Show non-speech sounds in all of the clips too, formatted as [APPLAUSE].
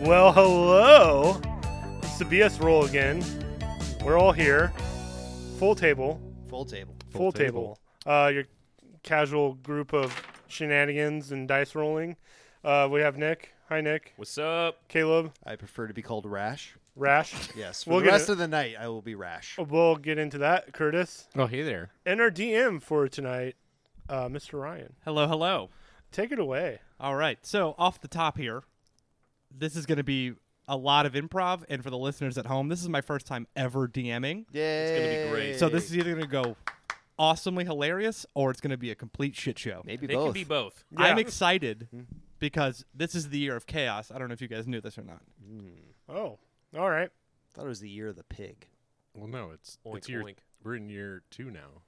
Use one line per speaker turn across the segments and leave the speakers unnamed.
Well, hello. It's the BS roll again. We're all here. Full table.
Full table.
Full, table. Uh, your casual group of shenanigans and dice rolling. Uh, we have Nick. Hi, Nick.
What's up?
Caleb.
I prefer to be called Rash.
Rash.
Yes. For
We'll
the
get
rest
it. Oh.
of the night, I will be Rash.
We'll get into that. Curtis.
Oh, hey there.
And our DM for tonight, uh, Mr. Ryan.
Hello, hello.
Take it away.
All right. So, off the top here, this is going to be a lot of improv. And for the listeners at home, this is my first time ever DMing.
Yeah.
gonna be great.
So, this is either going to go awesomely hilarious or it's going to be a complete shit show.
maybe
it
both.
can be both.
I'm
Yeah.
excited because this is the year of chaos. I don't know if you guys knew this or not.
Oh, all right.
Thought it was the year of the pig.
Well, no, it's
Oink,
it's year
oink.
we're in year two now.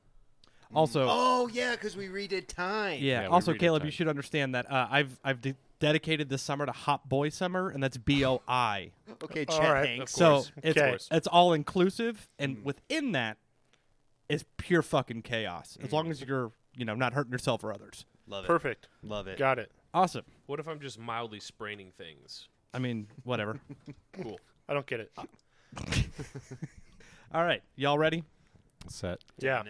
Also,
Oh yeah, because we redid time.
Yeah.
Yeah, we
also,
read it
Caleb, you
time.
should understand that uh, I've I've de- dedicated this summer to Hot Boy Summer, and that's B O I.
Okay,
All
Chet
right.
Hanks.
So
course.
it's
Okay.
it's all inclusive, and within that is pure fucking chaos. As long as you're you know not hurting yourself or others.
Love it.
Perfect.
Love it.
Got it.
Awesome.
What if I'm just mildly spraining things?
I mean, [LAUGHS] whatever.
Cool.
I don't get it.
all right, y'all ready?
Set.
Yeah.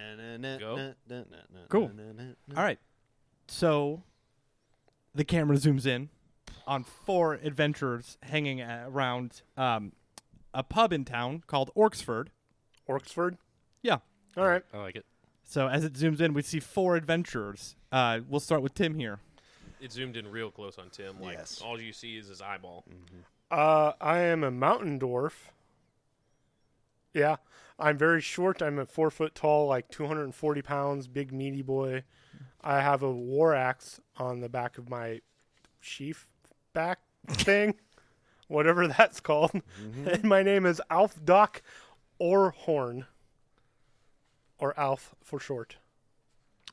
Go.
Cool. All right. So the camera zooms in on four adventurers hanging a- around um, a pub in town called Orksford.
Orksford.
Yeah.
All right.
I like it.
So as it zooms in, we see four adventurers. Uh, we'll start with Tim here.
It zoomed in real close on Tim. Like
Yes.
all you see is his eyeball.
Mm.
Uh, I am a mountain dwarf. Yeah, I'm very short. I'm a four foot tall, like 240 pounds, big meaty boy. I have a war axe on the back of my sheaf back thing, whatever that's called. [LAUGHS] And my name is Alf Doc Orhorn, or Alf for short.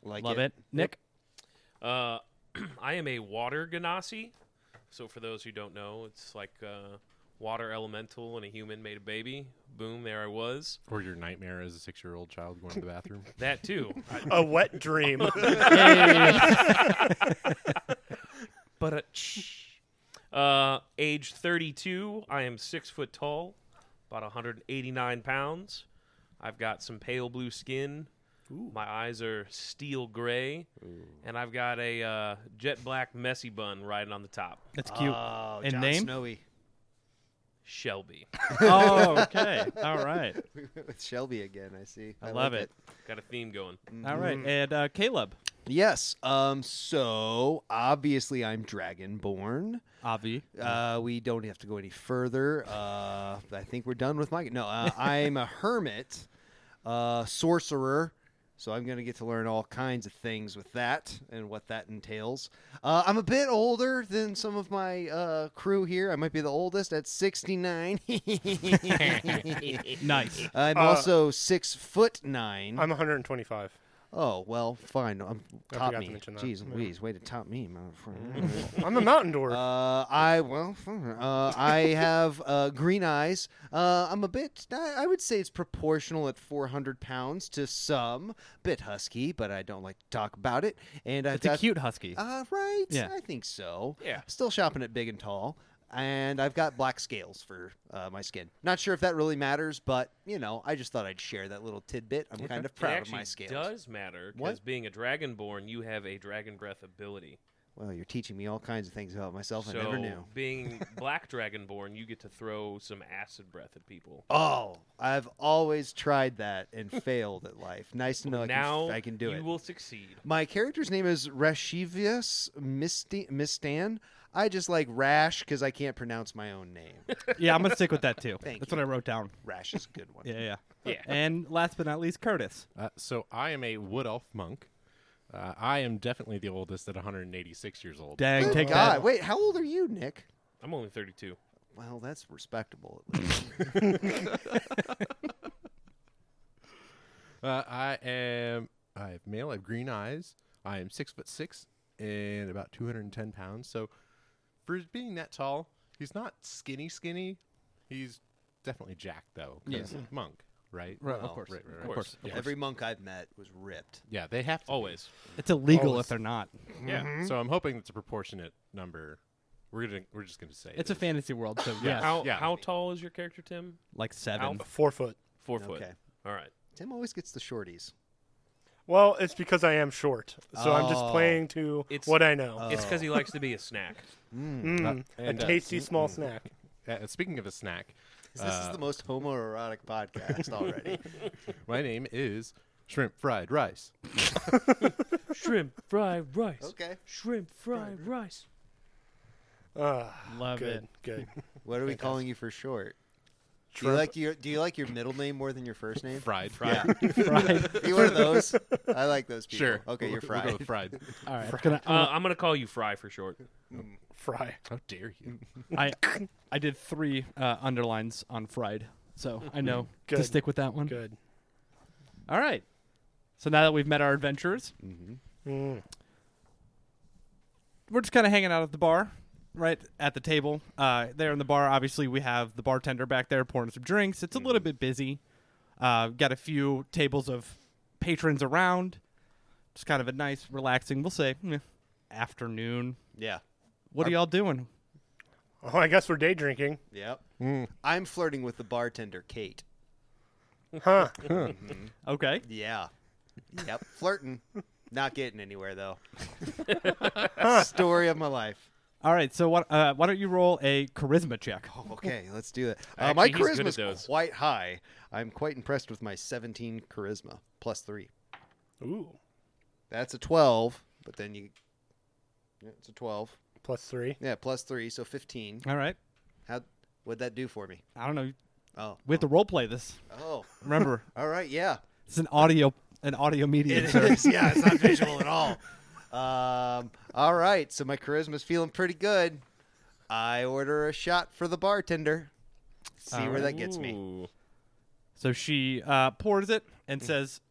Like
Love it, Nick.
Uh, [CLEARS THROAT] I am a water ganassi. So for those who don't know, it's like uh, water elemental and a human made a baby. Boom, there I was.
Or your nightmare as a six year old child going to the bathroom. [LAUGHS]
That too. I-
A wet dream.
but uh, uh, age 32. I am six foot tall, about 189 pounds. I've got some pale blue skin. My eyes are steel gray, and I've got a uh, jet black messy bun riding on the top.
That's cute.
Oh,
And
Jon
name?
Snowy. [LAUGHS]
Shelby.
oh, okay. All right.
With Shelby again, I see.
I,
like Mm-hmm.
love it.
got a theme going.
All right, and uh, Caleb,
Yes. Um. So obviously, I'm Dragonborn.
Avi.
Uh, we don't have to go any further. Uh, I think we're done with my. No, uh,
[LAUGHS]
I'm a hermit, uh, sorcerer. So I'm going to get to learn all kinds of things with that and what that entails. Uh, I'm a bit older than some of my uh, crew here. I might be the oldest
[LAUGHS]
at 69.
Nice.
[LAUGHS] I'm also six foot 9
Uh, I'm 125.
oh well, fine. I'm
I
top
forgot to
me.
mention that.
Jeez,
Yeah. Mm-hmm.
Louise, way to top me, motherfucker.
I'm a mountain dwarf.
Uh, I well, [LAUGHS] uh, I have uh, green eyes. Uh, I'm a bit. I I would say it's proportional at 400 pounds to some. Bit husky, but I don't like to talk about it. And I've
It's a
got- [LAUGHS]
cute husky.
Uh, right.
Yeah.
I think so.
Yeah.
Still shopping at Big and Tall. And I've got black scales for uh, my skin. Not sure if that really matters, but you know, I just thought I'd share that little tidbit. I'm kind of
it
proud of
actually
my scales.
does matter because
What?
being a dragonborn, you have a dragon breath ability.
Well, you're teaching me all kinds of things about myself
so
I never knew. [LAUGHS]
being black dragonborn, you get to throw some acid breath at people.
Oh, I've always tried that and failed at life. Nice to know I,
now
can, I can do
you
it.
will succeed.
My character's name is Rashivius Misti- Mistan. I just like Rash because I can't pronounce my own
[LAUGHS]
name.
yeah, I'm gonna stick with that too.
Thank
That's
you.
what I wrote down.
Rash is a good one.
Yeah, yeah.
Yeah.
And last but not least, Curtis.
Uh, so I am a wood elf monk. Uh, I am definitely the oldest at 186 years old.
Dang,
Good
take
God.
that.
Wait, how old are you, Nick?
I'm only 32.
Well, that's respectable. At least.
Uh, I am. I have male. I have green eyes. I am six foot six and about 210 pounds. So for being that tall, he's not skinny skinny. He's definitely jacked though. 'cause monk, right?
Right, of
Well,
course.
right, right, right.
Of course.
Yeah.
Every monk I've met was ripped.
Yeah, they
Oh,
have to be.
Always.
Oh,
It's illegal
Always.
if they're not.
Yeah.
So I'm hoping it's a proportionate number We're gonna we're just gonna say
It's
it
a
is.
fantasy world, so yes.
How
yeah.
how tall is your character, Tim?
like seven. [LAUGHS]
Four foot.
Four foot.
Okay.
All right.
Tim always gets the shorties.
Well, it's because I am short, so I'm just
Oh.
playing to
It's- Oh.
what I know.
It's because he likes to be a snack.
Mm, a
and, uh,
tasty small snack.
Uh, speaking of a snack,
This
Uh,
is the most homoerotic podcast
[LAUGHS]
already.
my name is Shrimp Fried Rice.
[LAUGHS] Shrimp fried rice.
okay.
Shrimp fried rice.
Ah,
Love
good,
it.
good.
What are we calling you for short? Do you
Shrimp-
like your Do you like your middle name more than your first name?
Fried,
Yeah.
fried.
Fried.
Are [LAUGHS] you one of those? I like those people.
Sure.
Okay, you're
We'll- we'll go
fried.
with fried.
All right. I'm gonna-
Uh, I'm gonna call you Fry for short.
Fry.
How dare you?
I I did three uh, underlines on fried, so I know to
Mm-hmm. Good.
stick with that one.
Good.
All right. So now that we've met our adventurers,
Mm.
we're just kind of hanging out at the bar, right at the table. Uh, there in the bar, obviously we have the bartender back there pouring some drinks. It's a
Mm-hmm.
little bit busy. Uh, got a few tables of patrons around. Just kind of a nice, relaxing. We'll say meh, afternoon.
Yeah.
What are y'all doing?
Oh, I guess we're day drinking,
Yep. I'm flirting with the bartender, Kate.
huh?
Okay.
Yeah. [LAUGHS] Yep. Flirting. Not getting anywhere
[LAUGHS]
though. Story of my life.
All right. So what? Uh, why don't you roll a charisma check?
Okay, let's do that. Uh, my
Actually, he's good at
charisma's
those.
quite high. I'm quite impressed with my 17 charisma plus three.
Ooh,
That's a 12, but then you. Yeah, it's a 12.
plus three.
Yeah, plus three, so 15.
All right.
How what'd that do for me?
I don't know.
Oh,
We have to role play this.
oh,
Remember,
all right, yeah.
[LAUGHS] it's an audio an audio [LAUGHS] medium.
It
sir.
is, yeah. It's not visual at all. Um, all right, so my charisma's feeling pretty good. I order a shot for the bartender. See
All
where
right.
that gets me.
Ooh.
So she uh, pours it
Mm.
and says,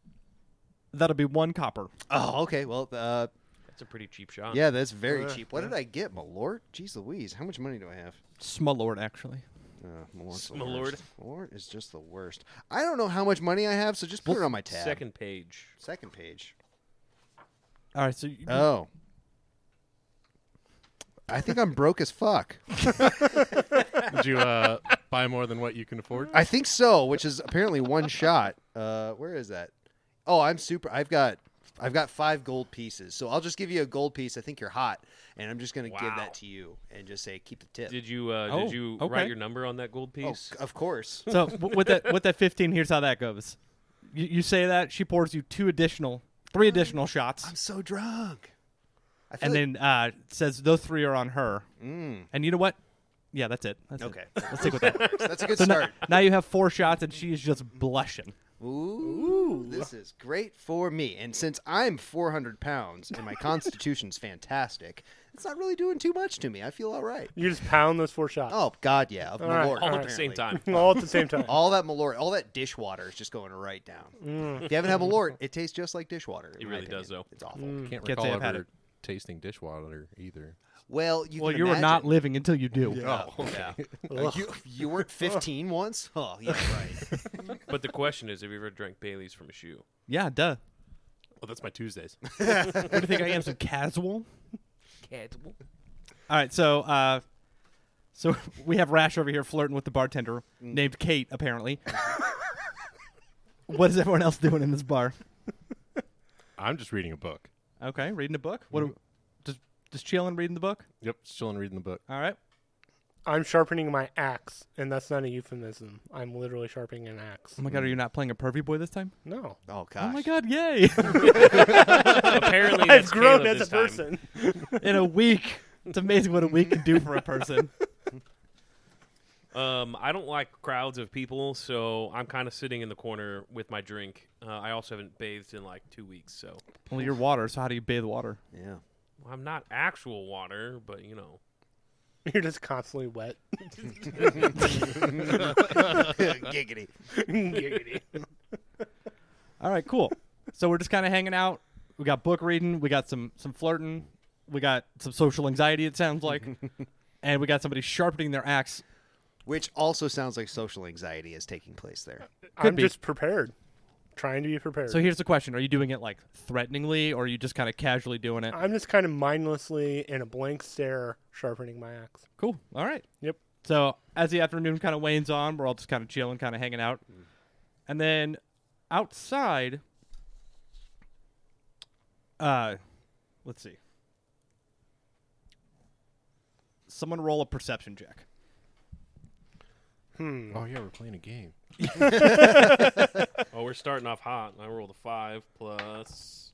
"That'll be one copper."
Oh, okay. Well, uh,
That's a pretty cheap shot.
Yeah, that's very
Yeah,
cheap. What did I get, my lord? Jeez Louise, how much money do I have?
Smallord, actually.
Uh, my lord's the
Smallord.
worst. Lord is just the worst. I don't know how much money I have, so just put it on my tab.
Second page.
Second page.
All right. So you,
Oh. I think I'm broke as fuck.
Did you uh, [LAUGHS] buy more than what you can afford?
I think so, which is apparently one shot. Uh, where is that? Oh, I'm super. I've got, I've got five gold pieces. So I'll just give you a gold piece. I think you're hot, and I'm just gonna give
Wow.
that to you and just say keep the tip.
Did you uh,
Oh,
did you
okay.
write your number on that gold
oh,
piece?
of course.
so w- with that with that fifteen, here's how that goes. You, you say that she pours you two additional, three additional shots,
I'm so drunk. I feel
and
like-
then uh, says those three are on her. And you know what? Yeah, that's it. That's it.
Mm. Okay.
Let's stick
[LAUGHS]
with that.
That's a good
So now,
start.
now you have four shots, and she is just blushing.
Ooh, this is great for me. And since I'm 400 pounds and my constitution's fantastic, it's not really doing too much to me. I feel all right.
You just pound those four shots
Oh God, yeah, of
right,
Malort,
all
All at the same
apparently. [LAUGHS]
[LAUGHS]
time.
all at the same time.
All that Malort, all that dishwater is just going right down. If you haven't had Malort, it tastes just like dishwater. in
It
my
really does,
opinion.
though.
It's awful.
Can't
Can't
recall
say I've
ever
had it.
tasting dishwater either.
Well, you
Well,
can
you are not
imagine-
living until you do.
Oh, yeah. [LAUGHS] Uh, you, you weren't 15 once? Oh, yeah, [LAUGHS] right.
But the question is, have you ever drank Bailey's from a [LAUGHS] shoe?
Yeah, duh.
Oh, that's my Tuesdays.
What do you think I am? Some casual?
Casual.
All right, so uh, so [LAUGHS] we have Rash over here flirting with the bartender
Mm.
named Kate,
[LAUGHS]
apparently. what is everyone else doing in this bar?
I'm just reading a book.
Okay, reading a book.
Mm.
What? do- just just chilling, reading the book.
Yep, just chilling, reading the book.
All right.
I'm sharpening my axe, and that's not a euphemism. I'm literally sharpening an axe.
Oh my god, are you not playing a pervy boy this time?
No,
Oh, Mm. gosh.
Oh my god, yay!
Apparently,
I've
that's
grown
Caleb
as a
this time.
person.
[LAUGHS]
[LAUGHS]
in a week, it's amazing what a week can do for a person. [LAUGHS]
Um, I don't like crowds of people, so I'm kind of sitting in the corner with my drink. Uh, I also haven't bathed in like two weeks, so
Well, you're water, so how do you bathe water?
[LAUGHS] Yeah.
I'm not actual water, but you know,
You're just constantly wet.
Giggity.
Giggity.
All right, cool. So we're just kind of hanging out. We got book reading. We got some some flirting. We got some social anxiety. It sounds [LAUGHS] like, and we got somebody sharpening their axe.
Which also sounds like social anxiety is taking place there.
I'm
be.
just prepared. trying to be prepared.
So here's the question: Are you doing it like threateningly, or are you just kind of casually doing it?
I'm just kind of mindlessly in a blank stare sharpening my axe.
Cool. All right.
Yep.
So as the afternoon kind of wanes on, we're all just kind of chilling, kind of hanging out, and then outside, uh, let's see. Someone roll a perception check.
Hmm.
Oh yeah, we're playing a game.
Oh, we're starting off hot. I rolled a five plus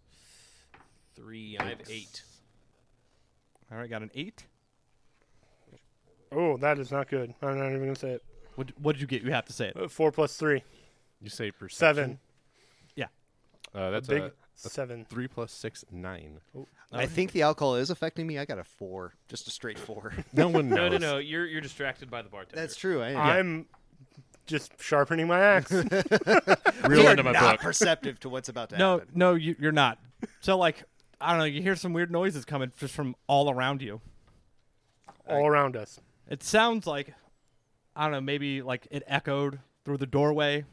three. I have eight.
All right, got an eight.
Oh, that is not good. I'm not even gonna say it.
What What did you get? You have to say it.
Uh, Four plus three,
You say
seven.
perception. Uh, that's
Big
a
seven.
three plus six nine.
I think the alcohol is affecting me. I got a four, just a straight four. [LAUGHS]
No one
No,
knows.
no, no. You're you're distracted by the bartender.
That's true. eh? I,
I'm just sharpening my
[LAUGHS]
axe.
Real
into my
not [LAUGHS]
book.
perceptive to what's about to
No,
happen.
no, you, you're not. So like, I don't know. You hear some weird noises coming just from all around you.
all around us.
It sounds like, I don't know, maybe like it echoed through the doorway.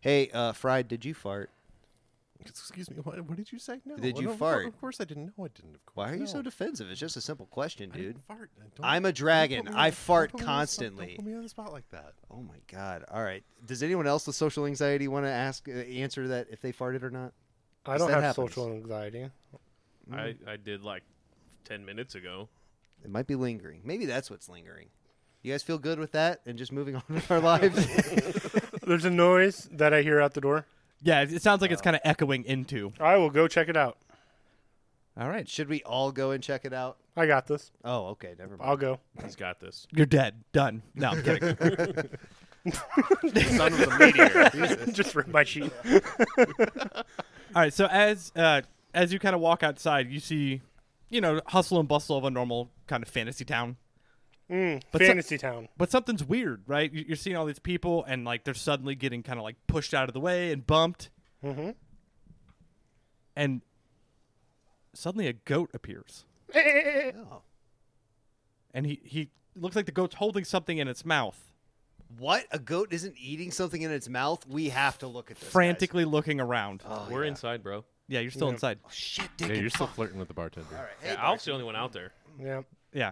Hey, uh, Fried, did you fart?
Excuse me. What, what did you say? No.
Did you
no, of cour-
fart?
Of course I didn't. No, I didn't. Of course.
Why are you so
no.
defensive? It's just a simple question,
I didn't
dude.
fart. I don't-
I'm a
don't put
dragon.
me on-
I
don't
fart
put me on the spot-
constantly.
Don't put me on the spot like that.
Oh my god! All right. Does anyone else with social anxiety want to ask uh, answer that if they farted or not?
I
Yes,
don't
that
have
happens.
social anxiety.
I, I did like ten minutes ago.
It might be lingering. Maybe that's what's lingering. You guys feel good with that and just moving [LAUGHS] on with our lives?
There's a noise that I hear out the door.
Yeah, it, it sounds like it's kind of echoing into.
I will go check it out.
All right,
Should we all go and check it out?
I got this.
Oh, okay. Never mind.
I'll go. [LAUGHS]
He's got this.
you're dead. Done. No, I'm kidding. [LAUGHS]
Son of a [LAUGHS] meteor.
just rip my sheet.
all right, so as uh, as you kind of walk outside, you see, you know, hustle and bustle of a normal kind of fantasy town.
Mm,
But so-
Fantasy Town.
But something's weird, right? You- You're seeing all these people, and like they're suddenly getting kind of like pushed out of the way and bumped,
Mm-hmm.
and suddenly a goat
[LAUGHS]
appears,
Oh.
and he he looks like the goat's holding something in its mouth,
What? A goat isn't eating something in its mouth? We have to look at this. guys.
frantically looking around.
Oh,
We're
yeah.
inside, bro.
Yeah, you're still
Yeah.
inside.
Oh, shit,
Yeah,
dick.
you're still flirting with the bartender.
All right. Hey,
Yeah,
Bart.
Alf's the only one out there.
Yeah.
Yeah.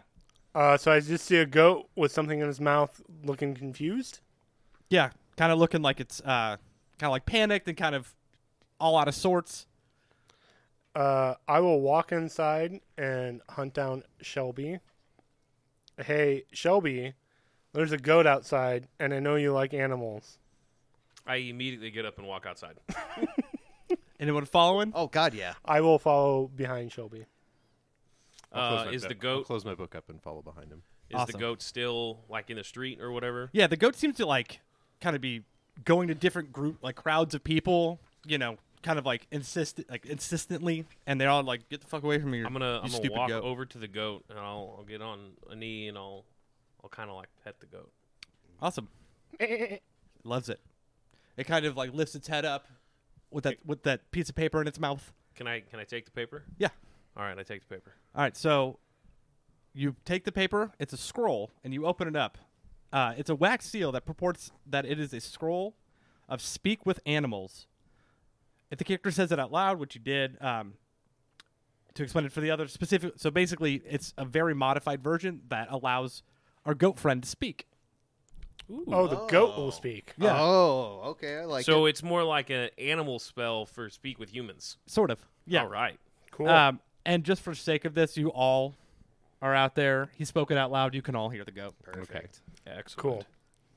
Uh, so I just see a goat with something in his mouth, looking confused.
Yeah. Kind of looking like it's uh kind of like panicked and kind of all out of sorts.
Uh, I will walk inside and hunt down Shelby. Hey, Shelby, there's a goat outside, and I know you like animals.
I immediately get up and walk outside.
Anyone following?
Oh, God, yeah.
I will follow behind Shelby.
I'll close
Uh,
my
is
book-
the
I'll
goat
close my book up and follow behind him.
is the
Awesome.
goat still like in the street or whatever?
Yeah, the goat seems to like kind of be going to different group like crowds of people, you know, kind of like insist like insistently and they're all like get the fuck away from me.
I'm gonna
you
I'm gonna
stupid
walk
goat.
over to the goat and I'll, I'll get on a knee and I'll I'll kind of like pet the goat.
Awesome.
Oh,
Loves it. It kind of like lifts its head up with that with that piece of paper in its mouth.
Can I can I take the paper?
Yeah.
All right, I take the paper.
All right, so you take the paper. It's a scroll, and you open it up. Uh, it's a wax seal that purports that it is a scroll of speak with animals. If the character says it out loud, which you did, um, to explain it for the other specific. So basically, it's a very modified version that allows our goat friend to speak.
Oh, the goat
Oh.
will speak.
Yeah.
Oh, okay. I like
so
it.
it's more like an animal spell for speak with humans.
Sort of. Yeah.
All right.
Oh, Cool.
Um, and just for sake of this, you all are out there. He spoke it out loud. You can all hear the goat.
Perfect.
Excellent.
cool.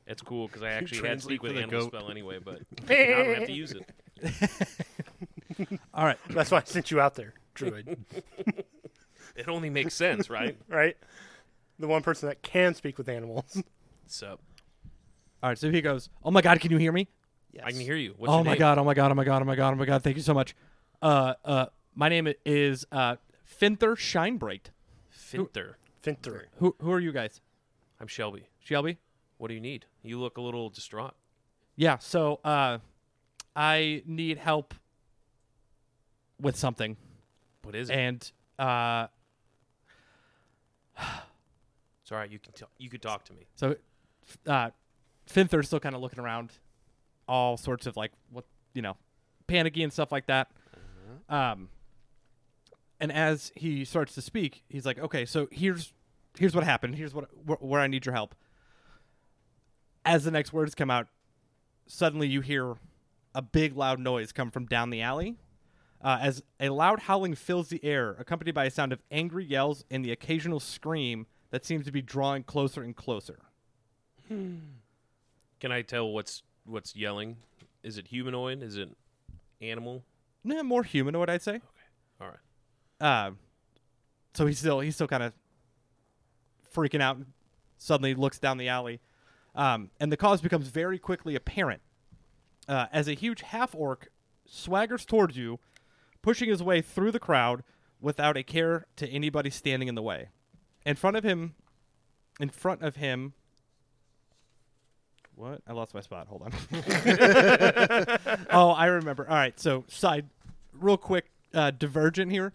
It's cool because I actually had
translate
speak with
for the
animal
goat.
spell anyway,
[LAUGHS]
but now I don't have to use it.
All right.
That's why I sent you out there, Druid.
It only makes
[LAUGHS]
sense, right?
right? The one person that can speak with animals. [LAUGHS]
So
All right. So he goes, "Oh my god, can you hear me?"
Yes.
I can hear you. What's
oh
your
my
name?
god! Oh my god! Oh my god! Oh my god! Oh my god! Thank you so much. Uh, uh, my name i- is uh Finther Shinebright.
Finther.
Finter.
Who who are you guys?
I'm Shelby.
Shelby?
What do you need? You look a little distraught.
Yeah. So uh, I need help with something,
What is it?
and uh,
it's all right. You can t- you could talk to me.
so uh, Finther's still kind of looking around. all sorts of like what you know, panicky and stuff like that. Um, and as he starts to speak, he's like, "Okay, so here's here's what happened. Here's what wh- where I need your help." As the next words come out, suddenly you hear a big loud noise come from down the alley. Uh, as a loud howling fills the air, accompanied by a sound of angry yells and the occasional scream that seems to be drawing closer and closer.
Can I tell what's what's yelling? Is it humanoid? Is it animal?
Nah, more humanoid, I'd say.
All right.
Uh, so he's still he's still kind of freaking out. and Suddenly looks down the alley, um, and the cause becomes very quickly apparent uh, as a huge half orc swaggers towards you, pushing his way through the crowd without a care to anybody standing in the way. In front of him, in front of him. What? I lost my spot. Hold on. oh, I remember. All right, so side, real quick, uh, divergent here.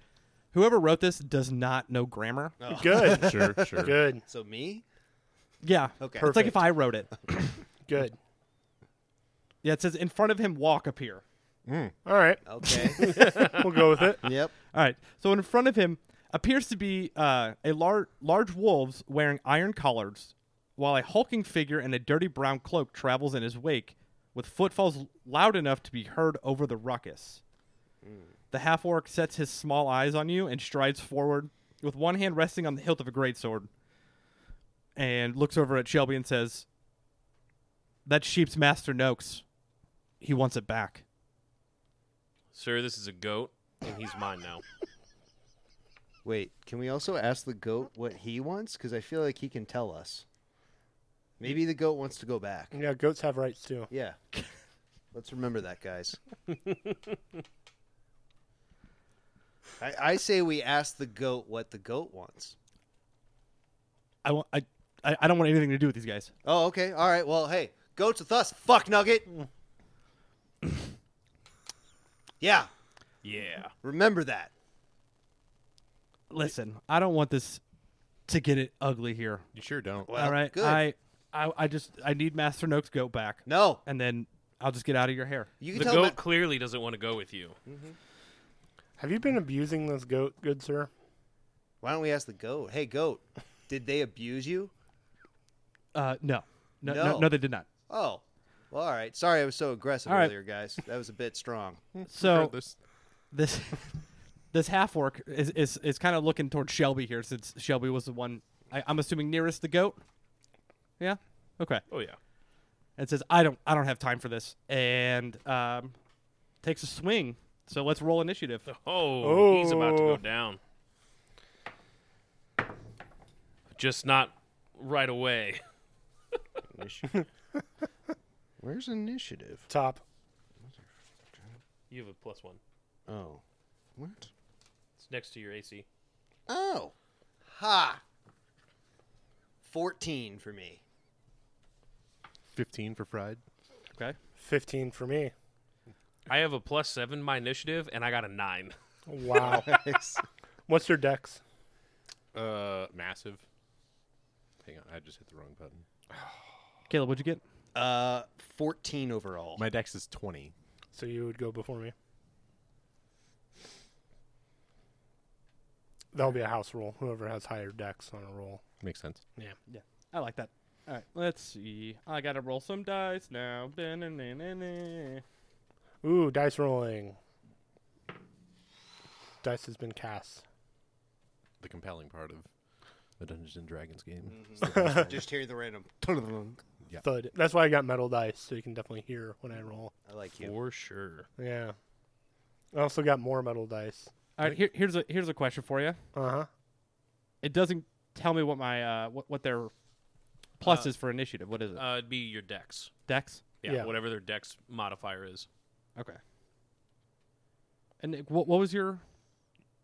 Whoever wrote this does not know grammar.
Good.
[LAUGHS] Sure, [LAUGHS] sure.
Good.
So me?
Yeah,
Okay.
It's like if
Perfect.
I wrote it.
Good.
Yeah, it says in front of him, walk appear.
All right.
Okay.
[LAUGHS] We'll go with it.
yep.
All right. So in front of him appears to be uh, a lar- large wolves wearing iron collars, while a hulking figure in a dirty brown cloak travels in his wake, with footfalls loud enough to be heard over the ruckus. The half orc sets his small eyes on you and strides forward, with one hand resting on the hilt of a greatsword, and looks over at Shelby and says, "That sheep's master Noakes. He wants it back."
Sir, this is a goat, and he's mine now.
Wait, can we also ask the goat what he wants? Because I feel like he can tell us. Maybe the goat wants to go back.
Yeah, goats have rights too.
Yeah. [LAUGHS] Let's remember that, guys. I, I say we ask the goat what the goat wants.
I want. I. I I don't want anything to do with these guys.
Oh, okay. All right. Well, hey, goat's with us. Fuck nugget. [COUGHS] yeah.
[LAUGHS] Yeah.
Remember that.
listen, I don't want this to get it ugly here.
You sure don't.
Well,
all right,
Good.
I, I, I just I need Master Noakes goat back,
no.
and then I'll just get out of your hair.
You can
The
tell.
goat
Ma-
clearly doesn't want to go with you.
Have you been abusing this goat, good sir?
Why don't we ask the goat? Hey, goat, did they abuse you?
Uh, no. No, no,
No.
no, they did not.
Oh. Well, all right. Sorry, I was so aggressive
All right.
earlier, guys. That was a bit strong.
So
Regardless,
this [LAUGHS] this half orc is is, is kind of looking towards Shelby here, since Shelby was the one I, I'm assuming nearest the goat. Yeah. Okay.
Oh yeah.
And says, I don't I don't have time for this, and um, takes a swing. So let's roll initiative.
Oh, he's about to
Oh.
go down. Just not right away. [LAUGHS]
Where's initiative?
Top.
You have a plus one.
Oh. What?
It's next to your AC.
[LAUGHS] Oh. Ha. 14 for me.
15 for fried.
Okay.
15 for me.
I have a plus seven my initiative, and I got a nine.
Wow. What's your dex?
Uh, massive. Hang on, I just hit the wrong button.
Caleb, what'd you get?
[LAUGHS] uh, 14 overall.
My dex is 20.
So you would go before me. That'll be a house rule. Whoever has higher dex on a roll.
Makes sense.
Yeah, I like that. All right, let's see. I gotta roll some dice now. Da-na-na-na-na.
Ooh, dice rolling. Dice has been cast.
The compelling part of a Dungeons and Dragons game.
[LAUGHS] Just hear the random.
Thud. That's why I got metal dice, so you can definitely hear when I roll.
I like you.
For sure.
Yeah. I also got more metal dice.
All right, here, here's a here's a question for you.
Uh huh.
It doesn't tell me what my uh what, what their plus is for initiative. What is it?
Uh, it'd be your dex.
Dex.
Yeah,
Yeah.
whatever their dex modifier is.
Okay. And Nick, what what was your?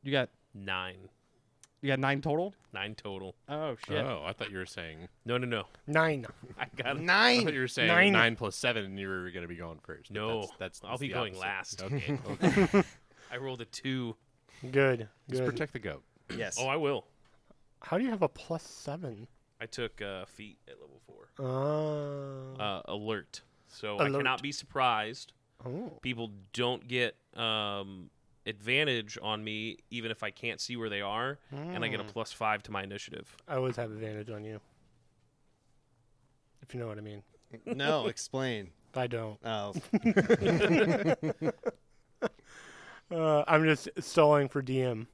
You got
Nine.
you got nine total.
Nine total.
Oh shit.
Oh, I thought you were saying.
No, no, no.
Nine.
[LAUGHS] I got a
I thought
Nine.
you were saying
Nine.
nine, plus seven, and you were going to be going first. but
No,
that's, that's,
I'll
that's
be
the
going
opposite.
last.
Okay,
[LAUGHS]
well, [LAUGHS]
I rolled a two.
Good.
just
Good.
protect the goat.
Yes.
Oh, I will.
How do you have a plus seven?
I took uh, feet at level four.
Oh.
Uh,
Uh, alert. So I
Alert.
cannot be surprised.
Oh.
People don't get um, advantage on me even if I can't see where they are, and I get a
Hmm.
plus five to my initiative.
I always have advantage on you. If you know what I mean.
No, explain.
I don't.
[LAUGHS] Oh,
Uh, I'm just stalling for DM.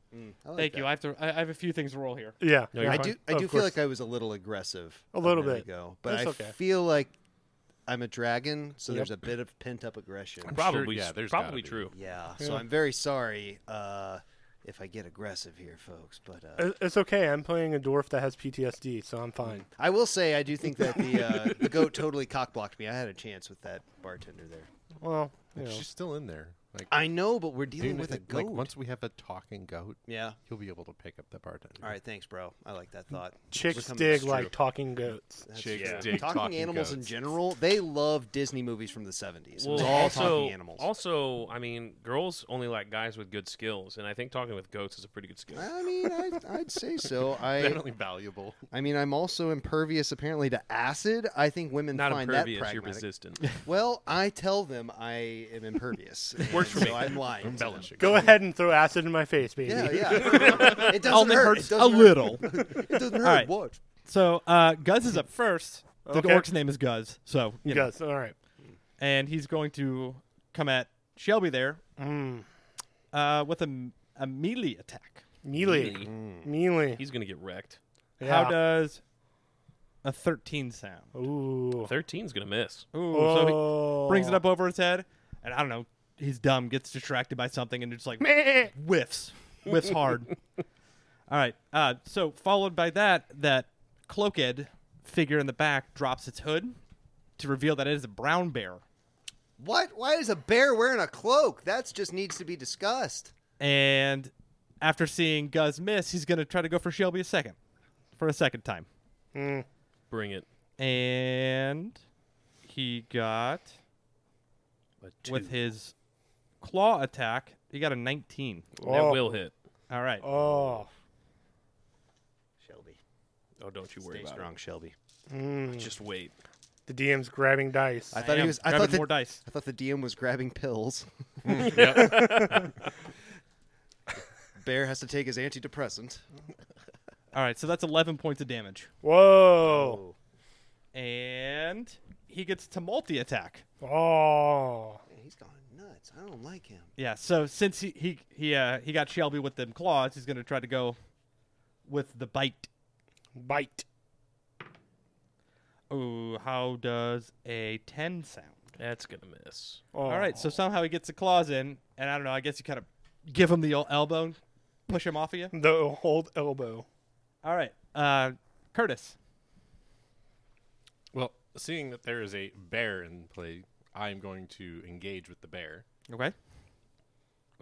Thank you. I have to. I, I have a few things to roll here.
Yeah. yeah.
No, you're
I
fine.
do. I
Of
do feel
course.
like I was a little aggressive.
A little
minute
bit.
ago, but
That's
I
okay.
feel like I'm a dragon, so
Yep.
there's a bit of pent up aggression.
Probably,
yeah,
s-
there's gotta
probably
be.
true.
Yeah. So I'm very sorry uh, if I get aggressive here, folks. But uh,
I- It's okay. I'm playing a dwarf that has PTSD, so I'm fine.
I will say I do think that the uh, the goat totally cockblocked me. I had a chance with that bartender there.
Well, you
Like,
know.
She's still in there. Like
I know, but we're dealing
dude,
with a
it-
goat.
Like, once we have a talking goat,
yeah.
you'll be able to pick up the bartender.
All right. Thanks, bro. I like that thought. We're
chicks
coming
dig
straight.
like talking goats.
That's
Chicks
true.
dig
talking,
talking
animals in
goats.
general. They love Disney movies from the 70s. It was
Well,
all
also,
talking animals.
[LAUGHS]
also, I mean, girls only like guys with good skills, and I think talking with goats is a pretty good skill.
I mean, I, I'd
[LAUGHS]
say so. I,
Definitely valuable.
[LAUGHS] I mean, I'm also impervious apparently to acid. I think women
Not
find
impervious,
that
you're
pragmatic.
resistant.
Well, I tell them I am impervious. and
Works for
so
me.
I'm lying. to them.
Go ahead and throw acid in my face, baby. [LAUGHS]
Yeah, yeah. It doesn't
Only
hurt.
hurts
it
a
doesn't hurt.
little.
[LAUGHS] It doesn't hurt.
right.
What?
So uh, Guz is up first. The
Okay.
orc's name is Guz. So you know.
Yes. All right.
and he's going to come at Shelby there
Mm.
uh, with a, m- a melee attack.
Melee. Mm.
Really?
Melee.
He's gonna get
[LAUGHS]
wrecked.
Yeah.
How does a 13 sound?
Ooh.
13's gonna miss.
Ooh, so
Oh.
he brings it up over his head, and I don't know, he's dumb, gets distracted by something, and just like
Meh.
whiffs,
[LAUGHS]
whiffs hard. All right, uh, so followed by that, that cloaked figure in the back drops its hood to reveal that it is a brown bear.
What? Why is a bear wearing a cloak? That just needs to be discussed.
And after seeing Guz miss, he's going to try to go for Shelby a second, for a second time.
Bring it.
And he got
A
with
two.
his claw attack, he got a 19.
That
Oh.
will hit.
All right.
[LAUGHS] Oh.
Shelby,
Oh, don't you worry
stay strong,
about
Mm. Shelby.
it. Just wait.
The DM's grabbing dice.
I thought he
am
was. I
grabbing
thought the,
more dice.
I thought the DM was grabbing pills. [LAUGHS] Bear has to take his antidepressant.
All right, so that's 11 points of damage.
Whoa.
And he gets tumulty attack.
Oh.
Man, he's gone nuts. I don't like him.
Yeah, so since he he he, uh, he got Shelby with them claws, he's going to try to go with the bite.
Bite.
Ooh, how does a 10 sound?
That's gonna miss.
Oh.
All right, so somehow he gets the claws in, and I don't know, I guess you kind of give him the old elbow, and push him off of you.
The old elbow.
All right, uh, Curtis.
Well, seeing that there is a bear in play, I'm going to engage with the bear.
Okay.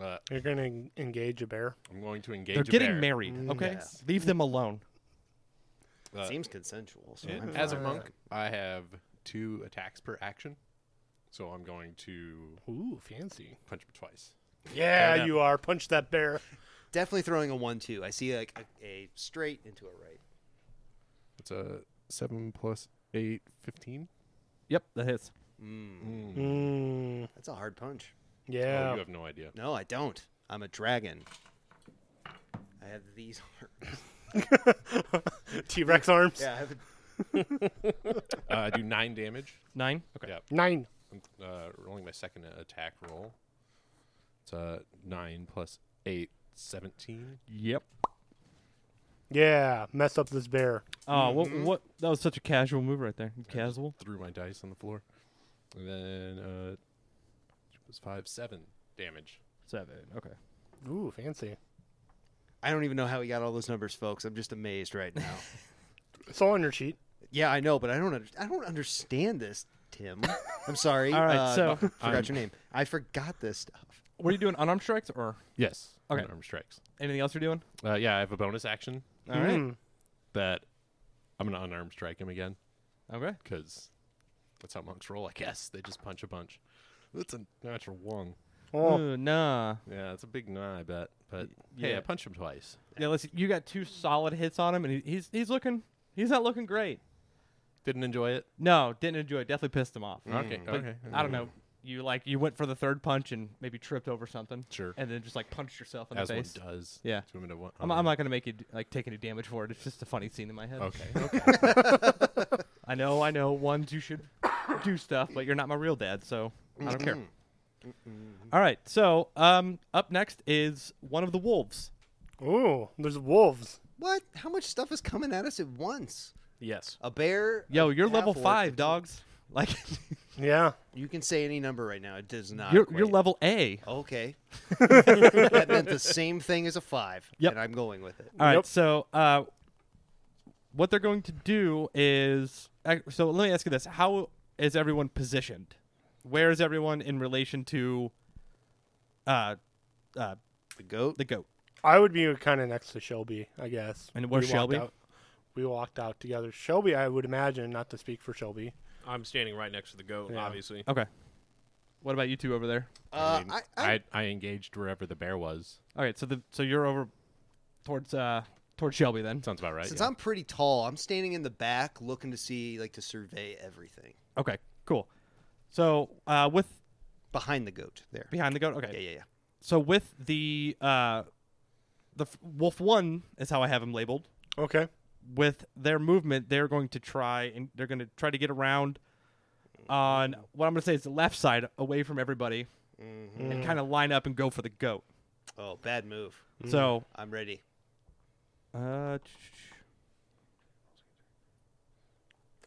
Uh,
You're gonna en- engage a bear.
I'm going to engage.
They're
a
getting
bear.
married, okay? Leave them alone.
Uh,
Seems consensual. So
And
I'm
as a
fine.
monk, I have two attacks per action, so I'm going to
Ooh, fancy.
punch him twice.
Yeah,
enough.
you are. Punch that bear.
Oh,
definitely throwing a one-two. I see like a, a straight into a right.
It's a seven plus eight, fifteen.
Yep, that hits.
Mm,
That's a hard punch.
yeah.
Oh, you have no idea.
No, I don't. I'm a dragon. I have these arms.
[LAUGHS] T Rex arms.
Yeah, I have a,
Uh, I do nine damage.
Nine? Okay.
Yeah.
Nine.
I'm uh, rolling my second attack roll. It's uh, nine plus eight, 17.
Yep.
Yeah. Mess up this bear.
Oh, what, what? That was such a casual move right there. Casual?
Threw my dice on the floor. And then uh, it was five, seven damage.
Seven. Okay.
Ooh, fancy.
I don't even know how he got all those numbers, folks. I'm just amazed right now.
It's all on your sheet.
yeah, I know, but I don't. Under- I don't understand this, Tim. I'm sorry.
[LAUGHS] All right,
uh,
so-
forgot
I'm-
your name. I forgot this stuff.
Were you doing unarmed strikes or
Yes.
Okay.
Arm strikes.
anything else you're doing?
Uh, yeah, I have a bonus action
All right.
Mm.
that I'm going to unarmed strike him again
Okay.
because that's how monks roll, I guess. They just punch a bunch. That's a natural one.
Oh.
Ooh, nah.
Yeah, it's a big nah, I bet. But hey,
yeah.
I punched him twice.
Yeah, listen, you got two solid hits on him, and he, he's he's looking, he's not looking great.
Didn't enjoy it.
No, didn't enjoy it. Definitely pissed him off.
Okay.
But
okay.
I don't know. You like you went for the third punch and maybe tripped over something.
Sure.
And then just like punched yourself in
As
the
one
face.
does.
Yeah.
To him to one.
I'm, I'm not gonna make you d- like take any damage for it. It's just a funny scene in my head.
[LAUGHS] Okay.
I know, I know. Ones you should [COUGHS] do stuff, but you're not my real dad, so I don't care.
Mm-hmm.
All right. So um, up next is one of the wolves.
Ooh, there's wolves.
What? How much stuff is coming at us at once?
Yes.
A bear.
Yo,
a
you're level
half-orc,
five,
a- [LAUGHS]
dogs. Like
Yeah.
You can say any number right now. It does not.
you're you're
equate.
level A. [LAUGHS]
Okay. that meant the same thing as a five.
Yep.
And I'm going with it.
All right.
Yep.
So, uh, what they're going to do is ac- so. Let me ask you this: How is everyone positioned? Where is everyone in relation to uh, uh,
The goat.
the goat?
I would be kind of next to Shelby, I guess.
And where's
We walked
Shelby?
out- we walked out together. Shelby, I would imagine, not to speak for Shelby.
I'm standing right next to the goat,
Yeah.
obviously.
Okay. What about you two over there?
uh,
mean,
I, I,
I, I engaged wherever the bear was.
All right. So the so you're over towards uh towards Shelby then.
Sounds about right.
since
yeah.
I'm pretty tall, I'm standing in the back looking to see, like, to survey everything
Okay. Cool. So uh, with
behind the goat. There.
behind the goat. Okay.
Yeah, yeah, yeah.
So with the uh, the f- wolf one is how I have him labeled.
Okay.
with their movement, they're going to try and they're going to try to get around on what I'm going to say is the left side, away from everybody, and kind of line up and go for the goat.
Oh, bad move.
So,
I'm ready.
uh, ch-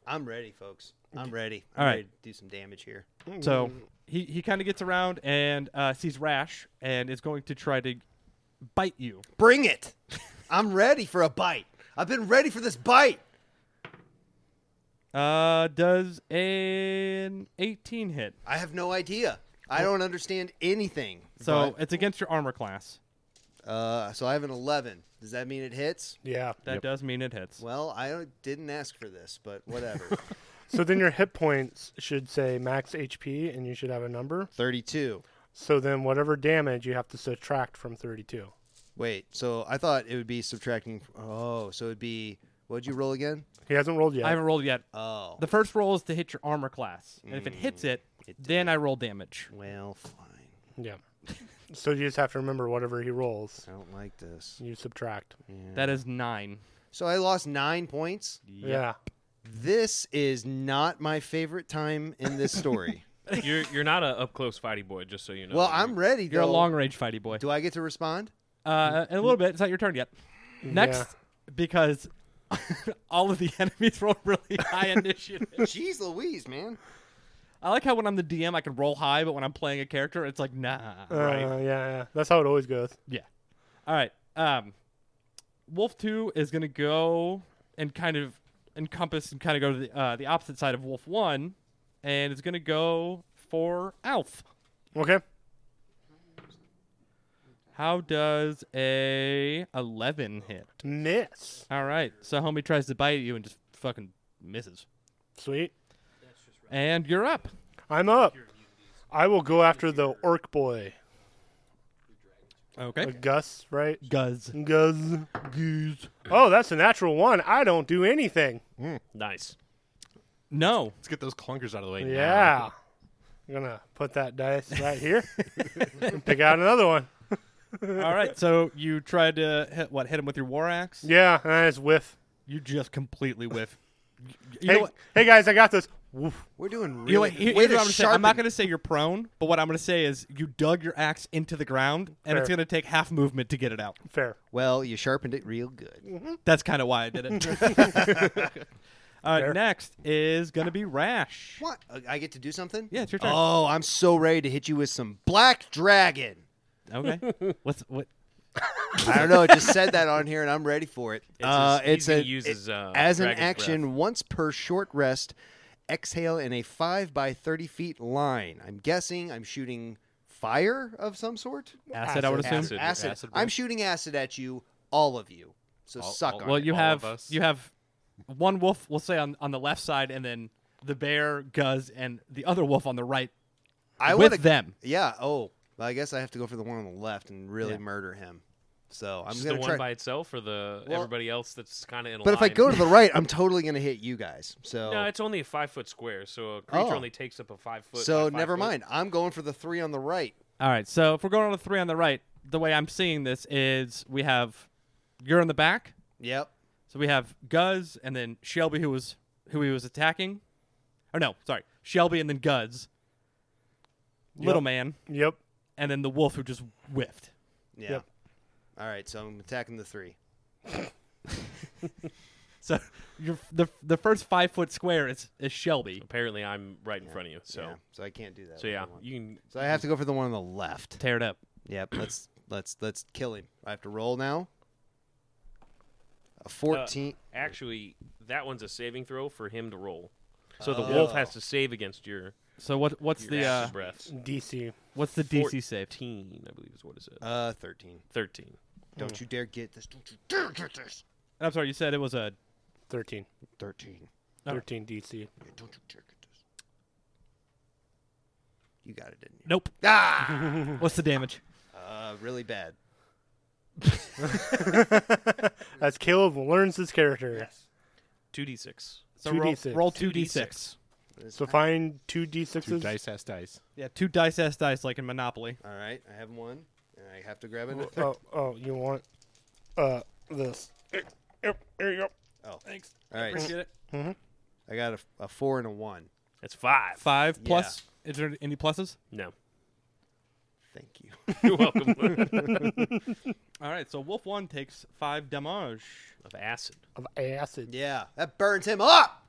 I'm ready, folks. I'm ready. I'm
All right.
ready to do some damage here.
so he he kind of gets around and uh, sees Rash and is going to try to bite you.
Bring it. [LAUGHS] I'm ready for a bite. I've been ready for this bite.
Uh, does an 18 hit?
I have no idea. I don't understand anything.
So it's against your armor class.
but, uh, so I have an 11. Does that mean it hits?
Yeah.
That does mean it hits.
Well, I don't- didn't ask for this, but
[LAUGHS]
whatever.
So then your hit points should say max HP, and you should have a number.
32.
So then whatever damage you have to subtract from 32.
Wait, so I thought it would be subtracting. Oh, so it'd be. What'd you roll again?
He hasn't rolled yet.
I haven't rolled yet.
Oh.
The first roll is to hit your armor class, and if it hits Mm. it, then I roll damage.
well, fine.
yeah. [LAUGHS] so you just have to remember whatever he rolls,
I don't like this.
you subtract.
That is nine.
So I lost nine points.
Yeah.
This is not my favorite time in this
[LAUGHS]
story.
you're you're not a up close fighty boy, just so you know.
well,
You-
I'm ready.
You're
though.
a long range fighty boy.
Do I get to respond?
Uh, in a little bit. It's not your turn yet. Next, because [LAUGHS] all of the [LAUGHS] enemies roll really high initiative.
[LAUGHS] Jeez Louise, man.
I like how when I'm the DM, I can roll high, but when I'm playing a character, it's like nah.
Uh, Yeah. Yeah. That's how it always goes.
Yeah. All right. Um, Wolf Two is gonna go and kind of encompass and kind of go to the uh, the opposite side of Wolf One, and it's gonna go for Alf.
Okay.
How does a eleven hit?
Miss.
All right. So homie tries to bite you and just fucking misses.
Sweet.
And you're up.
I'm up. I will go after the orc boy.
Okay.
Uh, Gus, right?
Guz.
Guz. Guz. Oh, that's a natural one. I don't do anything.
nice.
No.
Let's get those clunkers out of the way. now.
Yeah. I'm going to put that dice right
[LAUGHS]
here and pick out another one.
All right. So you tried to hit what? Hit him with your war axe?
Yeah, and I just whiff.
You just completely whiff. You- You
Hey,
know what?
hey guys, I got this. Woof.
We're doing
You know what?
really.
Here-
way
here's
to
what I'm gonna say. I'm not
sharpen-
going to say you're prone, but what I'm going to say is you dug your axe into the ground, and it's
Fair.
going to take half movement to get it out.
Fair.
Well, you sharpened it real good.
That's kind of why I did it.
[LAUGHS]
All right. Next is going to be Rash.
What? Uh, I get to do something?
Yeah, it's your turn.
Oh, I'm so ready to hit you with some black dragon.
Okay. What's what?
I don't know. It just said that on here, and I'm ready for it. It's uh,
his- he's
it's a,
gonna use
it-
his, uh,
as an
dragon's
action once per short rest. Exhale in a five by thirty feet line. I'm guessing I'm shooting fire of some sort.
Acid, I would assume.
acid. acid.
Acid
I'm
breath.
shooting acid at you, all of you. So
All-
suck
all-
on
Well,
it.
you
all
have
of us.
you have one wolf. We'll say on on the left side, and then the bear, Guz, and the other wolf on the right.
I
with
wanna-
them.
Yeah. Oh, well, I guess I have to go for the one on the left and really
Yeah.
murder him. So I'm
Just
gonna
the one
try.
by itself or the
Well-
everybody else that's kind of in a
but if I
line?
go to the right, I'm totally gonna hit you guys. So
[LAUGHS] No, it's only a five foot square, so a creature
Oh.
only takes up a five foot.
so
by five
never
foot.
mind. I'm going for the three on the right.
All right. So if we're going on a three on the right, the way I'm seeing this is we have you're in the back.
Yep.
So we have Guz and then Shelby, who was who he was attacking. Or no, sorry, Shelby and then Guz, little
Yep.
man,
Yep.
and then the wolf who just whiffed.
Yeah.
Yep.
All right. So I'm attacking the three.
So [LAUGHS] your the the first five foot square is is Shelby.
Apparently, I'm right in front of you. So,
yeah. so I can't do that.
so yeah,
I want-
you can.
So I have to go for the one on the left.
Tear it up.
Yep. [CLEARS THROAT] Let's let's let's kill him. I have to roll now. A fourteen.
Actually, that one's a saving throw for him to roll. So
Oh.
the wolf has to save against your,
So what what's
your
the uh,
acid breaths.
DC.
what's the DC save?
14, I believe is what it said.
uh, thirteen.
13.
Don't you dare get this. Don't you dare get this.
I'm sorry, you said it was a
13.
Thirteen.
13 DC.
Yeah, don't you dare get this. You got it, didn't you?
nope.
Ah!
[LAUGHS] What's the damage?
Uh, really bad.
[LAUGHS] As Caleb learns his character.
2d6.
So
2d6.
roll, roll two d six.
So find two D6s.
Two dice ass dice.
Yeah, two dice s dice like in Monopoly.
All right, I have one, and I have to grab it.
[LAUGHS] Oh, oh, you want uh this. Yep, there you go.
Oh, thanks. All right, I got a, a four and a one.
That's five.
Five plus. Is there any pluses?
No. [LAUGHS]
Thank you. [LAUGHS]
You're
[LAUGHS]
welcome.
All right, so Wolf One takes five damage.
of acid.
Of acid.
Yeah, that burns him up.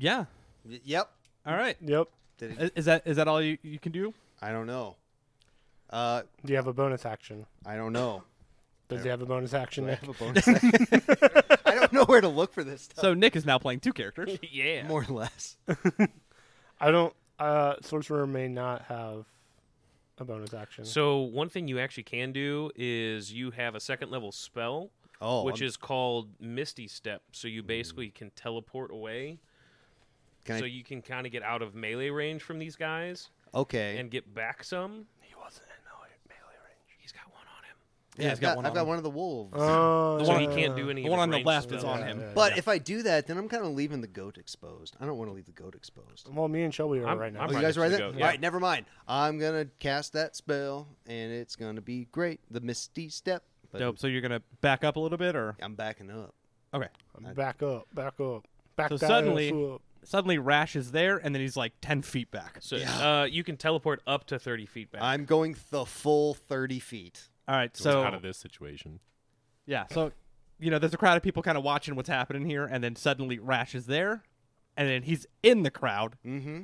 Yeah.
Y- yep.
All right.
Yep.
Did it,
Is, is that is that all you, you can do?
I don't know. Uh,
Do you have a bonus action?
I don't know.
Does he have a bonus action?
Do I
Nick?
have a bonus? [LAUGHS] I don't know where to look for this stuff.
So Nick is now playing two characters.
yeah.
More or less.
I don't. Uh, sorcerer may not have a bonus action.
So one thing you actually can do is you have a second level spell,
Oh,
which
I'm-
is called Misty Step. So
Hmm.
you basically can teleport away,
Can I-
so you can kind of get out of melee range from these guys
okay.
and get back some.
he wasn't in melee range.
He's got one on him,
[LAUGHS] yeah,
he's
I've
got
got,
one
I've
on
got
him.
one of the wolves.
Oh,
so he can't do any.
the
of
one
his
on the
ranged
left is
spells.
on him.
but if I do that, then I'm kind of leaving the goat exposed. I don't want to leave the goat exposed.
Well, me and Shelby are
I'm-
right now.
I'm
Oh, you
right
guys
next to
right
the
there?
goat,
All
yeah.
right, never mind. I'm going to cast that spell, and it's going to be great. The Misty Step. But
Dope. So you're gonna back up a little bit, or
I'm backing up.
okay.
back up, back up, back
So
that
suddenly-
ass up.
Suddenly Rash is there, and then he's like ten feet back.
So uh, you can teleport up to thirty feet back.
I'm going the full 30 feet.
All right.
So
So
out of this situation.
yeah. So you know, there's a crowd of people kind of watching what's happening here, and then suddenly Rash is there, and then he's in the crowd,
Mm-hmm.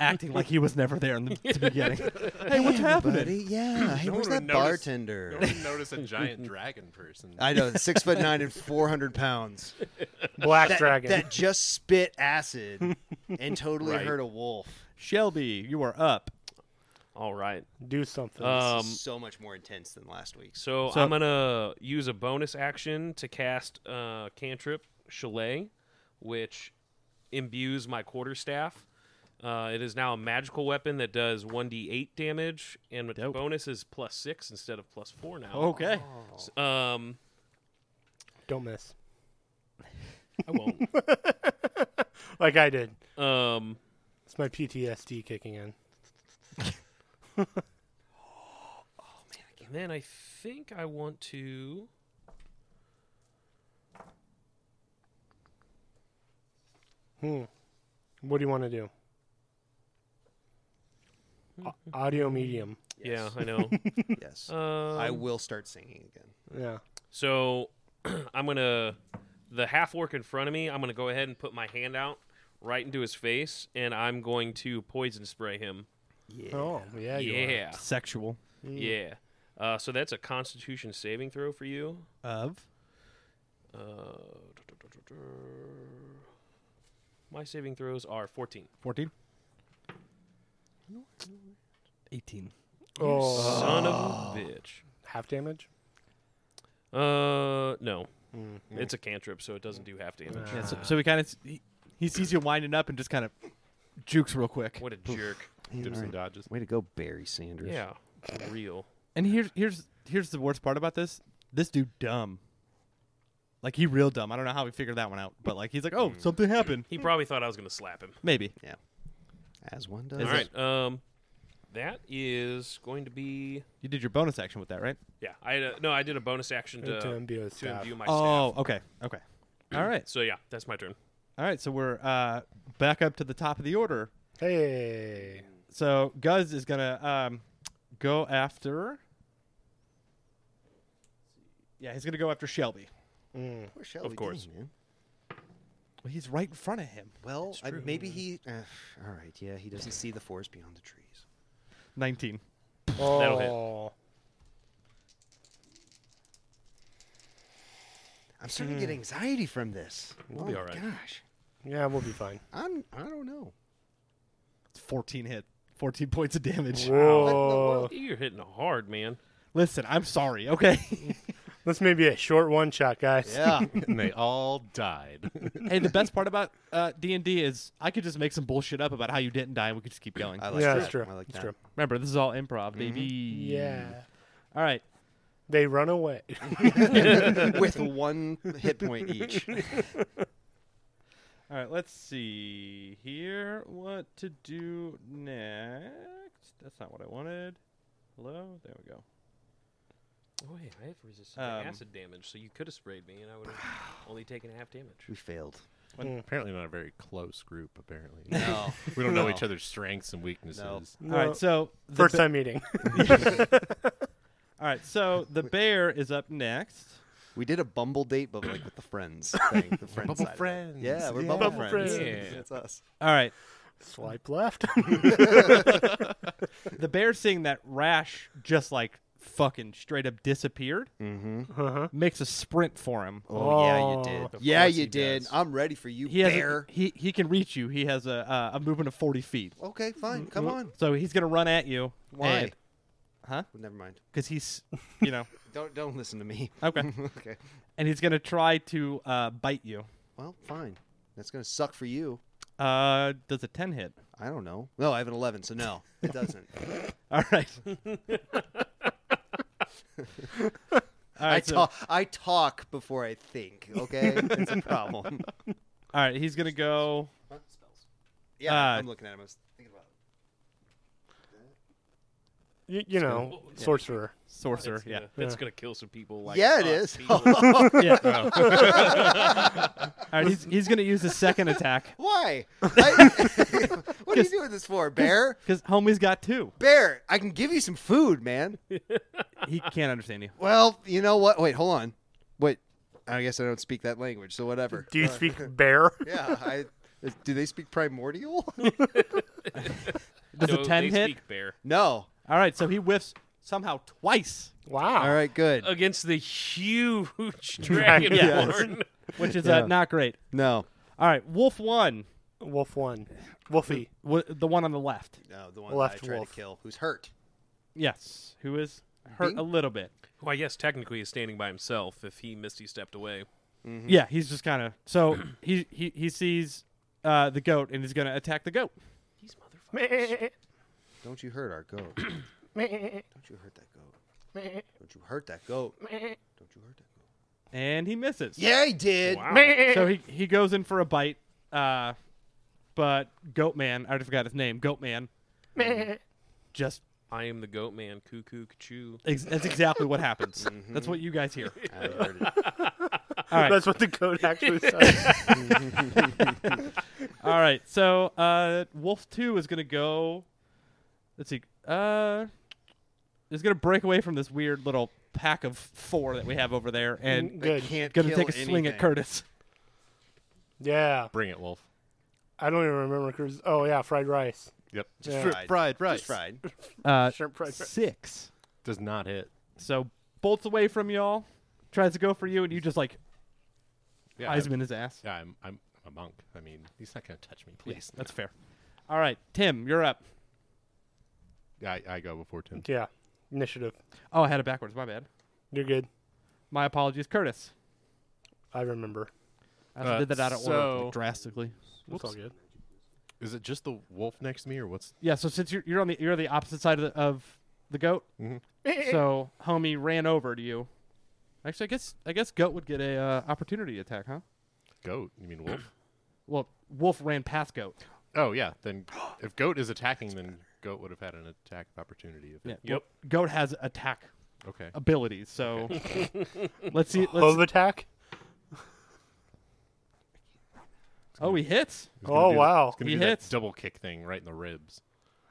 acting like he was never there in the, to beginning. hey,
Buddy,
what's happening?
yeah. Hey,
No
where's that
one would notice.
bartender?
notice a giant dragon person.
I know, six foot nine and 400 pounds.
Black
That,
dragon.
that just spit acid and totally
Right.
hurt a wolf.
Shelby, you are up.
All right.
do something.
Uh,
Um,
so much more intense than last [LAUGHS] week's.
So,
So-
I'm gonna use a bonus action to cast uh, cantrip Chalet, which imbues my quarterstaff. Uh, it is now a magical weapon that does 1d8 damage, and with the
Dope. Oh.
bonus is plus six instead of plus four now.
Okay.
S- Um,
Don't miss,
I won't. [LAUGHS]
[LAUGHS] like I did.
um,
It's my PTSD kicking in.
and then I think I want to.
Hmm. What do you want to do?
Mm-hmm.
A- audio medium.
Yes.
Yeah, I know.
yes.
um,
I will start singing again.
Yeah.
So [CLEARS THROAT] I'm gonna the half orc in front of me. I'm gonna go ahead and put my hand out right into his face, and I'm going to poison spray him.
Yeah.
Oh, yeah. You are. Mm.
yeah,
Sexual.
yeah. Uh, so that's a Constitution saving throw for you.
Of.
Uh, my saving throws are 14.
14. 18.
Oh,
Son of a bitch.
half damage.
Uh, no.
Mm-hmm.
It's a cantrip, so it doesn't do half damage.
Yeah, so, so he kind of he, he sees you winding up and just kind of jukes real quick.
What a jerk.
Dips and dodges.
Way to go, Barry Sanders.
Yeah, for real.
And here's here's here's the worst part about this. This dude dumb. Like he real dumb. I don't know how he figured that one out, but like he's like, oh, something happened.
He probably thought I was going to slap him.
Maybe.
Yeah. As one does.
All right. Um, that is going to be.
You did your bonus action with that, right?
Yeah, I had a, no, I did a bonus action to
To imbue his
to
staff.
imbue my
oh,
staff.
okay. Okay. All right.
So yeah, that's my turn.
All right. So we're uh, back up to the top of the order.
Hey.
So Guz is gonna um, go after. Yeah, he's gonna go after Shelby.
Mm.
Poor Shelby,
Of course.
dang, man.
Well, he's right in front of him.
Well, I, maybe he. Uh, all right. Yeah, he doesn't see the forest beyond the trees.
Nineteen.
Oh.
That'll hit.
I'm starting to get anxiety from this.
We'll
oh
be
my
all right.
Gosh,
Yeah, we'll be fine.
I'm. I don't know.
It's Fourteen hit. Fourteen points of damage.
Whoa.
You're hitting hard, man.
Listen, I'm sorry. Okay. [LAUGHS]
This may be a short one shot, guys.
Yeah.
[LAUGHS] and they all [LAUGHS] died.
hey, the best part about uh, D and D is I could just make some bullshit up about how you didn't die, and we could just keep going.
I like
Yeah,
that.
that's true.
I like
That's
that.
true.
Remember, this is all improv,
Mm-hmm.
baby.
[LAUGHS] Yeah.
All right.
They run
[LAUGHS]
away.
[LAUGHS] With one hit point each.
All right, let's see here what to do next. That's not what I wanted. Hello, there we go.
Oh yeah, I have resistance
Um,
to acid damage, so you could have sprayed me, and I
[SIGHS]
would have only taken half damage.
We failed.
apparently not a very close group. Apparently,
No.
we don't know
No.
each other's strengths and weaknesses.
All
No.
right, so the
First
ba-
time
[LAUGHS]
meeting.
All
[LAUGHS]
right, so the bear is up next.
We did a bumble date, but like with the [COUGHS] friends thing. The friends
Bubble
side of it.
friends.
Yeah, we're
Yeah.
bubble,
Bubble
friends.
friends.
That's us.
All right,
Swipe
[LAUGHS]
left. [LAUGHS]
the bear seeing that rash just like fucking straight up disappeared
Mm-hmm.
uh-huh.
makes a sprint for him.
Oh, yeah, you
Oh.
did.
Of
Yeah,
course
you
he
did.
does.
I'm ready for you,
He has a,
bear.
he he can reach you. He has a uh, a movement of forty feet.
Okay, fine. Come on.
So he's gonna run at you.
Why?
and- Huh?
Never mind.
Because he's, you know, [LAUGHS]
Don't don't listen to me.
okay,
[LAUGHS] okay.
and he's gonna try to uh, bite you.
Well, fine. That's gonna suck for you.
Uh, does a ten hit? [LAUGHS]
I don't know. No, I have an 11, so no, it doesn't.
All
[LAUGHS]
right. All
I
right, so-
talk. I talk before I think. Okay, it's a problem.
all right, he's gonna go.
Yeah,
Uh,
I'm looking at him. I was thinking about. It.
You, you know, sorcerer.
Sorcerer,
That's
yeah.
gonna- that's
Yeah.
gonna kill some people. Like
yeah, it
us,
is.
[LAUGHS]
people.
yeah. All right, he's, he's going to use his second attack
[LAUGHS] Why? I, what are you doing this for, bear?
because homie's got two.
Bear, I can give you some food, man.
He can't understand you.
Well, you know what? Wait, hold on. Wait, I guess I don't speak that language, so whatever. Uh,
Do you speak bear?
yeah, I. is- Do they speak primordial?
Does
No,
a 10
they
hit?
Speak bear
[LAUGHS] no.
All right, so he whiffs somehow twice,
Wow.
All right, good.
against the
[LAUGHS]
huge dragon
Yes.
[LAUGHS] horn.
which is
Yeah.
uh, not great.
No.
All right, Wolf 1,
Wolf one. Wolfie.
w- the one on the left.
No, the one
Left
that I tried
wolf.
to kill, who's hurt.
Yes, who is hurt
Bing?
a little bit.
Why, yes, technically he's standing by himself. If he misty stepped away,
Mm-hmm.
Yeah, he's just kind of. So he, he, he sees uh, the goat and he's going to attack the goat.
these motherfuckers.
Meh,
Don't you hurt our goat. Don't
meh,
you hurt that goat.
meh,
Don't you hurt that goat.
meh,
Don't you hurt that goat.
And he misses.
Yeah, he did.
Wow.
meh.
so he, he goes in for a bite, uh, but Goatman, I already forgot his name, Goatman,
Meh.
just
I am the goat man. Cuckoo, cuckoo.
ex- that's exactly
[LAUGHS]
what happens. That's what you guys hear.
Mm-hmm. I heard it.
All right,
That's what the code actually [LAUGHS] says.
all right. So uh, Wolf Two is gonna go. Let's see. Uh, is gonna break away from this weird little pack of four that we have over there, and
Mm, Good.
Can't
gonna
kill
take a swing at
anything.
Curtis.
Yeah.
Bring it, Wolf.
I don't even remember. Cruz- Oh, yeah. Fried rice.
Yep.
Just
Yeah.
fr-
fried.
fried rice.
Just fried.
Uh,
Shrimp fried rice.
six.
Does not hit.
So bolts away from y'all, tries to go for you, and you just like
Yeah, I'm-
Heisman his ass.
yeah, I'm, I'm a monk. I mean, he's not gonna touch me, please.
Yes, that's fair. All right, Tim, you're up.
Yeah, I, I go before Tim.
Yeah. Initiative.
Oh, I had it backwards. My bad.
You're good.
My apologies, Curtis.
I remember.
I also
Uh,
did that out of order
so-
like, drastically.
It's all good.
Is it just the wolf next to me, or what's?
Yeah. So since you're, you're on the you're on the opposite side of, the, of the goat. so homie ran over to you. Actually, I guess I guess goat would get a uh, opportunity attack, huh?
Goat? You mean wolf?
Well, wolf ran past goat.
oh yeah.
[GASPS]
Then if goat is attacking, then goat would have had an attack opportunity. If it-
Yep.
Well, goat has attack
Okay.
abilities, so let's see. Let's,
Hove attack.
oh, he hits.
He's gonna
Oh,
do that-
wow.
he's gonna
He
do that
hits.
double kick thing right in the ribs.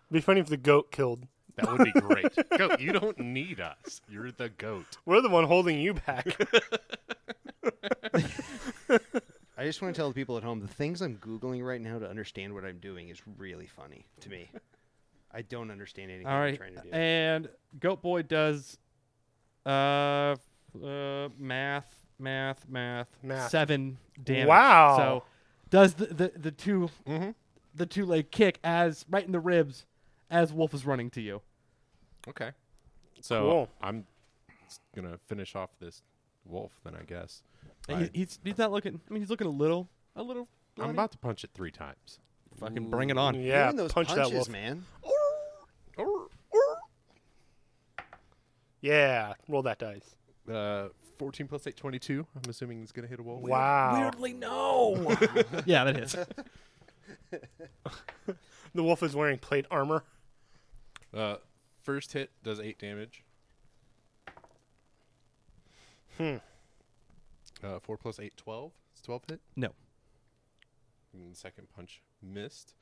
It'd be funny if the goat killed.
That would
[LAUGHS]
be great. goat, you don't need us. You're the goat.
We're the one holding you [LAUGHS] back.
I just want to tell the people at home the things I'm googling right now to understand what I'm doing is really funny to me. I don't understand anything
All
I'm
right,
trying to do.
and goat boy does uh, uh math, math, math,
Math.
seven damage.
Wow. Mm-hmm.
So does the the, the 2
Mhm.
the two leg kick as right in the ribs as wolf is running to you.
Okay. So
Cool.
I'm s- gonna finish off this wolf then I guess.
And he-
Right.
he's he's not looking. I mean, he's looking a little a little.
I'm about to punch it three times.
fucking bring it on.
yeah,
Doing those
punch
punches,
that wolf.
man.
Yeah, roll that dice.
Uh, 14 plus 8, 22. I'm assuming it's gonna hit a wolf.
Wow.
Weirdly, no.
yeah,
[LAUGHS]
that hits.
The wolf is wearing plate armor.
Uh, first hit does eight damage. Hmm. Uh, four plus eight, 12. It's 12 hit.
No.
And the second punch missed.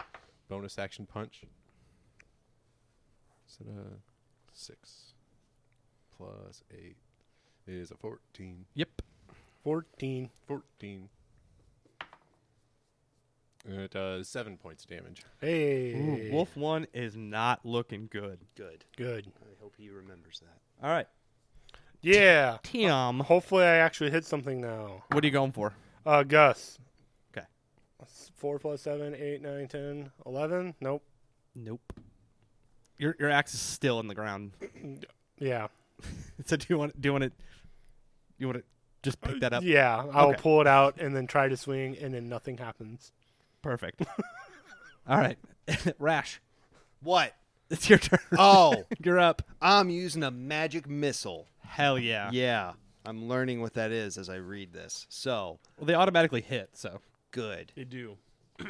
Bonus action punch. So uh, six plus eight is a 14.
Yep.
14.
14. And it does seven points of damage.
Hey.
Wolf one is not looking good.
Good.
Good.
I hope he remembers that.
All right,
Yeah.
Tiam.
Hopefully I actually hit something now.
What are you going for?
Uh, Gus.
'Kay.
That's 4 plus 7, 8, 9, 10, 11? Nope.
Nope. Your your axe is still in the ground.
Yeah.
[LAUGHS] So do you want do you want to you want to just pick that up?
Yeah. I'll
Okay.
pull it out and then try to swing, and then nothing happens.
[LAUGHS] Perfect. All right, [LAUGHS] Rash,
What?
it's your turn.
Oh,
[LAUGHS] You're up.
I'm using a magic missile.
Hell yeah.
Yeah, I'm learning what that is as I read this. So
Well, they automatically hit. So
good.
they do.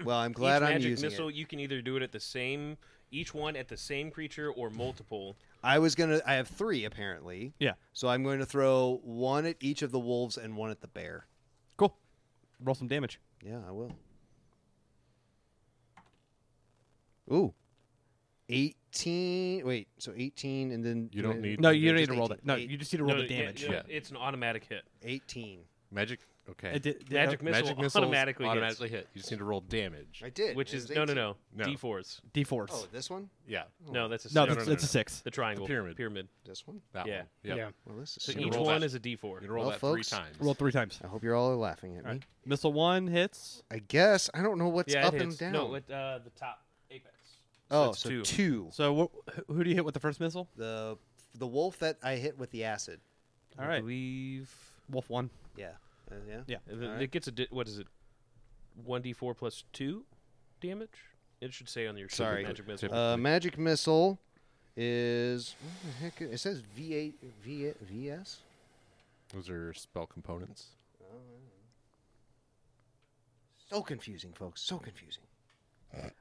Well, I'm glad
each
I'm
magic
using
missile,
it.
you can either do it at the same, each one at the same creature or multiple.
I was gonna. I have three apparently.
yeah,
So I'm going to throw one at each of the wolves and one at the bear.
cool. Roll some damage.
Yeah, I will. Ooh. 18. Wait, so 18 and then.
You don't
wait,
need-
No, you don't need
just
to roll
18.
that. No,
Eight-
you just need to roll
No,
the
yeah,
damage.
yeah, It's an automatic hit.
18.
Magic. Okay.
It did-
Magic
uh,
missile
Magic missiles
automatically, hits,
automatically hit. You just need to roll damage.
I did.
which
it
is
was
no, no,
18.
no,
No.
D4s.
D4s.
Oh, this one?
Yeah.
No, that's a
no,
six.
that's,
no,
it's
no.
a six.
the triangle
The pyramid.
Pyramid.
This one?
That
Yeah.
one. Yep.
Yeah.
Well, this is.
So
You
super
each
roll
old.
one
that-
is a
You
D4.
can roll
Well,
that
folks,
three times.
Roll three times.
I hope you're all laughing at me.
Missile one hits.
I guess. I don't know what's
yeah, it
up and
hits.
down.
No, with uh, the top apex.
oh,
it's
so
two.
two.
So wh- who do you hit with the first missile?
The the wolf that I hit with the acid.
All
I
right,
believe
Wolf one.
Yeah. Uh, yeah.
Yeah.
it it gets a di- what is it? One D4 plus two damage. It should say on your sheet
Sorry.
magic missile.
Uh, magic missile is what the heck? It says V8 V VS.
Those are spell components.
So confusing, folks. So confusing.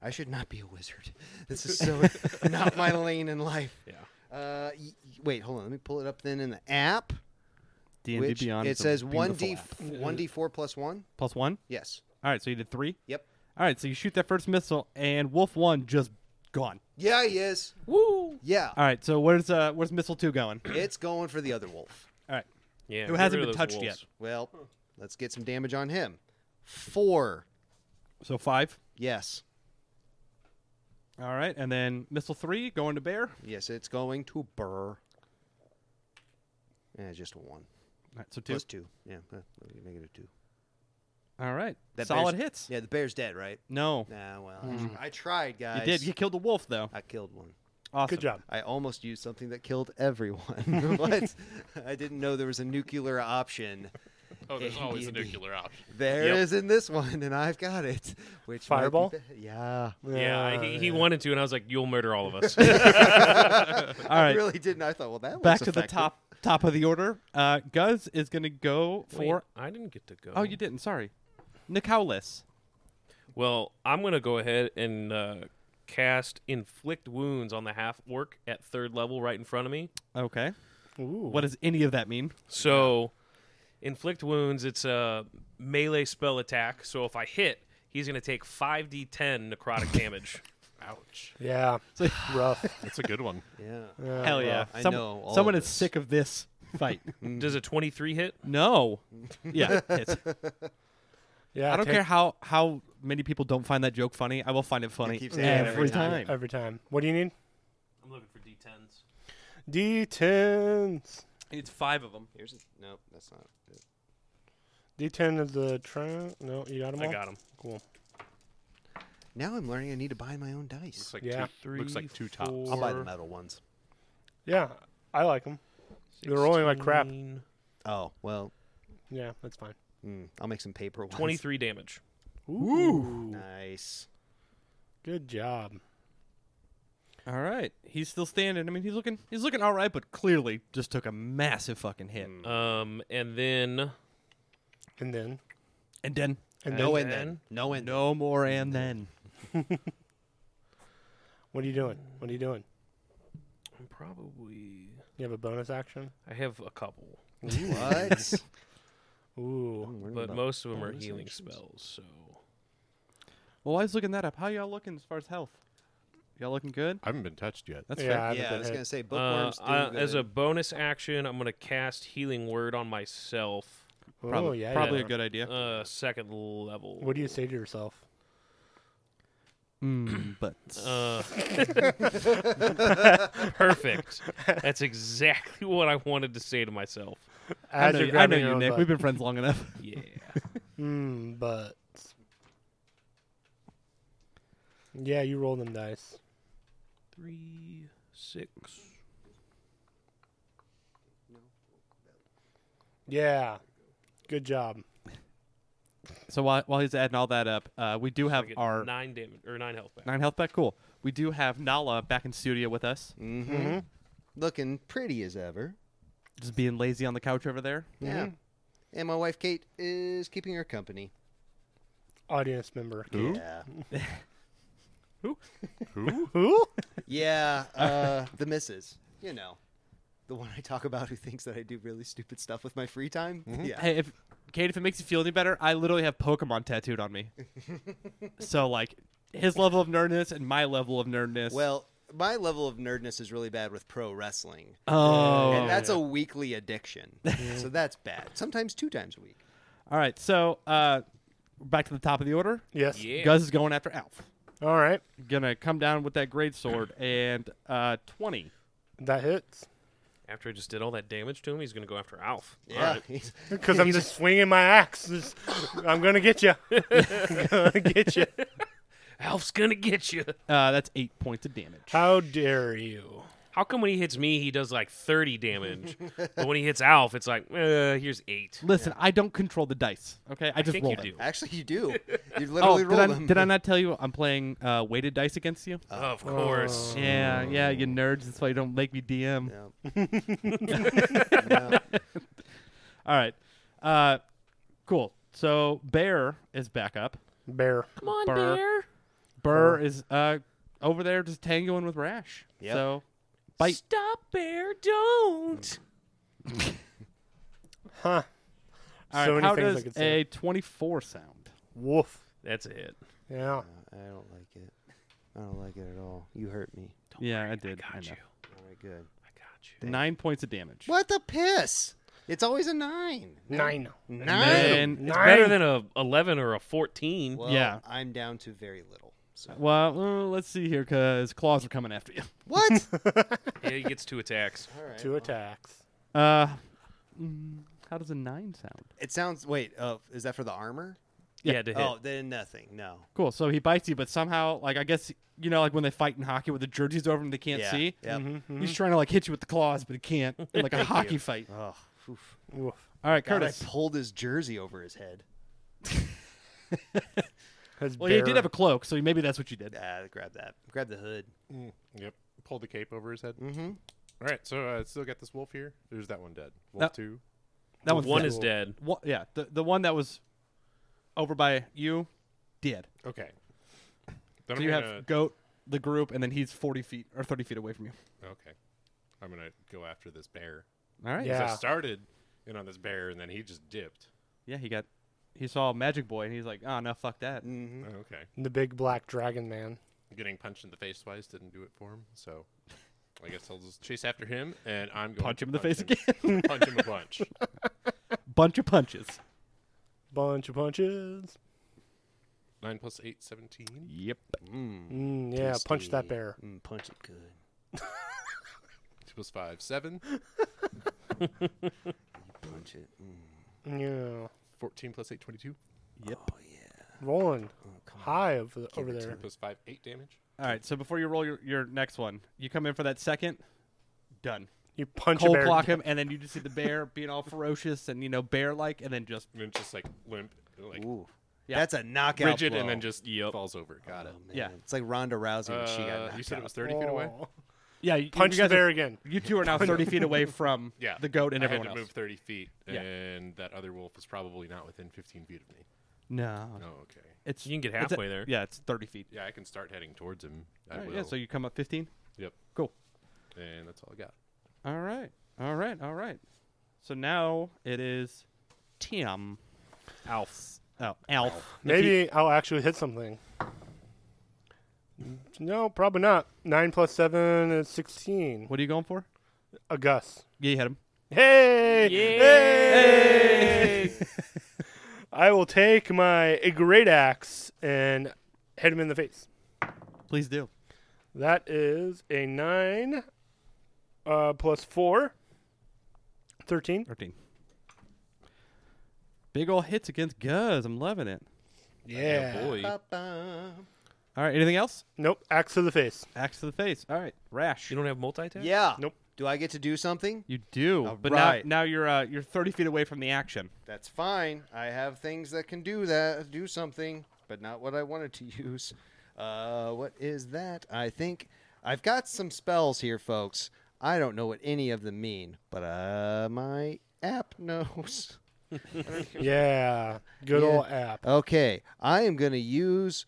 I should not be a [LAUGHS] wizard. This is so not my lane in life.
Yeah.
Uh, y- y- wait, hold on. Let me pull it up then in the app.
D&D
which
Beyond
it
is a
says one
beautiful
d
app.
f- one d four plus one.
Plus one.
Yes.
All right, so you did three.
Yep.
All right, so you shoot that first missile, and Wolf one just gone.
Yeah, he is.
Woo!
Yeah,
All right, so where's uh where's missile two going?
it's going for the other wolf.
All right,
Yeah,
Who
get
hasn't
rid of
been
those
touched
wolves.
Well, let's get some damage on him. Four.
so five.
Yes.
All right, and then missile three going to bear. All
Yes, it's going to burr. Yeah, just a one.
right, so two.
Plus two. Yeah, uh, make it a two.
All right,
That
solid
bear's-
hits.
Yeah, the bear's dead, right?
No,
Nah, well, I tr- I tried, guys.
Hmm. you did. You killed the wolf though.
I killed one.
Awesome.
Good job.
I almost used [LAUGHS]
[LAUGHS]
something that killed everyone, but I didn't know there was a nuclear option.
Oh,
[LAUGHS]
there's always a
Indeed.
nuclear option.
There is
Yep.
in this one, and I've got it. Which might be
Fireball?
the- yeah.
yeah, he, he wanted to, and I was like, "You'll murder all of [LAUGHS] us."
All
I
right,
really didn't. I thought, well, that
back to
looks
the
effective.
top top of the order. Uh, Guz is going to go for.
Wait, I didn't get to go.
Oh, you didn't. Sorry, Nikaulis.
Well, I'm gonna go ahead and uh, cast inflict wounds on the half orc at third level, right in front of me.
Okay.
Ooh.
What does any of that mean?
So, inflict wounds. It's a melee spell attack. So if I hit, he's gonna take five d10 necrotic [LAUGHS] damage.
Ouch.
[LAUGHS]
Yeah. [SIGHS] rough.
That's a good one.
[LAUGHS] Yeah.
Yeah.
Hell
well,
yeah!
I
Uh, Some-
know all
someone
of
is
this.
sick of this
[LAUGHS]
fight.
Mm.
Does a 23 hit?
no. Yeah. it's-
Yeah.
I don't
take-
care how how many people don't find that joke funny. I will find it funny
keep saying it
every,
every
time.
Every time. What do you need?
I'm looking for d10s.
D10s.
It's five of them.
Here's a- no, that's not. It.
D10 of the trend. No, you got them all?
I got him.
Cool.
Now I'm learning I need to buy my own dice.
Looks like
Yeah.
two, looks like two tops.
I'll buy the metal ones.
Yeah. I like them. They're rolling like crap.
16,
Oh well,
Yeah, that's fine.
mm, I'll make some paper ones.
23 [LAUGHS] damage.
Ooh.
Nice.
Good job.
All right. He's still standing. I mean, he's looking he's looking all right, but clearly just took a massive fucking hit.
Mm.
Um, and then
And then.
And then
And then.
no and then. No and
no more and then.
What are you doing? What are you doing?
I'm probably
You have a bonus action?
I have a couple,
[LAUGHS] What?
Ooh.
but most of them are healing
actions.
spells. So
Well, I was looking that up. How y'all looking as far as health? Y'all looking good?
I haven't been touched yet.
That's
yeah, I haven't
yeah, I
been
was
hit.
gonna say
Uh,
bookworms.
I-
do
as a
good.
bonus action, I'm going to cast Healing Word on myself,
Ooh,
Probably,
Oh, yeah,
probably
yeah.
a good idea.
uh, second level.
What do you say to yourself?
[CLEARS THROAT] Mm, but
Uh, [LAUGHS] perfect. That's exactly what I wanted to say to myself.
I know,
you're
you, I know
grabbing your
you,
own
Nick.
butt.
We've been friends long enough. [LAUGHS]
Yeah.
Mm, but yeah, you roll them dice.
Three, six.
Yeah, good job.
So while, while he's adding all that up, uh, we do
I
have
get
our nine.
nine damage or nine health back.
health back. Cool. We do have Nala back in studio with us,
Mhm. looking pretty as ever.
just being lazy on the couch over there.
Yeah. And my wife Kate is keeping her company.
Audience member.
[LAUGHS]
Yeah.
Who?
Who?
Yeah. Uh, the missus. You know, the one I talk about who thinks that I do really stupid stuff with my free time. Yeah.
Hey, if Kate, if it makes you feel any better, I literally have Pokemon tattooed
[LAUGHS]
on me. so like, his level of nerdness and my level of nerdness.
Well, my level of nerdness is really bad with pro wrestling.
oh,
and that's a weekly
[LAUGHS]
addiction. so that's bad. Sometimes two times a week.
all right. So uh, back to the top of the order.
Yes.
Yeah.
Guz is going after Alf.
All right,
Gonna come down with that great sword and uh, twenty.
that hits.
After I just did all that damage to him, he's going to go after Alf.
Yeah. he's-
Because I'm just swinging my axe. Just- I'm gonna get
[LAUGHS]
you. gonna get you.
Alf's going to get you.
Uh, that's eight points of damage.
How dare you?
How come when he hits me, he does like
[LAUGHS]
30 damage, but when he hits Alf, it's like, uh, here's eight.
Listen, I don't control the dice. Okay, I,
I
just
think
roll
you
them.
do.
[LAUGHS] Actually, you do. You
[LAUGHS] Oh,
literally
did
roll
I,
them.
did I not tell you I'm playing uh, weighted dice against you?
Of
Oh.
course.
Yeah, yeah, you nerds. That's why you don't make me DM.
No.
[LAUGHS] All right, uh, cool. So Bear is back up.
Bear.
Come on,
Burr.
bear.
Burr is uh, over there just tangoing with Rash.
Yep.
So bite.
Stop, bear. Don't.
Huh. so
All right,
many
how
things I
does
could say.
a 24 sound?
Woof.
That's a hit.
Yeah.
I don't like it. I don't like it at all. You hurt me.
yeah, I did.
Got
I know.
you.
All right, good.
I got you.
Nine points of damage.
What the piss? It's always a nine.
Nine.
Nine.
And-
It's better than a 11 or a 14.
Well,
Yeah.
I'm down to very little. So
well, uh, let's see here, cause claws are coming after you.
what? [LAUGHS] all
yeah, he gets
[LAUGHS]
two attacks.
right.
Two attacks.
Uh, mm, how does a nine sound?
It sounds. Wait. Uh, is that for the armor?
Yeah, to hit.
Oh, then nothing. No.
Cool. So he bites you, but somehow, like I guess you know, like when they fight in hockey, where the jerseys over and they can't
yeah.
see.
Yep.
mm-hmm. He's trying to like hit you with the claws, but he can't. In, like a hockey fight.
Oh. oof.
Woof.
All right,
God,
Curtis.
I pulled his jersey over his head.
Well, you did have a cloak, so maybe that's what you did.
Ah, grab that. Grab the hood.
Mm, yep. Pull the cape over his head.
Mm-hmm.
All right, so uh, still got this wolf here. There's that one dead. Wolf
Uh,
two.
Oh,
That one's
One
dead.
is dead.
One- yeah, the the one that was over by you, dead.
Okay. Then
So
I'm
you
gonna,
have goat, the group, and then he's forty feet or thirty feet away from you.
okay. I'm gonna go after this bear.
All right.
Yeah.
'Cause I started in on this bear, and then he just dipped.
Yeah, he got. He saw Magic Boy, and he's like, "Oh no, fuck that."
Mm-hmm.
Oh, okay.
And the big black dragon man.
Getting punched in the face twice didn't do it for him, so I guess I'll just chase after him, and I'm going
Punch
to
him in the face
him- punch him a
[LAUGHS]
bunch.
Bunch of punches.
Bunch of punches.
Nine plus eight, seventeen.
Yep.
Mm.
Mm, yeah, punch that
Tasty.
bear.
Mm, punch it good.
Two plus five, seven.
Punch it. Mm.
Yeah.
Fourteen plus eight, twenty-two.
Yep.
Oh yeah.
Rolling
Oh, come on.
high over, over
it to
there.
Two plus five, eight damage.
All right. So before you roll your, your next one, you come in for that second. Done.
You punch a
Cold
bear.
clock him, and then you just see the bear [LAUGHS] being all ferocious and you know bear like, and then just
And then just like limp, like
Ooh.
Yeah.
That's a knockout.
rigid, and
blow.
then just
Yep.
falls over. Got
Oh,
it.
man.
Yeah.
It's like Ronda Rousey when she
Uh,
got knocked
you said
out.
it was thirty feet away.
Oh.
yeah. You,
Punch
you guys
the bear [LAUGHS]
Are,
again.
you two are now thirty feet away from
[LAUGHS] Yeah,
the goat and
I
everyone
had to
else.
move thirty feet,
Yeah.
and that other wolf is probably not within fifteen feet of me.
No,
Oh, okay.
it's
You can get
it's a-
halfway there.
Yeah, it's thirty feet.
Yeah, I can start heading towards him. I
All right,
will.
yeah. So you come up fifteen.
Yep.
Cool.
And that's all I got.
All right. All right. All right. So now it is Tim.
Alf.
Oh, Alf. If he-
Maybe I'll actually hit something. No, probably not. Nine plus seven is sixteen.
what are you going for?
A Gus.
Yeah, you hit him.
Hey! Hey! [LAUGHS] I will take my great axe and hit him in the face.
Please do.
That is a nine uh, plus four. Thirteen.
13. Big ol' hits against Guz. I'm loving it.
Yeah.
Boy,
Ba-bum.
All right. Anything else?
Nope. Axe to the
[LAUGHS]
face.
Axe to the face. All right. Rash.
you don't have multi-attack?
Yeah.
Nope.
Do I get to do something?
You do.
All
but
right.
now, now you're uh, you're 30 feet away from the action.
That's fine. I have things that can do that, do something, but not what I wanted to [LAUGHS] use. Uh, what is that? I think I've got some spells here, folks. I don't know what any of them mean, but uh, my app [LAUGHS] knows.
Yeah. Good
Yeah.
old app.
Okay, I am going to use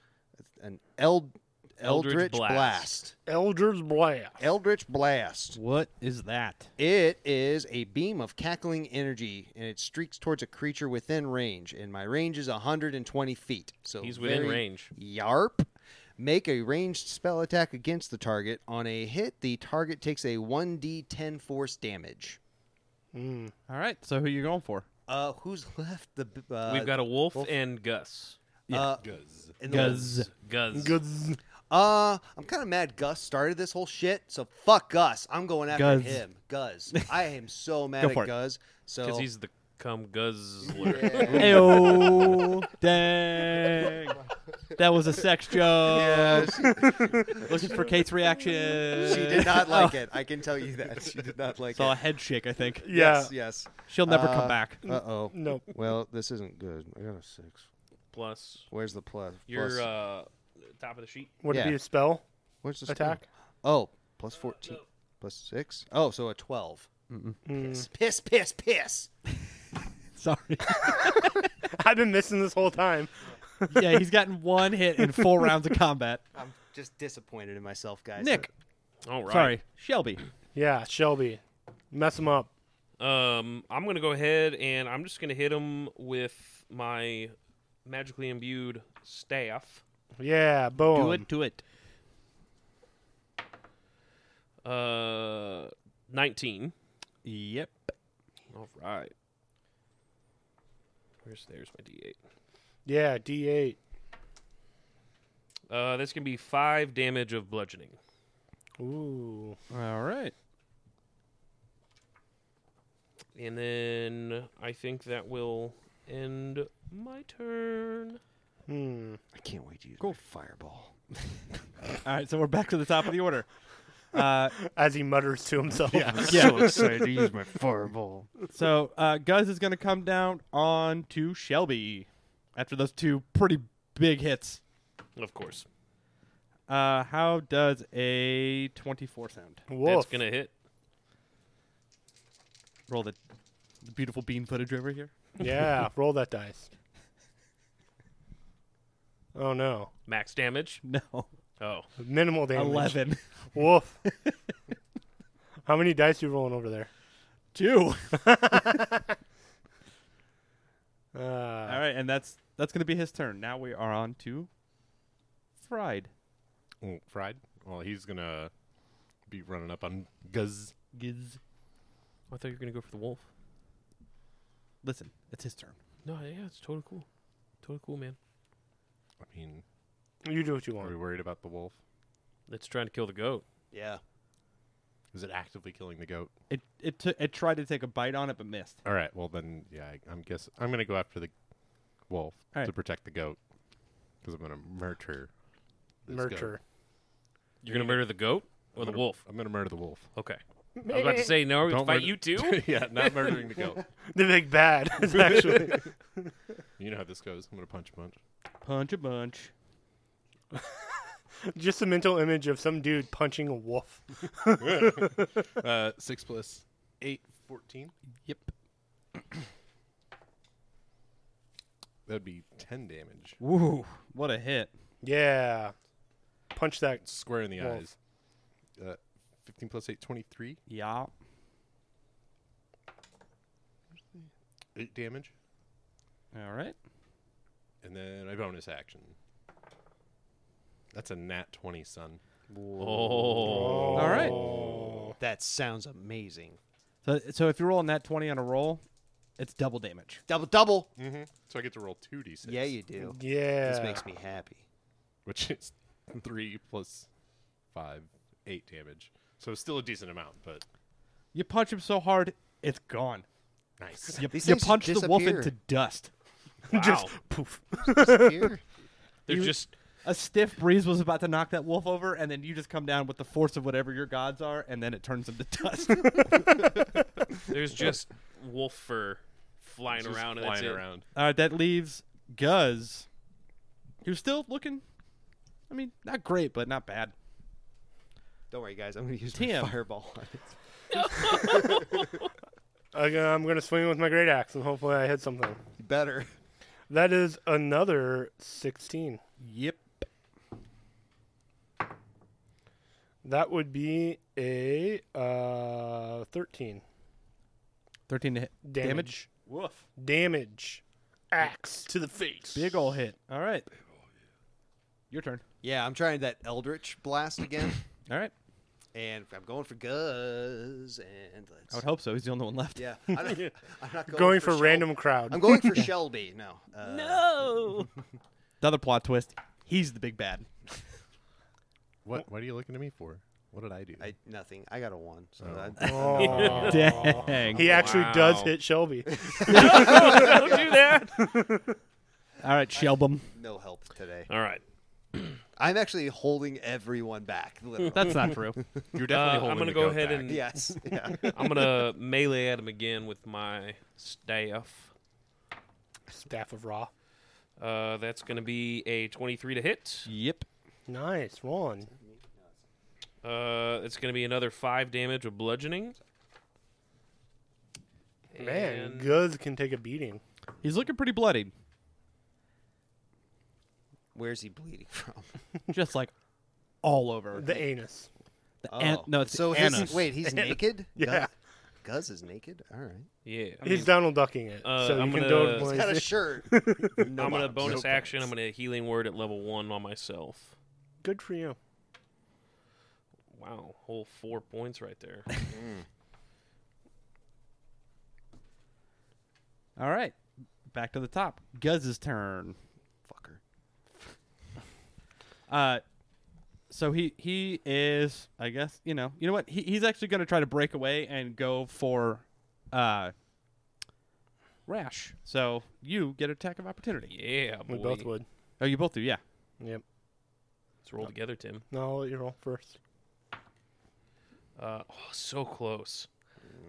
an eld-
Eldritch
Eldritch,
Blast.
blast.
Elder's blast.
Eldritch Blast.
What is that?
It is a beam of cackling energy, and it streaks towards a creature within range. And my range is 120 feet. So
He's within
very-
range.
Yarp. Make a ranged spell attack against the target. On a hit, the target takes a 1d10 force damage.
Mm.
All right. So who you going for?
Uh, who's [LAUGHS] left? The b- uh,
We've got a wolf,
wolf.
and Gus.
uh,
Guz.
in the-
Guz.
Gus.
Good.
Uh, I'm kind of mad. Gus started this whole shit, so fuck Gus. I'm going after
Guz.
him.
[LAUGHS]
Guz. I am so mad
Go for
at
it.
Guz. So [LAUGHS]
Because he's the cum guzzler.
Yeah.
Ayo. [LAUGHS] Dang. That was a sex joke. Looking for Kate's reaction.
She did not like it. I can tell you that. She did not like
Saw a
it.
head shake, I think.
Yeah.
Yes, yes.
She'll never
Uh,
come back.
Uh oh.
Nope.
Well, this isn't good. I got a six.
Plus,
Where's the plus? plus-
you're uh, top of the sheet.
Would it
Yeah.
be a spell [LAUGHS]
Where's the score?
attack?
Oh, plus 14. Plus six? Oh, so a 12.
Mm.
Piss, piss, piss, piss.
Sorry.
I've been missing this whole time.
[LAUGHS] yeah, he's gotten one hit in four rounds of combat.
I'm just disappointed in myself, guys.
Nick,
All right.
sorry, Shelby.
Yeah, Shelby, mess him up.
Um, I'm gonna go ahead and I'm just gonna hit him with my magically imbued staff.
Yeah, boom.
do it.
Uh, 19.
Yep.
All right. Where's there's my D8.
Yeah, D8.
Uh, that's gonna be five damage of bludgeoning.
Ooh.
All right.
And then I think that will end my turn.
Hmm.
I can't wait to use my fireball.
[LAUGHS] All right, so we're back to the top of the order. Uh,
As he mutters to himself. [LAUGHS]
fireball.
So uh, Guz is going to come down on to Shelby after those two pretty big hits.
Of course.
Uh, how does a 24 sound?
That's
Woof.
going to hit.
Roll the, the beautiful bean footage over here.
[LAUGHS]
yeah, roll that dice. Oh no.
Max damage.
[LAUGHS] No.
Oh.
Minimal damage.
11.
Woof. [LAUGHS] How many dice you rolling over there?
[LAUGHS] Two.
Uh,
All right, and that's that's going to be his turn. Now we are on to Fried.
Oh, fried. Well, he's gonna be running up on Guz.
Giz.
I thought you were going to go for the wolf.
Listen, it's his turn.
No, yeah, it's totally cool. Totally cool, man.
I mean,
You do what you
are
want.
we worried about the wolf?
It's trying to kill the goat.
Yeah.
Is it actively killing the goat?
It it took it tried to take a bite on it but missed.
All right. Well, then, yeah, I, I'm guess I'm gonna go after the wolf
All right.
to protect the goat because I'm gonna murder. this goat.
Murder.
You're going to murder the goat or the
gonna-
wolf?
I'm gonna murder
[LAUGHS]
the wolf.
Okay. I was about to say, no, we
Don't
fight
murder-
you
[LAUGHS]
too?
yeah, not murdering the goat.
The big bad [LAUGHS] is actually.
You know how this goes. I'm gonna punch a bunch.
Punch a bunch.
Just a mental image of some dude punching a wolf.
Uh, six plus eight, 14.
Yep.
That'd be ten damage.
Woo! What a hit.
Yeah. Punch that.
Square in the
Wolf.
eyes. Uh, Fifteen plus eight, 23.
Yeah.
Eight damage,
All right.
and then my bonus action. That's a nat twenty, son.
Oh.
All right.
That sounds amazing.
So, so if you're rolling that 20 on a roll, it's double damage.
Double, double.
Mm-hmm. So I get to roll two d six.
Yeah, you do.
Yeah.
This makes me happy.
[LAUGHS] which is three plus five, eight damage. So it's still a decent amount, but
You punch him so hard, it's gone.
[LAUGHS] nice.
You,
These
you
things
punch the wolf
disappear.
into dust.
Wow.
Just poof.
Here.
They're
[LAUGHS]
You-
just
A stiff breeze was about to knock that wolf over, and then you just come down with the force of whatever your gods are, and then it turns him to [LAUGHS]
[LAUGHS]
dust.
[LAUGHS]
There's just wolf fur flying
Just
around. and
flying
that's it.
around.
All right, that leaves Guz, who's still looking, I mean, not great, but not bad.
Don't worry, guys. I'm going to use
Tim.
my fireball. on it.
I, I'm going to swing with my great axe and hopefully I hit something.
You better.
That is another 16.
Yep.
That would be a uh, 13.
13 to hit.
Damage.
Woof.
Damage. Axe to the face.
Big ol' hit. All right. Your turn.
Yeah, I'm trying that Eldritch blast again, [COUGHS]
All right.
and I'm going for Guz. And let's.
I would hope so. He's the only one left.
Yeah, I'm
[LAUGHS]
not, I'm not going,
Going for,
Shel-
random crowd. [LAUGHS]
I'm going for Shelby. No. Uh,
Another plot twist. He's the big bad.
What? What are you looking at me for? What did I do? [LAUGHS]
I, nothing. I got a one. So
Oh.
[LAUGHS]
I,
Oh.
[LAUGHS] Dang.
He actually does
Wow.
hit
[LAUGHS]
Shelby.
Don't do that.
All right, Shelbum.
no help today.
All right.
I'm actually holding everyone back.
[LAUGHS]
[LAUGHS] Literally.
That's not true.
You're
Uh,
definitely holding
I'm gonna
the
go
goat
ahead
back.
and
[LAUGHS]
yes. Yeah.
I'm gonna [LAUGHS] melee at him again with my staff.
Staff of Raw.
Uh, that's gonna be a 23 to hit.
yep.
Nice. Rolling.
Uh, it's gonna be another five damage of bludgeoning.
Man,
And-
Guz can take a beating.
He's looking pretty bloodied,
Where's he bleeding from?
just like all over.
The anus.
The an- no, it's
Oh, so
the
his-
anus.
[LAUGHS]
wait, he's naked.
Yeah.
Guz, Guz is naked. All right.
Yeah. I
He's
mean,
Donald ducking it.
uh,
so you
I'm
can
gonna-
do
He's
it.
got
when- [LAUGHS]
a shirt.
I'm gonna
bottoms,
bonus
no
action. I'm gonna healing word at level one on myself.
Good for you.
Wow, whole four points right there.
all right. Back to the top. Guz's turn.
Fucker.
Uh, so he he is, I guess, you know, you know what? He, he's actually going to try to break away and go for, uh, rash. So you get attack of opportunity.
Yeah, boy.
We both would.
Oh, you both do, yeah.
Yep.
Let's roll together, Tim.
No, I'll let you roll first.
Uh, oh, so close.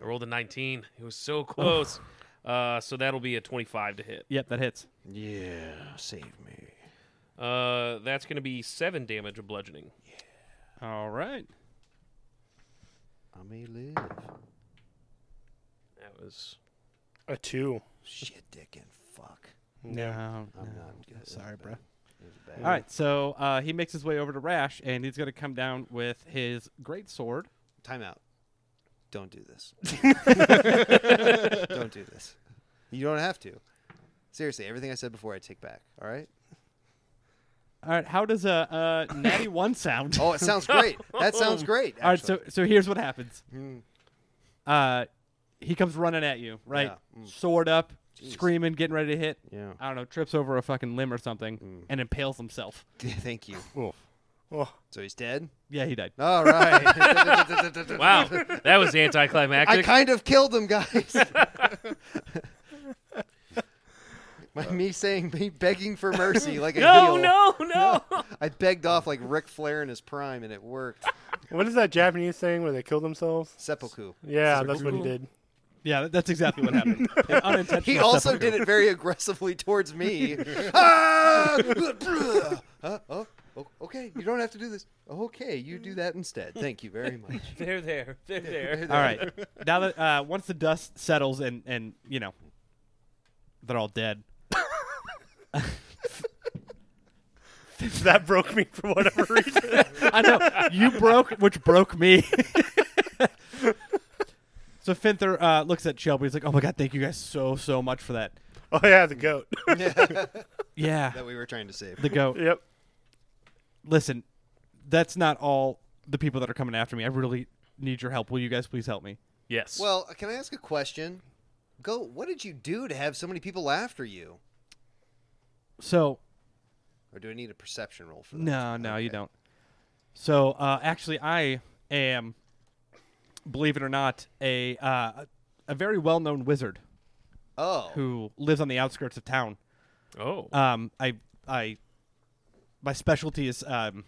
I rolled a 19. It was so close. uh, so that'll be a 25 to hit.
Yep, that hits.
Yeah, save me.
Uh, that's going to be seven damage of bludgeoning.
All right.
I may live.
That was
A two.
Shit, dick and fuck.
No.
I'm not good. at
Um, uh, Sorry,
that.
bro.
It was bad.
All right, so uh, he makes his way over to Rash, and he's going to come down with his great sword.
Time out. Don't do this. [LAUGHS] don't do this. You don't have to. Seriously, everything I said before, I take back. All right.
All right, how does
[COUGHS]
a, a natty one [LAUGHS] sound?
Oh, it sounds great. That sounds great.
All right, so
actually.
so here's what happens.
Hmm.
Uh, he comes running at you, right?
Yeah, mm.
Sword up,
Jeez.
screaming, getting ready to hit.
Yeah.
I don't know, trips over a fucking limb or something,
Hmm.
and impales himself.
[LAUGHS] Thank you.
Oh,
So he's dead.
Yeah, he died.
All right. [LAUGHS]
wow. that was
I
anticlimactic.
kind of killed him, guys. [LAUGHS] My, me saying me begging for mercy like a
no,
Oh.
heel.
no,
[LAUGHS]
no,
I begged off like Ric Flair in his prime, and it worked.
what is that Japanese thing where they kill themselves?
[LAUGHS]
Seppuku.
Yeah, that's what he did.
Yeah, that- that's exactly
[LAUGHS]
what happened. An unintentional
He also
seppuku.
did it very aggressively towards
[LAUGHS]
me. ah! Huh? oh, oh, okay, you don't have to do this. Okay, you do that instead. Thank you very much.
[LAUGHS]
They're there. They're
[LAUGHS]
there.
All right. Now that uh, once the dust settles and and you know they're all dead.
[LAUGHS] that broke me for
[LAUGHS]
whatever reason.
[LAUGHS] I know you broke, which broke me. [LAUGHS] so Finther uh, looks at Shelby. He's like, "Oh my god, thank you guys so so much for that."
oh yeah, the goat. [LAUGHS]
Yeah,
That we were trying to save.
the goat.
yep.
Listen, that's not all the people that are coming after me. I really need your help. Will you guys please help me?
Yes.
Well, can I ask a question? Go. What did you do to have so many people after you?
So
Or do I need a perception roll for that?
no, no, you
Okay.
don't. So uh, actually, I am, believe it or not, a uh, a very well known wizard
Oh,
who lives on the outskirts of town.
oh.
Um, I, I, my specialty is um,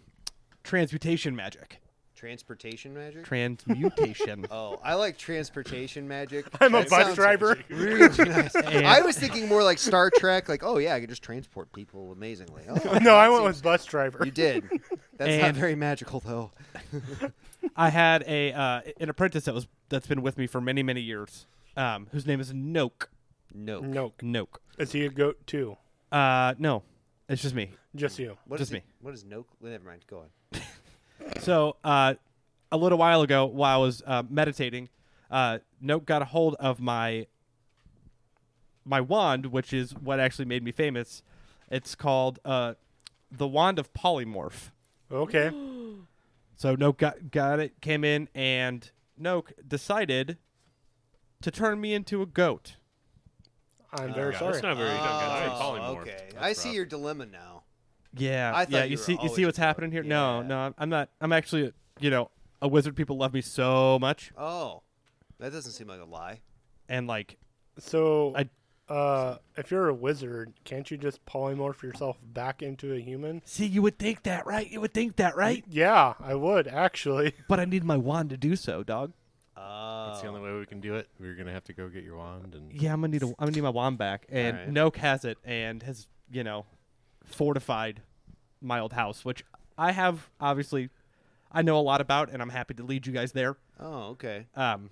transmutation magic.
transportation magic.
Transmutation.
oh, I like transportation
[LAUGHS]
magic.
I'm a
That
bus
sounds
driver.
[LAUGHS] Really nice.
And-
I was thinking more like Star Trek. Like, oh yeah, I can just transport people amazingly. Oh,
no, I
that
went
seems-
with bus driver.
You did. That's not
And-
very magical though.
[LAUGHS] I had a uh, an apprentice that was that's been with me for many many years. Um, whose name is Noke.
No.
No,
Noke.
is he a goat too?
Uh, no, it's just me.
Just you.
What
Just
is it-
me.
What is no? Never mind. Go on.
So, uh, a little while ago, while I was uh, meditating, uh, Nope got a hold of my my wand, which is what actually made me famous. It's called uh, the wand of polymorph.
[GASPS]
Okay.
So Nope got got it, came in, and Nope decided to turn me into a goat.
I'm very
Uh, Yeah,
sorry.
That's not very
Oh,
polymorph.
okay. I see your dilemma now.
Yeah,
I thought
yeah.
you
You,
were
see, you
always
see what's
a goat.
happening here? No,
Yeah.
no, I'm- I'm not. I'm actually, you know, a wizard. People love me so much,
Oh, that doesn't seem like a lie.
and like
So,
I-
uh, if you're a wizard, can't you just polymorph yourself back into a human?
See, you would think that, right? You would think that, right?
Yeah, I would actually.
[LAUGHS]
[LAUGHS]
But I need my wand to do so, dog.
Oh.
That's the only way we can do it. We're gonna have to go get your wand and
Yeah, I'm gonna need a, I'm gonna need my wand back. And
Alright.
Noak has it, and has you know, fortified my old house, which I have obviously, I know a lot about, and I'm happy to lead you guys there.
Oh, okay.
Um,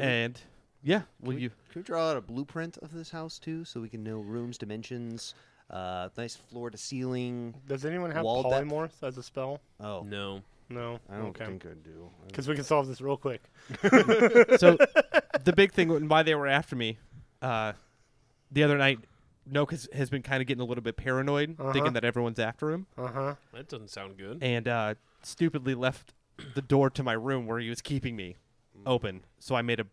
and yeah,
[LAUGHS]
will you?
Can we draw out a blueprint of this house too, so we can know rooms, dimensions, uh, nice floor to ceiling?
Does anyone have
Wall depth?
polymorph as a spell?
Oh,
No.
No.
I don't think I do.
Because we can solve this real quick.
So the big thing and why they were after me, uh, the other night, Noak has, has been kind of getting a little bit paranoid,
Uh-huh.
thinking that everyone's after him.
Uh huh.
That doesn't sound good.
and uh, stupidly left the door to my room where he was keeping me
Mm.
open. So I made a,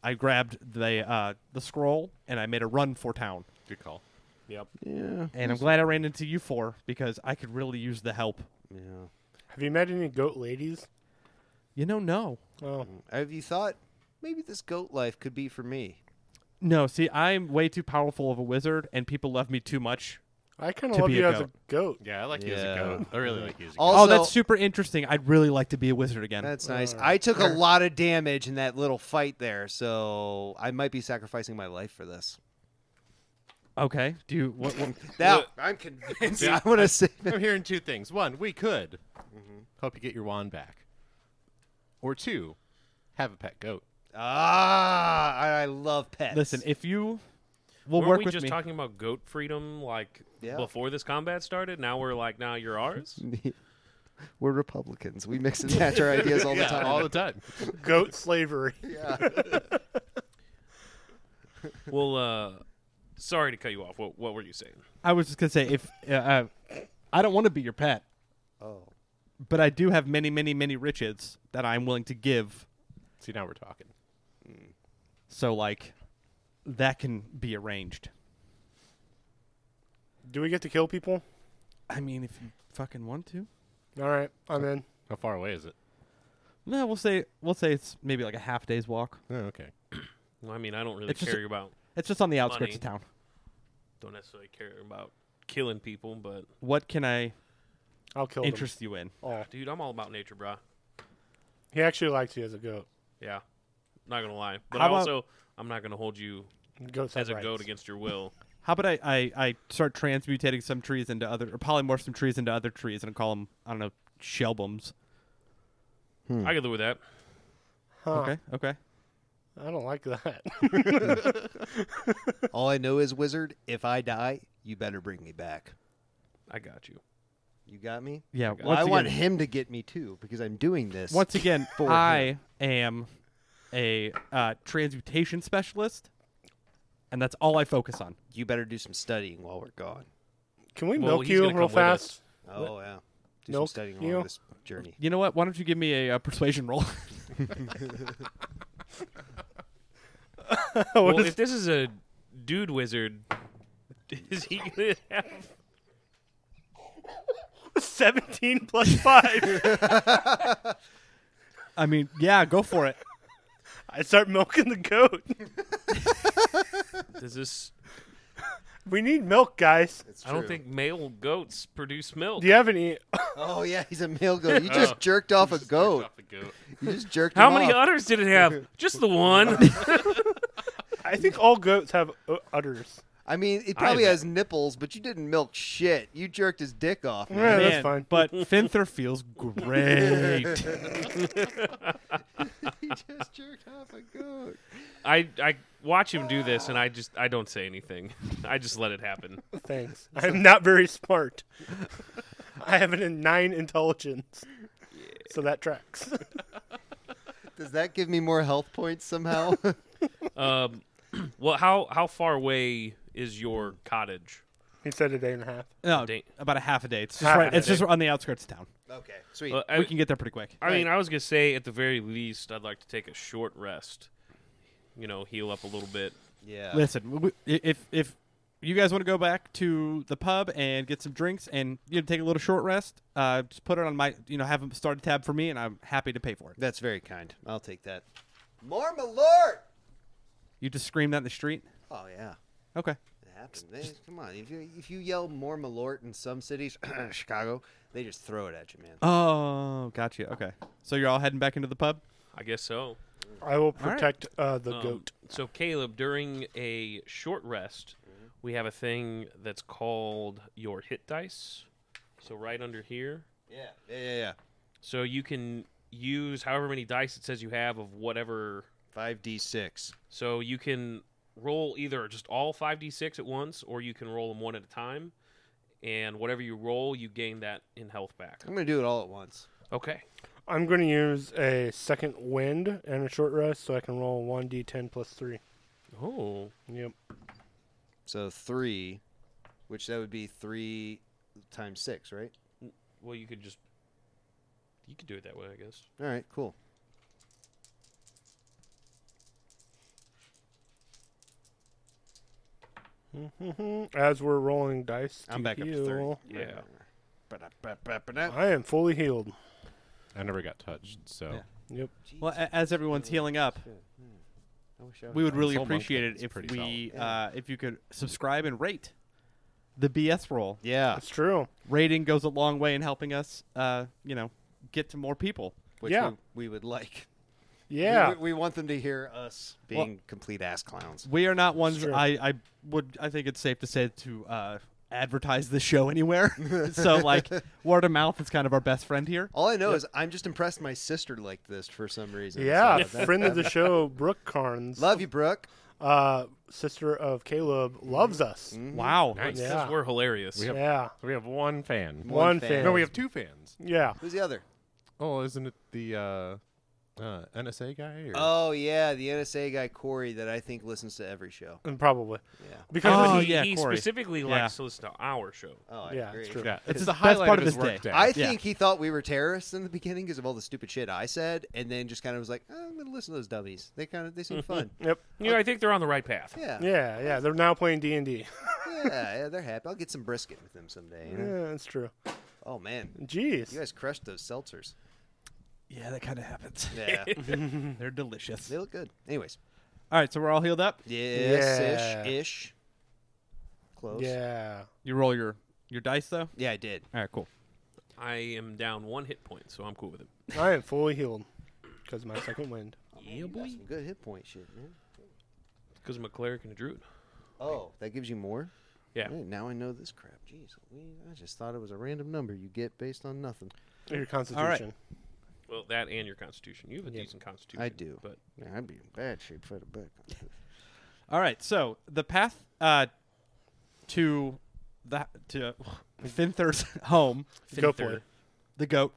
I grabbed the uh, the scroll and I made a run for town.
good call.
Yep.
Yeah,
And I'm glad I ran into you four because I could really use the help.
yeah.
Have you met any goat ladies?
You know, no,
Oh,
Have you thought maybe this goat life could be for me?
no. See, I'm way too powerful of a wizard, and people love me too much
I kind of
to
love
be
you
a
as a
goat.
goat.
Yeah, I like you as
Yeah.
a goat. I really like you as a goat.
All-
oh, that's
Also-
super interesting. I'd really like to be a wizard again.
That's nice. I took a lot of damage in that little fight there, so I might be sacrificing my life for [LAUGHS] this.
okay. Do you what, what
Now [LAUGHS] I'm convinced. I want to say
I'm hearing two things. One, we could help you get your wand back. Or two, have a pet goat.
ah, I, I love pets.
Listen, if you will
Weren't
work
we
with
just
me.
talking about goat freedom like
Yeah.
before this combat started? Now we're like, now you're ours.
[LAUGHS] we're Republicans. We mix and match our ideas all the [LAUGHS]
yeah,
time.
all the time. [LAUGHS]
Goat slavery. [LAUGHS]
well, uh, sorry to cut you off. What, what were you saying?
I was just gonna say if uh, uh, I don't want to be your pet,
oh,
but I do have many, many, many riches that I'm willing to give.
See, now we're talking.
So like, that can be arranged.
Do we get to kill people?
I mean, if you fucking want to.
All right, I'm in.
How far away is it?
No, we'll say we'll say it's maybe like a half day's walk.
Oh, okay.
Well, I mean, I don't really
It's just
care about
It's just on the outskirts
Money.
of town.
don't necessarily care about killing people, but
What can I
I'll kill them.
interest you in?
Oh,
dude, I'm all about nature, brah.
he actually likes you as a goat.
Yeah, not gonna lie, but
How
I
about-
also I'm not gonna hold you
Goats
as
have
a goat
rights.
against your
[LAUGHS]
will.
How about I, I, I start transmutating some trees into other, or polymorph some trees into other trees and call them, I don't know, shelbums.
Hmm.
I could live with that.
Huh,
Okay, okay.
I don't like that. [LAUGHS]
all I know is wizard. If I die, you better bring me back.
I got you.
You got me.
Yeah,
Well,
once
I want
again-
him to get me too because I'm doing this.
[LAUGHS]
Once again,
for
I am a uh, transmutation specialist, and that's all I focus on.
you better do some studying while we're gone.
Can we
Well,
milk
he's
you
gonna
real
come with us.
fast? [LAUGHS]
Oh yeah, do some
Nope.
studying
You-
along this journey.
You know what? Why don't you give me a, uh persuasion roll?
Oh,
well, if this is a dude wizard, [LAUGHS] is he gonna have?
17 plus
[LAUGHS]
5.
[LAUGHS] I mean, yeah, go for it.
I start milking the goat. [LAUGHS]
Does this?
We need milk, guys.
It's
I don't
true.
think male goats produce milk.
Do you have any?
Oh yeah, he's a male goat. You just jerked off a goat.
Off the goat.
You just jerked.
How
him
many
off.
udders did it
[LAUGHS]
have? Just the one. [LAUGHS]
I think all goats have uh, udders.
I mean, he probably
I-
has nipples, but you didn't milk shit. You jerked his dick off. Man. [LAUGHS]
Yeah,
Man,
that's fine. [LAUGHS]
But Finther feels great.
he just jerked off a goat.
I I watch him do this, and I just I don't say anything. [LAUGHS] I just let it happen.
Thanks. I'm not very smart. I have an nine intelligence, so that tracks. [LAUGHS]
Does that give me more health points
[LAUGHS]
somehow?
Um, [CLEARS THROAT] well, how how far away is your cottage?
he said a day and a half.
no,
Dang.
about a half a day. It's just
Half a
right. It's
day.
just on the outskirts of town.
okay, sweet.
Uh,
We
I,
can get there pretty quick.
I mean, I was gonna say at the very least, I'd like to take a short rest. You know, heal up a little bit.
yeah.
Listen, w- w- if if you guys want to go back to the pub and get some drinks and you know take a little short rest, uh, just put it on my you know have a started tab for me, and I'm happy to pay for it.
That's very kind. I'll take that. More malort.
You just scream that in the street.
Oh yeah.
Okay.
It happens. They- come on. If you if you yell more malort in some cities, [CLEARS THROAT] Chicago, they just throw it at you, man.
Oh, gotcha. Okay. So you're all heading back into the pub.
I guess so.
I will
right.
protect uh, the
Um,
goat.
So Caleb, during a short rest, we have a thing that's called your hit dice. So right under here,
Yeah. Yeah. Yeah. Yeah.
so you can use however many dice it says you have of whatever
Five d six.
So you can roll either just all 5d6 at once, or you can roll them one at a time. And whatever you roll, you gain that in health back.
I'm gonna do it all at once.
Okay.
I'm going to use a second wind and a short rest so I can roll 1d10 plus 3.
Oh.
Yep.
So three, which that would be three times six, right?
Well, you could just. You could do it that way, I guess.
All right, cool.
Mm-hmm. As we're rolling dice,
I'm back up to
heal,
Yeah.
I am fully healed.
I never got touched, so
Yeah.
Yep.
Well, a- as everyone's healing up,
I wish I
we would
was-
really
whole month
appreciate
is
it if
pretty
we uh, if you could subscribe and rate the BS roll.
Yeah.
It's true.
Rating goes a long way in helping us, uh, you know, get to more people.
Which
Yeah.
we, we would like.
Yeah.
We, we want them to hear us being complete ass clowns.
We are not ones
true.
I, I would I think it's safe to say to uh, advertise the show anywhere. [LAUGHS] so like word of mouth is kind of our best friend here.
All I know is I'm just impressed my sister liked this for some reason.
yeah,
So
[LAUGHS]
that-
friend of the show, Brooke Carnes,
[LAUGHS] love you, Brooke.
uh, sister of Caleb, loves
Mm-hmm.
us.
Wow.
Nice. 'cause
Yeah.
We're hilarious.
We have-
Yeah,
We have one fan.
one,
One fan.
fan.
No, we have two fans.
yeah,
Who's the other?
Oh, isn't it the uh, uh, NSA guy? Or?
Oh yeah, the NSA guy Corey that I think listens to every show.
and mm, probably
Yeah.
because
Oh,
he,
yeah,
he
Corey.
specifically
Yeah.
likes to listen to our show.
Oh, I
yeah,
agree.
it's true.
yeah,
It's
it's
his
the
best
highlight
part of
of his,
his day.
work day.
I
Yeah.
think he thought we were terrorists in the beginning because of all the stupid shit I said, and then just kind of was like, "Oh, I'm gonna listen to those dummies. They kind of they seem fun.
yep,
You know, I think they're on the right path.
Yeah. yeah,
yeah, yeah. They're now playing D and D. [LAUGHS]
yeah, they're happy. I'll get some brisket with them someday. you know?
Yeah, that's true.
Oh man,
Jeez,
you guys crushed those seltzers.
Yeah, that kind of [LAUGHS] happens.
Yeah,
Mm. They're delicious.
they look good. Anyways,
All right, so we're all healed up.
yes,
Yeah.
ish, ish, close.
yeah.
You roll your your dice though.
yeah, I did.
All right, cool.
I am down one hit point, so I'm cool with it.
I am fully healed because my second wind.
Yeah,
You got
boy.
some good hit point shit, man.
Because I'm a cleric and a druid.
Oh, that gives you more.
Yeah.
Man, now I know this crap. Jeez, Louise, I just thought it was a random number you get based on nothing.
Your constitution.
Well, that and your constitution. You have a decent constitution.
I do.
But
Man, I'd be in bad shape for the book.
All right, so the path uh, to the to Finther's [LAUGHS] home,
Go for
Finther.
it.
the goat,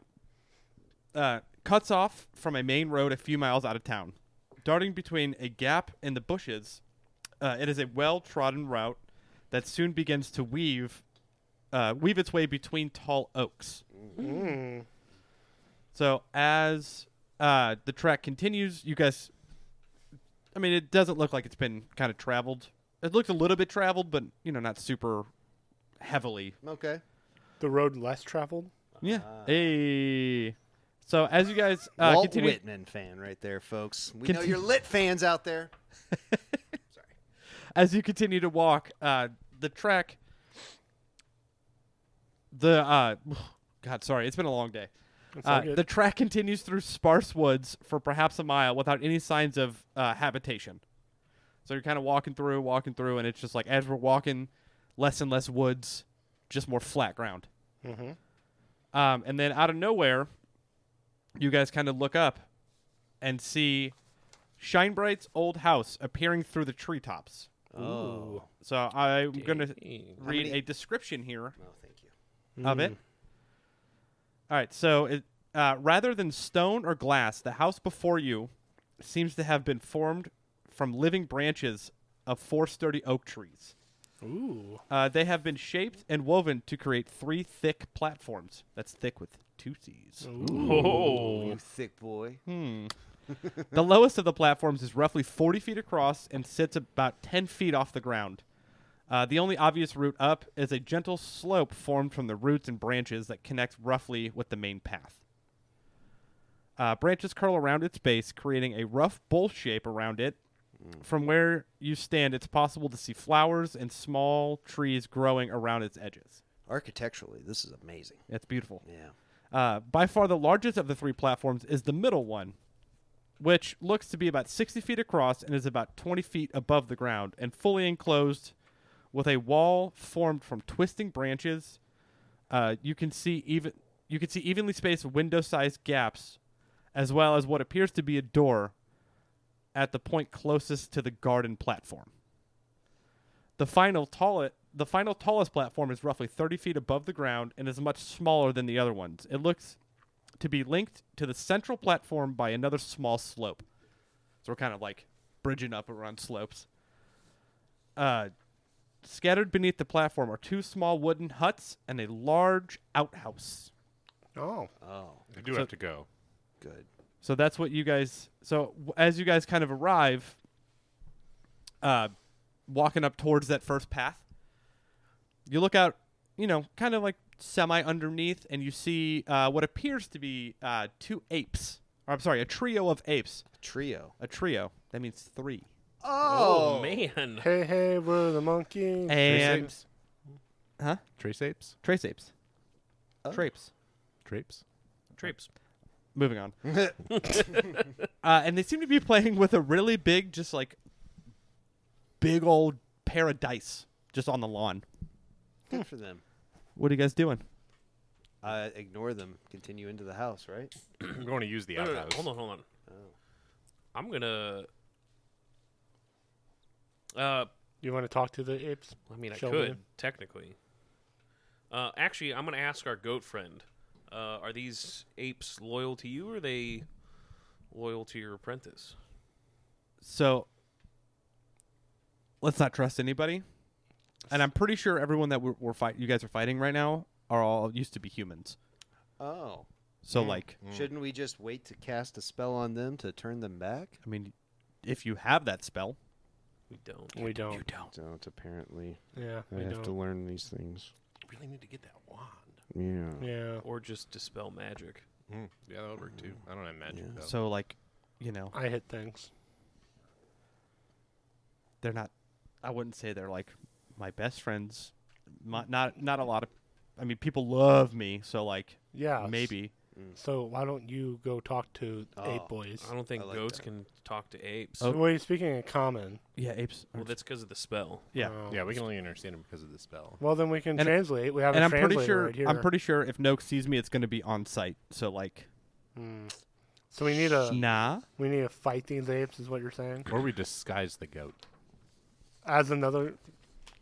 uh, cuts off from a main road a few miles out of town, darting between a gap in the bushes. Uh, it is a well-trodden route that soon begins to weave uh, weave its way between tall oaks.
Mm.
So as uh, the track continues, you guys. I mean, it doesn't look like it's been kind of traveled. It looked a little bit traveled, but you know, not super heavily.
Okay.
The road less traveled.
Yeah. Hey. So as you guys uh,
Walt
continue,
Whitman fan right there, folks. We know
Continue-
you're lit fans out there.
as you continue to walk, uh, the track, the uh, [SIGHS] God, sorry, it's been a long day.
all
Uh,
good.
the track continues through sparse woods for perhaps a mile without any signs of uh, habitation. So you're kind of walking through, walking through, and it's just like as we're walking, less and less woods, just more flat ground.
Mhm.
Um, and then out of nowhere, you guys kind of look up and see Shinebright's old house appearing through the treetops.
Oh.
So I'm going to
Dang.
read
many-
a description here
No, Oh, thank you.
of it. All right. So it, uh, rather than stone or glass, the house before you seems to have been formed from living branches of four sturdy oak trees.
Ooh.
Uh, they have been shaped and woven to create three thick platforms. That's thick with two C's.
You thick boy.
The lowest of the platforms is roughly 40 feet across and sits about 10 feet off the ground. Uh, the only obvious route up is a gentle slope formed from the roots and branches that connects roughly with the main path. Uh, branches curl around its base, creating a rough bowl shape around it. From where you stand, it's possible to see flowers and small trees growing around its edges.
Architecturally, this is amazing.
It's beautiful.
Yeah.
Uh, by far the largest of the three platforms is the middle one, which looks to be about 60 feet across and is about 20 feet above the ground and fully enclosed with a wall formed from twisting branches. Uh, you can see even you can see evenly spaced window-sized gaps, as well as what appears to be a door at the point closest to the garden platform. The final tall the final tallest platform is roughly 30 feet above the ground and is much smaller than the other ones. It looks to be linked to the central platform by another small slope. So we're kind of like bridging up around slopes. Uh, scattered beneath the platform are two small wooden huts and a large outhouse.
Oh.
Oh,
I do have to go.
good.
So that's what you guys. So w- as you guys kind of arrive, uh, walking up towards that first path, you look out, you know, kind of like semi underneath, and you see uh, what appears to be uh, two apes. Or, I'm sorry, a trio of apes.
Trio.
A trio. That means three.
Oh,
Oh, man.
Hey, hey, we're the monkey.
And Huh?
Trace apes?
Trace apes. Trapes.
[CLEARS THROAT] Trapes?
Trapes.
Moving on. uh, and they seem to be playing with a really big, just like big old pair of dice just on the lawn.
Good for them.
What are you guys doing?
Uh, ignore them. Continue into the house, right?
I'm going to use the
No, no, no,
outhouse.
Hold on, hold on. Oh. I'm gonna. Uh,
You want to talk to the apes?
I mean, I
Shall we?
could technically. Uh, actually, I'm gonna ask our goat friend. Uh, are these apes loyal to you, or are they loyal to your apprentice?
So let's not trust anybody. And I'm pretty sure everyone that we're, we're fight you guys are fighting right now are all used to be humans.
Oh.
So like,
Shouldn't we just wait to cast a spell on them to turn them back?
I mean, if you have that spell,
We don't.
We don't.
don't.
Don't, apparently.
Yeah,
I
we
have to
don't.
learn these things.
really need to get that wand.
Yeah.
Yeah,
Or just dispel magic.
Hmm. Yeah, that would work too. I don't have magic.
Yeah.
though.
So like, you know,
I hit things.
they're not. I wouldn't say they're like my best friends. My, not not a lot of. I mean, people love me, so like
Yeah,
maybe.
So why don't you go talk to
Oh,
ape boys?
I don't think
I like
goats
that.
can talk to apes.
Oh.
Wait, speaking in common.
Yeah, apes.
Well, that's because of the spell.
yeah.
um,
yeah, we can only understand him because of the spell.
Well, then we can
And-
translate. We have
and
a
I'm pretty
translator
sure
right here.
I'm pretty sure if Noak sees me, it's going to be on site. So like,
so we need a
nah.
we need to fight these apes, is what you're saying?
Or we disguise the goat
As another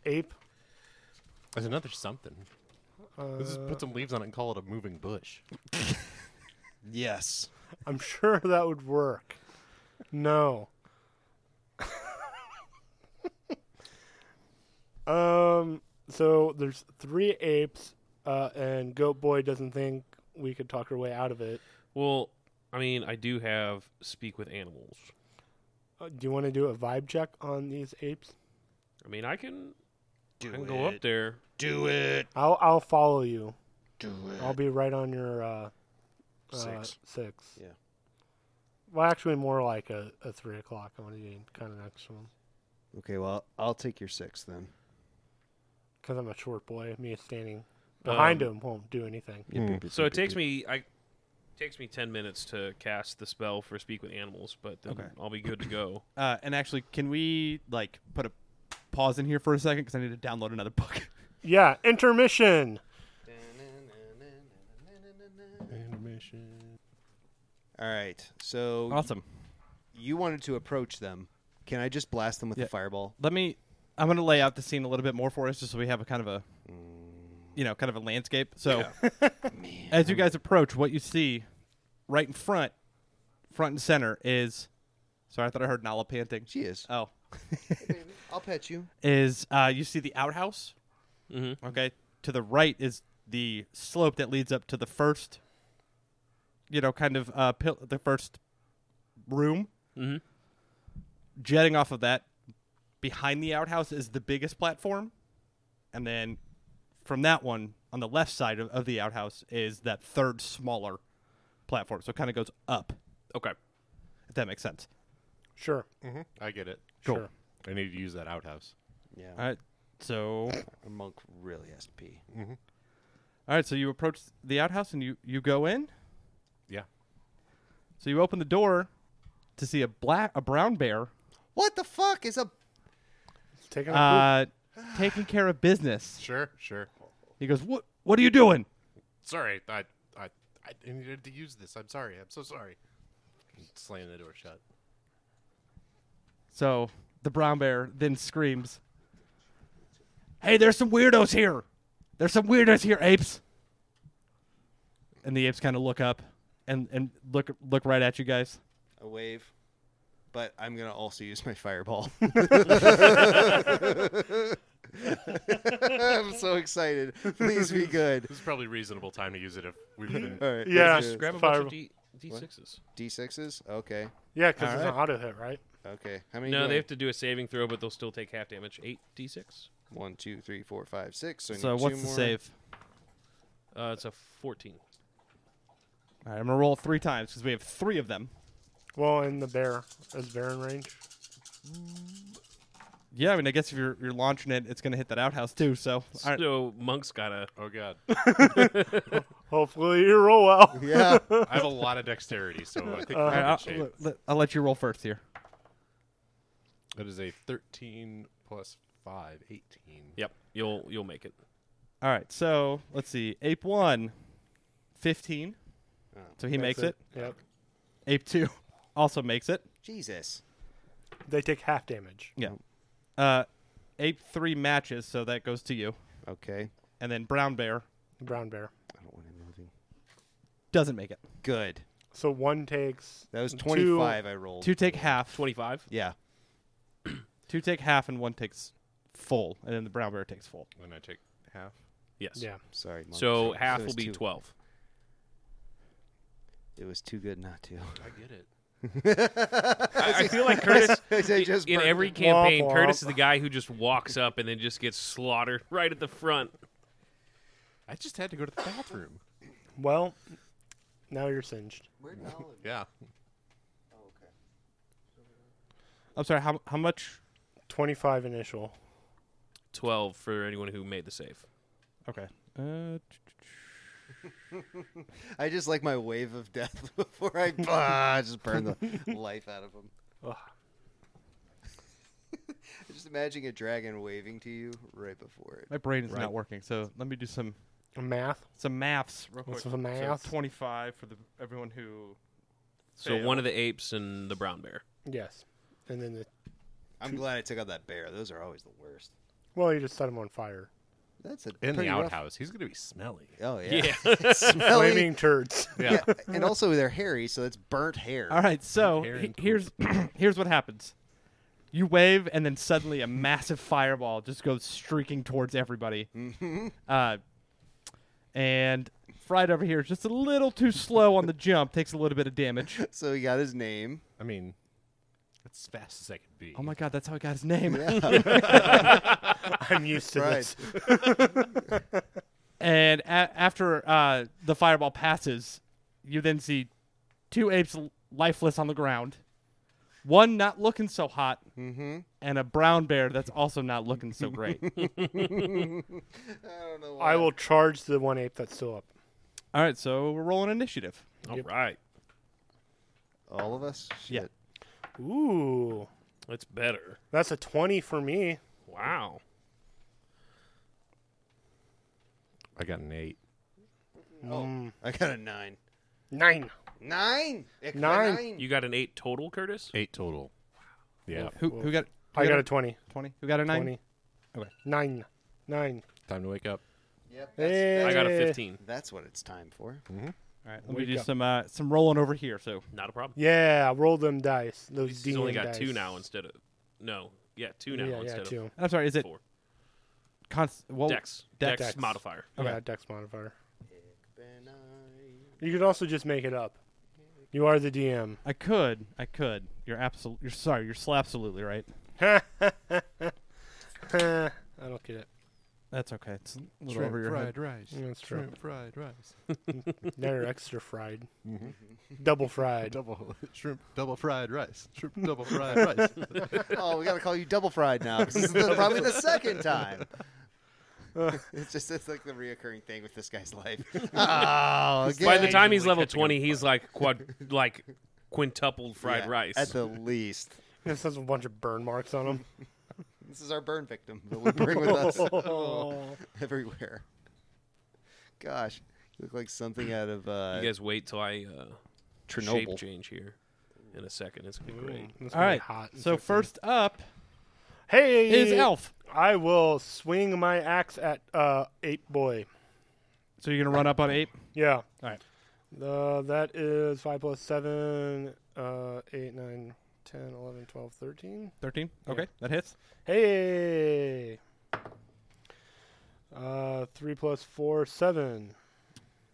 ape.
as another something. Let's
Uh,
just put some leaves on it and call it a moving bush.
Yes.
I'm sure [LAUGHS] that would work. No. [LAUGHS] um. So there's three apes, uh, and Goat Boy doesn't think we could talk our way out of it.
Well, I mean, I do have speak with animals.
Uh, do you want to do a vibe check on these apes?
I mean, I can,
Do
I can go up there.
Do it.
I'll I'll follow you.
Do it.
I'll be right on your uh,
Six.
Uh, six.
Yeah.
Well, actually, more like a, a three o'clock. I want to be kind of next one
Okay, well, I'll take your six then.
because I'm a short boy. Me standing behind
Um,
him won't do anything.
So it takes me I takes me ten minutes to cast the spell for speak with animals, but then
Okay.
I'll be good to go.
Uh, and actually, can we like put a pause in here for a second because I need to download another [LAUGHS] book.
Yeah, intermission.
Animation.
All right. So
awesome.
you wanted to approach them. Can I just blast them with
Yeah.
a fireball?
Let me. I'm going to lay out the scene a little bit more for us, just so we have a kind of a, you know, kind of a landscape. So, [LAUGHS] as you guys approach, what you see right in front, front and center is. Sorry, I thought I heard Nala panting.
She is.
Oh, [LAUGHS]
I'll pet you.
is uh, you see the outhouse. Mm-hmm. Okay, to the right is the slope that leads up to the first, you know, kind of uh, pil- the first room.
Mhm.
Jetting off of that, behind the outhouse is the biggest platform, and then from that one on the left side of, of the outhouse is that third smaller platform. So it kind of goes up,
Okay.
if that makes sense.
Sure.
hmm I get it.
Cool.
Sure.
I need to use that outhouse.
Yeah.
All right, so
A monk really has to pee.
all right, so you approach the outhouse and you you go in.
Yeah.
So you open the door to see a black a brown bear
What the fuck is a
It's taking
Oh.
a
uh, taking care of business.
Sure, sure.
He goes, "What what are you doing?"
Sorry, I, I, I needed to use this. I'm sorry. I'm so sorry. Slam the door shut.
So the brown bear then screams, "Hey, there's some weirdos here. There's some weirdos here, apes." And the apes kind of look up and and look look right at you guys.
a wave? But I'm gonna also use my [LAUGHS] fireball. I'm so excited. Please be good.
This is [COUGHS] probably reasonable time to use it if we've [LAUGHS] been.
All right.
poop. Yeah.
let's do it.
Grab a
Fire-
bunch of D D sixes.
D sixes. Okay.
yeah, because it's
Alright.
an auto hit, right?
Okay. How many?
No,
do
they
I-
have to do a saving throw, but they'll still take half damage. Eight D six.
One, two, three, four, five, six. So, I
So
need
what's
two
the
more.
save?
Uh, it's a fourteen.
All right, I'm gonna roll three times because we have three of them.
Well, and the bear is bear in range.
Yeah, I mean, I guess if you're you're launching it, it's gonna hit that outhouse too. So, all right.
So monk's gotta.
Oh god.
Hopefully you roll well.
Yeah.
I have a lot of dexterity, so I think
All
we're
right,
in
I'll,
good shape.
let- I'll let you roll first here.
That is a 13 plus 5, 18.
[LAUGHS] Yep, you'll you'll make it.
All right, so let's see. Ape one, 15. so he makes it.
Yep.
Ape two [LAUGHS] also makes it.
[LAUGHS] Jesus.
They take half damage.
Yeah. Uh, ape three matches, so that goes to you.
Okay.
And then brown bear
Brown bear.
I don't want him moving.
doesn't make it.
Good.
So one takes.
That was
two-
25 I rolled.
Two take half.
Twenty five.
Yeah.
[CLEARS THROAT] Two take half, and one takes full, and then the brown bear takes full.
When I take half.
Yes.
yeah.
Sorry. Monk.
So half
it
will
was
be
too-
twelve.
It was too good not to.
I get it.
I, I feel like Curtis
I just
in
burped
every
it.
campaign,
Womp womp.
Curtis is the guy who just walks up and then just gets slaughtered right at the front.
I just had to go to the bathroom.
Well, now you're singed.
Yeah.
I'm sorry. How how much?
25 initial.
Twelve for anyone who made the save.
Okay. Uh, ch- ch- ch-
[LAUGHS] I just like my wave of death [LAUGHS] before I bah, I just burn the [LAUGHS] life out of him. [LAUGHS] just imagining a dragon waving to you right before it.
my brain is not working, so let me do some
Math.
some maths real quick.
What's the math?
So 25 for the everyone who.
So one of the apes and the brown bear.
Yes. And then the.
I'm glad I took out that bear. Those are always the worst.
Well, you just set him on fire.
That's a
In
pretty
the
rough-
outhouse. He's going to be smelly.
Oh yeah. [LAUGHS]
yeah.
Smelly.
Flaming turds.
Yeah. and also they're hairy, so that's burnt hair.
All right, so
Hair
he-
and poop.
here's [CLEARS THROAT] here's what happens. You wave, and then suddenly a massive fireball just goes streaking towards everybody. Uh, and Fried over here is just a little too slow on the jump, takes a little bit of damage.
So he got his [LAUGHS] name.
I mean, that's as fast as I can be.
Oh my god, that's how he got his name.
I'm used to
Right.
this.
And a- after uh, the fireball passes, you then see two apes l- lifeless on the ground, one not looking so hot, and a brown bear that's also not looking so great.
I don't know why.
I will charge the one ape that's still up.
All right, so we're rolling initiative.
All right.
All of us.
Yeah.
Shit.
Ooh.
That's better.
That's a 20 for me.
Wow.
I got an 8.
Oh, I got a nine.
Nine.
Nine. Ick,
Nine.
You got an eight total, Curtis?
8 total. Yeah.
Who, who got? Who
I got a 20.
twenty. Who got a nine?
20.
Okay.
Nine. Nine.
Time to wake up.
Yep. That's,
Hey.
I got a
Eh.
15.
that's what it's time for.
All right, let me
Wake
do
up.
some uh, some rolling over here. So
Not a problem.
Yeah, roll them dice. Those
He's only
DM
got two
dice.
now instead of. No. Yeah, two now
yeah,
instead
yeah,
of
two.
I'm sorry. Is it
four.
const- well,
Dex. Dex.
Dex.
Dex.
modifier.
Yeah, dex modifier.
Benign.
You could also just make it up. You are the DM.
I could. I could. You're absolutely. You're sorry. You're so absolutely right.
[LAUGHS] I don't get it.
That's okay. It's a little over your head.
rice.
That's true.
fried rice.
[LAUGHS] Now you're extra fried. Double fried.
[LAUGHS] Double shrimp, double fried rice. Shrimp, double [LAUGHS] fried rice.
Oh, we gotta call you double fried now 'cause this is the, probably the second time. [LAUGHS] it's just it's like the reoccurring thing with this guy's
[LAUGHS]
life. Oh, again.
By the time he's
occasionally
level
catching a
20, he's like quad, like quintupled fried
Yeah,
rice.
at the least.
This has a bunch of burn marks on him.
This is our burn victim that we bring with us
[LAUGHS]
[LAUGHS] everywhere. Gosh, you look like something out of uh,
you guys wait till I uh, shape
Chernobyl.
change here in a second. It's going to be great.
It's
All
gonna be
right.
Hot and
So
sexy.
first up
hey,
is Elf.
I will swing my axe at uh, Ape Boy.
So you're gonna run up on ape.
Yeah.
All right.
Uh, that is 5 plus 7, uh, 8, 9, 10, 11, 12, 13.
Thirteen. Okay, that hits.
Hey! Uh, 3 plus 4, 7.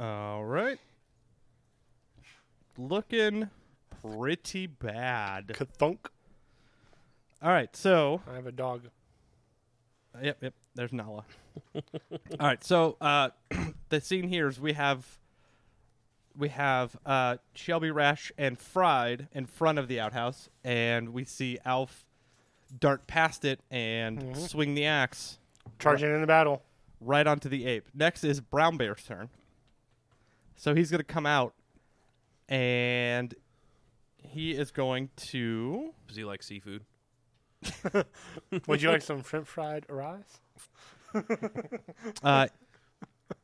All right. Looking pretty bad.
Kathunk.
All right, so
I have a dog.
yep, yep. There's Nala. [LAUGHS] All right, so uh, [CLEARS THROAT] the scene here is we have we have uh, Shelby Rash and Fried in front of the outhouse, and we see Alf dart past it and swing the axe.
Charging in the
[LAUGHS]
battle.
Right onto the ape. Next is Brown Bear's turn. So he's going to come out and he is going to.
Does he like seafood?
Would you like some shrimp fried rice?
Uh,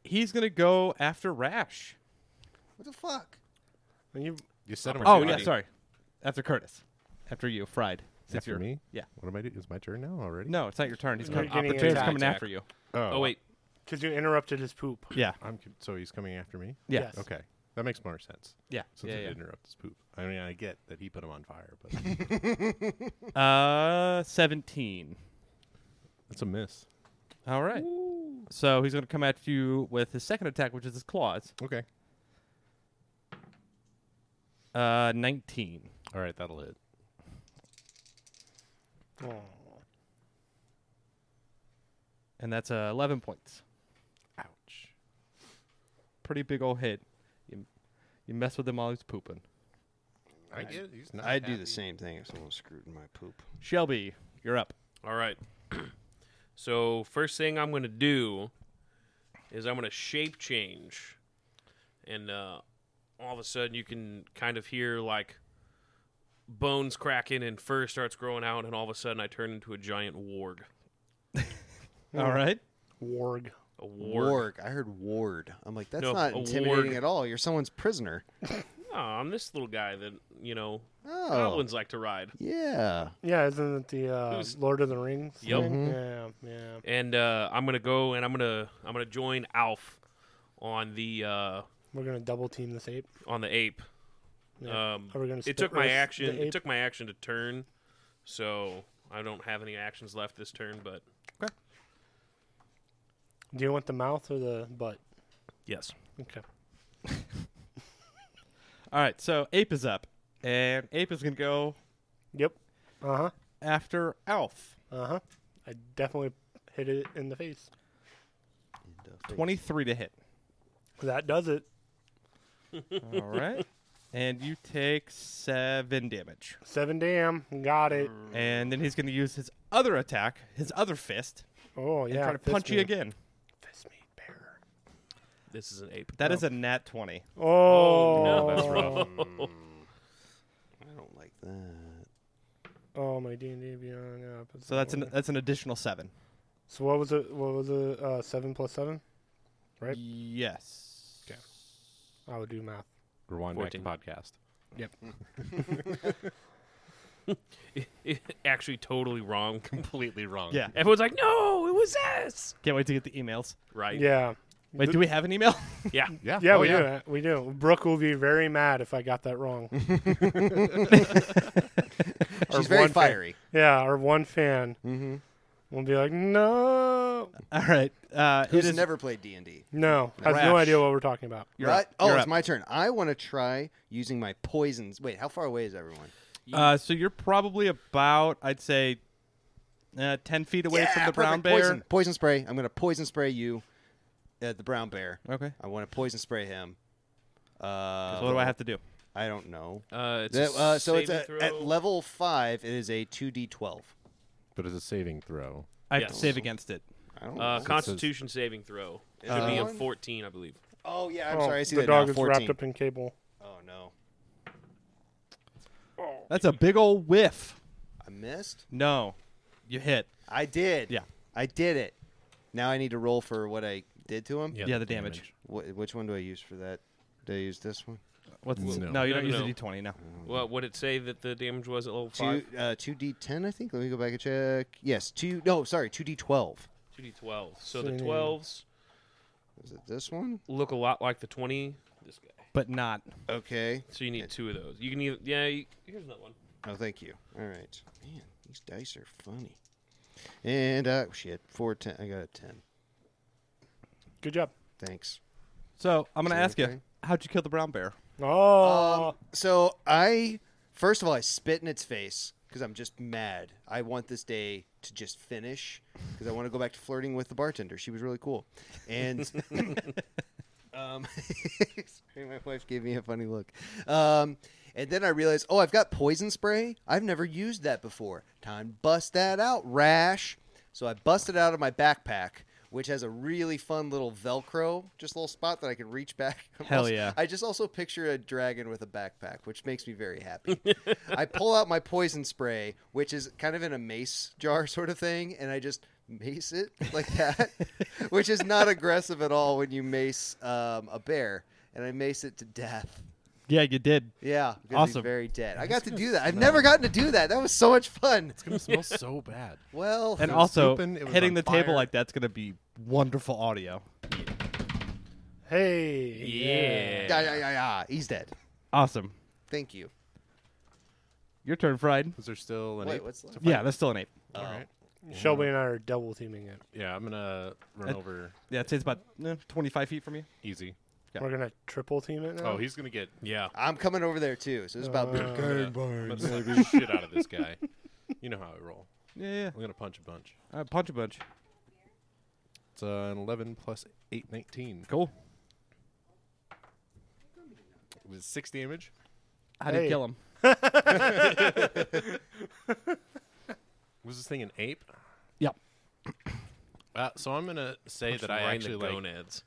he's going to go after Rash.
What the fuck?
When you
You said
Oh, yeah,
Friday.
sorry. After Curtis. After you, Fried. Since
After
you're-
me?
Yeah.
What am I doing? It's my turn now already?
No, it's not your turn. He's coming,
getting
Opportunity's
attacked.
coming after you.
Oh wait,
because you interrupted his poop.
Yeah.
I'm con- so he's coming after me.
Yeah.
Yes.
Okay, that makes more sense.
Yeah.
Since
yeah,
I
yeah.
did interrupt his poop. I mean, I get that he put him on fire, but [LAUGHS]
Uh, 17.
that's a miss.
All right. So he's going to come at you with his second attack, which is his claws.
Okay.
Uh, 19.
All right, that'll hit.
And that's uh, 11 points.
Ouch.
Pretty big old hit. You, you mess with him while he's pooping.
I get it. He's not.
I'd do the same thing if someone screwed my poop.
Shelby, you're up.
all right. [CLEARS THROAT] so first thing I'm gonna do is I'm gonna shape change, and uh, all of a sudden you can kind of hear like bones cracking and fur starts growing out, and all of a sudden I turn into a giant warg.
Hmm.
All right.
Warg.
A warg.
Ward. I heard ward. I'm like, that's
No,
not
a
intimidating
ward.
at all. You're someone's prisoner.
Oh, I'm this little guy that you know
Oh,
goblins like to ride.
yeah.
Yeah, isn't it the uh,
Who's-
Lord of the Rings?
Yep.
thing? Yeah,
Mm-hmm.
yeah.
and uh, I'm gonna go and I'm gonna I'm gonna join Alf on the uh,
We're gonna double team this ape.
on the ape.
Yeah.
Um,
Are we gonna
it
spit
took my
roast the
action. It
ape?
took my action to turn, so I don't have any actions left this turn. But
Do you want the mouth or the butt?
yes,
Okay.
All right. So Ape is up. And Ape is going to go
Yep. Uh huh.
after Alf.
Uh huh. I definitely hit it in the face.
23 to hit.
That does it.
All right. And you take seven damage.
Seven damn. Got it.
And then he's going to use his other attack, his other fist,
Oh
and
yeah.
try to
fist
punch you
me.
again.
Fist me, bear.
this is an ape.
That is a nat 20.
Oh,
no.
that's
rough.
Mm. I don't like that. [LAUGHS]
Oh my D and D Beyond. Yeah, but
So that's an
whatever.
that's an additional 7.
So what was it? What was it? Uh, seven plus seven. Right.
Yes.
Okay. I would do math.
Rewind
back to
back to podcast.
Oh. [LAUGHS] Actually, totally wrong. [LAUGHS]
Completely wrong.
Yeah.
Everyone's like, "No, it was this."
Can't wait to get the emails.
Right?
Yeah.
Wait, do we have an email? [LAUGHS]
Yeah.
Oh, Yeah.
Yeah, we do. We do. Brooke will be very mad if I got that wrong. Or
She's very
one fan-
fiery.
yeah, our one fan
Mm-hmm.
will be like, no,
All right. Uh, it
Who's
is
never played D and D?
no, has no
Rash.
idea what we're talking about.
You're
Right?
up.
Oh,
You're
it's
up.
my turn. I want to try using my poisons. Wait, how far away is everyone?
Uh, so you're probably about, I'd say, uh, 10 feet away
Yeah,
from the
perfect.
brown bear.
Poison, poison spray. I'm going to poison spray you, uh, the brown bear.
Okay.
I want to poison spray him. Uh,
So what do I have to do?
I don't know.
Uh, it's
That-
a
uh, so it's
saving
a, at
throw.
level five. It is a two d twelve.
But it's a saving throw.
I have to
Yes.
save against it.
I don't
uh,
know.
Constitution saving throw. It should
Uh-huh.
be a
one?
14, I believe.
oh yeah, I'm
Oh,
sorry. I see
the
that
dog
now.
is
Fourteen.
wrapped up in cable.
Oh no,
That's a big old whiff.
I missed.
No. You hit.
I did.
Yeah.
I did it. Now I need to roll for what I did to him.
Yeah, the damage.
Wh- which one do I use for that? Do I use this one?
What's
No. Mm.
no. you
No,
don't
no,
use
no.
a d20 now.
Mm-hmm.
What would it say that the damage was at level
Two,
five?
uh, two d ten, I think. Let me go back and check. Yes, two. No, sorry, two d twelve.
Two d twelve. So the
So-
twelves
Is it this one?
look a lot like the twenty. This guy.
But not.
Okay.
So you need two of those. You can either yeah. You, here's another one.
Oh, thank you. All right, man, these dice are funny. And uh, shit, four ten. I got a ten.
Good job.
Thanks.
So I'm going to
Is
ask
that
you,
okay?
how'd you kill the brown bear?
Oh,
Um, So I, first of all, I spit in its face because I'm just mad. I want this day to just finish because I want to go back to flirting with the bartender. She was really cool,
[LAUGHS]
and [LAUGHS] um, sorry, my wife gave me a funny look. Um, And then I realized, oh, I've got poison spray. I've never used that before. Time to bust that out, rash. So I busted out of my backpack, which has a really fun little Velcro, just a little spot that I can reach back. [LAUGHS] I'm
Hell
also-
yeah.
I just also picture a dragon with a backpack, which makes me very
[LAUGHS]
happy. I pull out my poison spray, which is kind of in a mace jar [LAUGHS] sort of thing, and I just mace it like
[LAUGHS]
that, which is not aggressive at all when you mace um, a bear. And I mace it to death.
Yeah, you did.
Yeah, because he's
Awesome.
very dead. I got to
gonna
do that. I've
[LAUGHS]
smell.
never gotten to do that. That was so much fun.
It's gonna smell so bad.
Well,
And
It was
also,
open, it was
hitting
on
the table
fire.
like that's going to be wonderful audio.
Hey.
Yeah.
[LAUGHS] yeah, yeah, yeah, yeah. He's dead.
Awesome.
Thank you.
Your turn, Fried.
[LAUGHS] Is there still an
Wait,
ape?
what's left?
Yeah, that's still an ape.
All right.
Shelby and I are double teaming it.
Yeah, I'm gonna run
That-
over
Yeah, it's about eh, 25 feet from you.
easy.
Yeah.
We're gonna triple team it now.
Oh, he's gonna get
Yeah.
I'm coming over there too. So it's about
Uh,
I'm gonna slap the shit out of this guy. You know how I roll.
Yeah, yeah.
I'm gonna punch a bunch.
All right, punch a bunch.
It's uh, an 11 plus 8, 19.
Cool.
It was six damage.
How do you
Hey.
kill him?
Was this thing an ape?
Yep.
Uh, so I'm gonna say
Punch
that
him
I
right in
actually
the
like
gonads.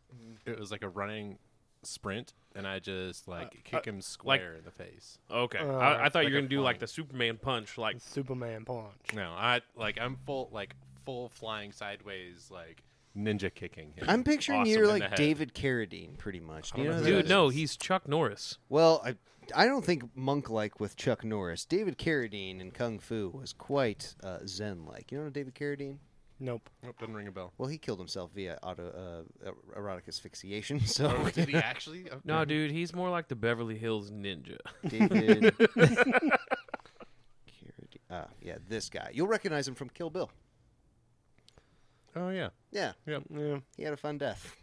it was like a running sprint, and I just like kick him
like-
square in the face.
Okay.
Uh,
I, I thought
like
you were
a
gonna do like
flying-
the Superman punch, like
Superman punch.
No, I like I'm full like full flying sideways like ninja kicking him.
I'm picturing
Awesome
you're
in the
like
head.
David Carradine, pretty much. Do you
don't
know
know
who
who
that
dude.
is?
No, he's Chuck Norris.
Well, I, I don't think monk like with Chuck Norris. David Carradine in Kung Fu was quite uh, zen like. You know David Carradine?
Nope.
Nope, Oh, doesn't ring a bell.
Well, he killed himself via auto uh, er- erotic asphyxiation. [LAUGHS] So
Oh, did he actually? Okay.
No, dude, he's more like the Beverly Hills Ninja.
[LAUGHS]
David Carradine. Ah, yeah, this guy. You'll recognize him from Kill Bill.
Oh yeah.
Yeah,
Yeah.
he had a fun death.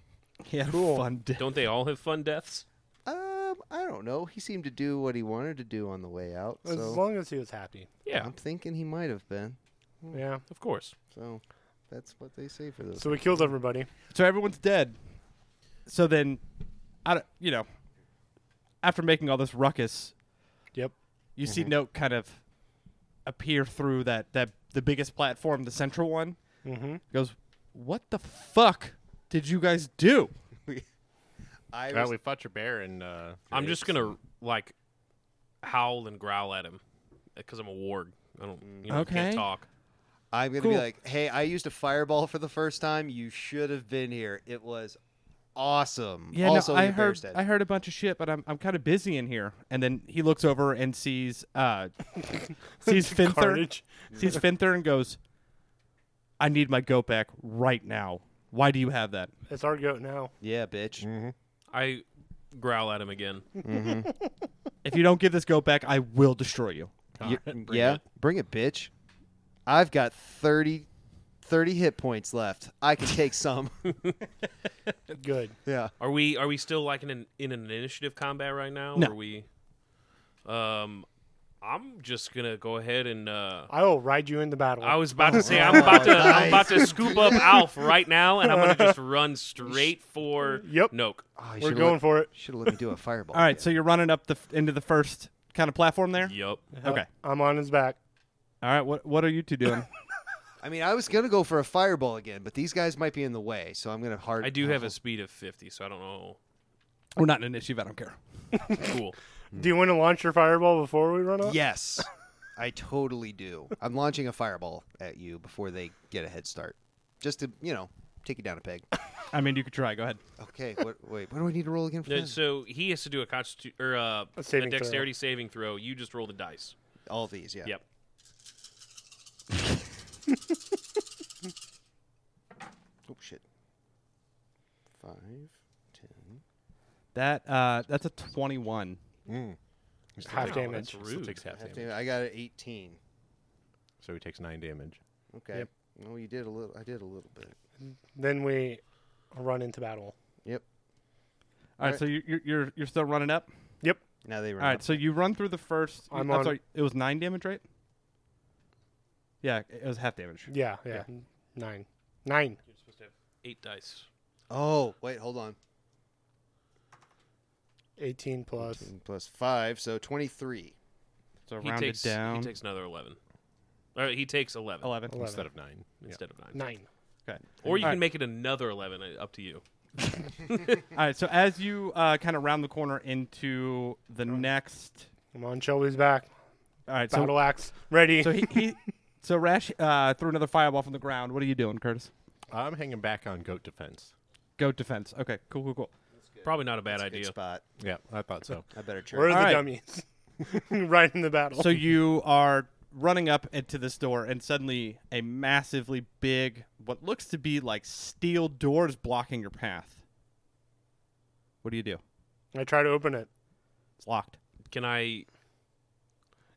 He had
Cool.
fun day.
[LAUGHS] Don't they all have fun deaths?
Um, I don't know. He seemed to do what he wanted to do on the way out.
As
so
long as he was happy.
Yeah,
I'm thinking he might have been. Hmm.
Yeah.
of course.
So that's what they say for those.
So we killed everybody.
So everyone's dead. So then, I don't, you know, after making all this ruckus,
Yep.
you see Note kind of appear through that, that the biggest platform, the central one.
Mm-hmm.
He goes, What the fuck did you guys do?
I
Well,
was-
we fought your bear and uh,
I'm just gonna like howl and growl at him because I'm a warg. I don't, you know, I
Okay.
can't talk.
I'm gonna be
Cool.
like, hey, I used a fireball for the first time. You should have been here. It was awesome.
Yeah,
also,
no, I
your
heard
bear's dead.
I heard a bunch of shit, but I'm I'm kind of busy in here. And then he looks over and sees
[LAUGHS]
uh sees Finther
Carnage.
sees Finther and goes, "I need my goat back right now. Why do you have that?"
It's our goat now.
yeah, bitch.
[LAUGHS]
I growl at him again.
If you don't give this goat back, I will destroy you.
You- yeah, bring it, bitch. I've got 30, 30 hit points left. I can take
[LAUGHS]
some.
Good.
yeah.
Are we are we still like in an in an initiative combat right now?
No.
Or are we? Um, I'm just gonna go ahead and. uh
I will ride you in the battle.
I was about to
oh,
say I'm about to I'm about to scoop up Alf right now, and I'm
[LAUGHS]
gonna just run straight for
Yep.
Noke.
Oh,
We're going for it.
Should have let me do a fireball.
All right, so you're running up the f- into the first kind of platform there.
Yup.
Okay.
I'm on his back.
All right, what what are you two doing?
I mean, I was gonna go for a fireball again, but these guys might be in the way, so I'm gonna hard.
I do have a speed of 50, so I don't know.
We're not in an issue. I don't care.
Cool. Uh,
Hmm.
Do you want to launch your fireball before we run up?
Yes, I totally do. I'm launching a fireball at you before they get a head start, just to you know take you down a peg.
I mean, you could try. Go ahead.
Okay. What, wait. What do I need to roll again for?
No,
that?
so he has to do a constitu- or uh, a,
saving throw.
dexterity saving throw. You just roll the dice.
All these. Yeah.
Yep.
[LAUGHS] Oh shit. Five, ten.
That uh that's a 21.
Half
Wow,
damage.
that's
Still
rude.
takes half
Half
damage.
damage. I got an eighteen.
So he takes nine damage.
Okay.
Yep.
Well, you did a little. I did a little bit.
Then we run into battle.
Yep.
All right, so you you're, you're you're still running up.
Yep.
Now they run.
All right,
up.
so you run through the 1st
I'm on-
sorry, it was nine damage, right? Yeah, it was half damage.
Yeah. Yeah. Nine. Nine.
You're supposed to have eight dice.
Oh wait, hold on.
18 plus.
18 plus five, so 23.
So
He
round it
takes,
down.
he takes another 11. Or he takes 11
11.
instead of nine. Yeah.
instead of 9.
Nine.
Okay.
Or you
All
can
right.
make it another 11, uh, up to you.
All right. So as you uh, kind of round the corner into the next.
Come on, Shelby's back.
All right.
Battle
So,
axe ready.
so he, he so Rash uh, threw another fireball from the ground. What are you doing, Curtis?
I'm hanging back on goat defense.
Goat defense. Okay. Cool. Cool. Cool.
Probably not a bad
That's a good
idea.
spot.
Yeah, I thought [LAUGHS] so.
I better
Where are
try.
the
All right.
dummies? [LAUGHS] right in the battle. [LAUGHS]
So you are running up into this door, and suddenly a massively big, what looks to be like steel door is blocking your path. What do you do?
I try to open it.
It's locked.
Can I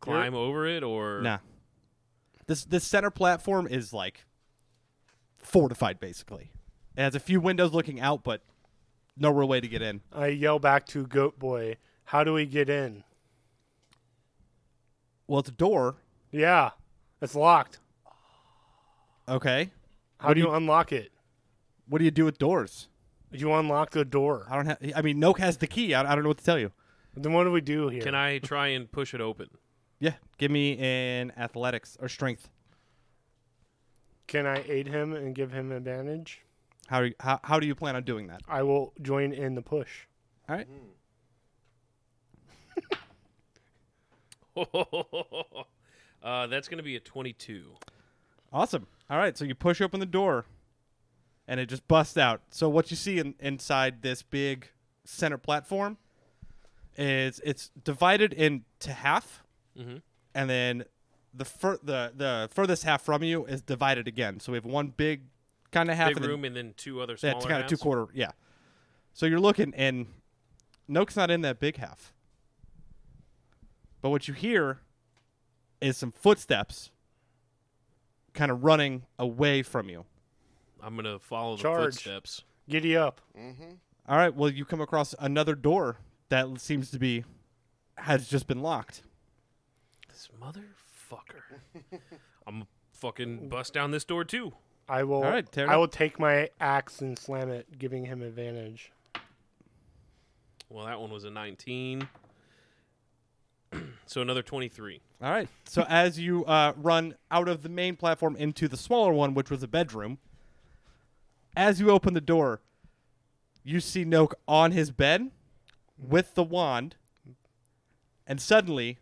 climb over it or
Nah. This this center platform is like fortified, basically. It has a few windows looking out, but no real way to get in.
I yell back to Goat Boy, "How do we get in?"
Well, it's a door.
Yeah, it's locked.
Okay.
How
What
do
do
you,
you-
unlock it?
What do you do with doors?
You unlock the door.
I don't have. I mean, Noke has the key. I, I don't know what to tell you.
Then what do we do here?
can I try and push it open?
Yeah, give me an athletics or strength.
Can I aid him and give him advantage?
How do you, how, how do you plan on doing that?
I will join in the push.
All right.
[LAUGHS] uh, that's going to be a 22.
Awesome. All right. So you push open the door, and it just busts out. So what you see in, inside this big center platform is it's divided into half,
Mhm.
and then the fur- the the furthest half from you is divided again. So we have one big kind of half
Big
of the,
room and then two other
Yeah,
smaller
it's kind of
halves?
two quarter. Yeah. So you're looking, and Noak's not in that big half. But what you hear is some footsteps kind of running away from you.
I'm going to follow the
Charge.
footsteps.
Giddy up.
All right. Well, you come across another door that seems to be, has just been locked.
This motherfucker. [LAUGHS] I'm gonna fucking bust down this door too.
I will.
All right, tear it
I
up.
will take my axe and slam it, giving him advantage.
Well, that one was a 19. [CLEARS THROAT] so another 23.
All right. So as you uh, run out of the main platform into the smaller one, which was a bedroom, as you open the door, you see Noak on his bed with the wand, and suddenly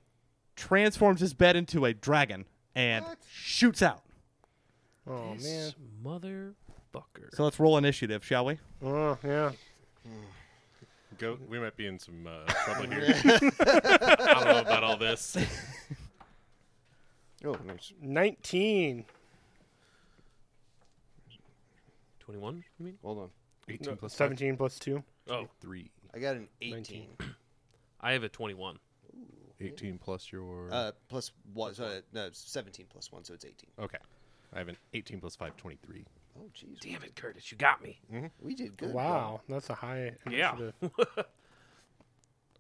transforms his bed into a dragon and shoots out.
Oh man.
This motherfucker.
So let's roll initiative, shall we?
Oh yeah.
Goat, we might be in some uh, trouble here. I don't know about
[LAUGHS]
all this.
Oh, nice.
Nineteen.
21, you mean?
Hold on.
18 plus five,
Seventeen plus two.
Oh,
three.
I got an 18.
I have a 21.
18 plus your.
Uh, plus one. So, uh, no, 17 plus one, so it's 18.
okay. I have an 18 plus 5, 23.
Oh, jeez.
Damn it, Curtis, you got me.
We did good.
Wow, that's a high.
Yeah.
initiative.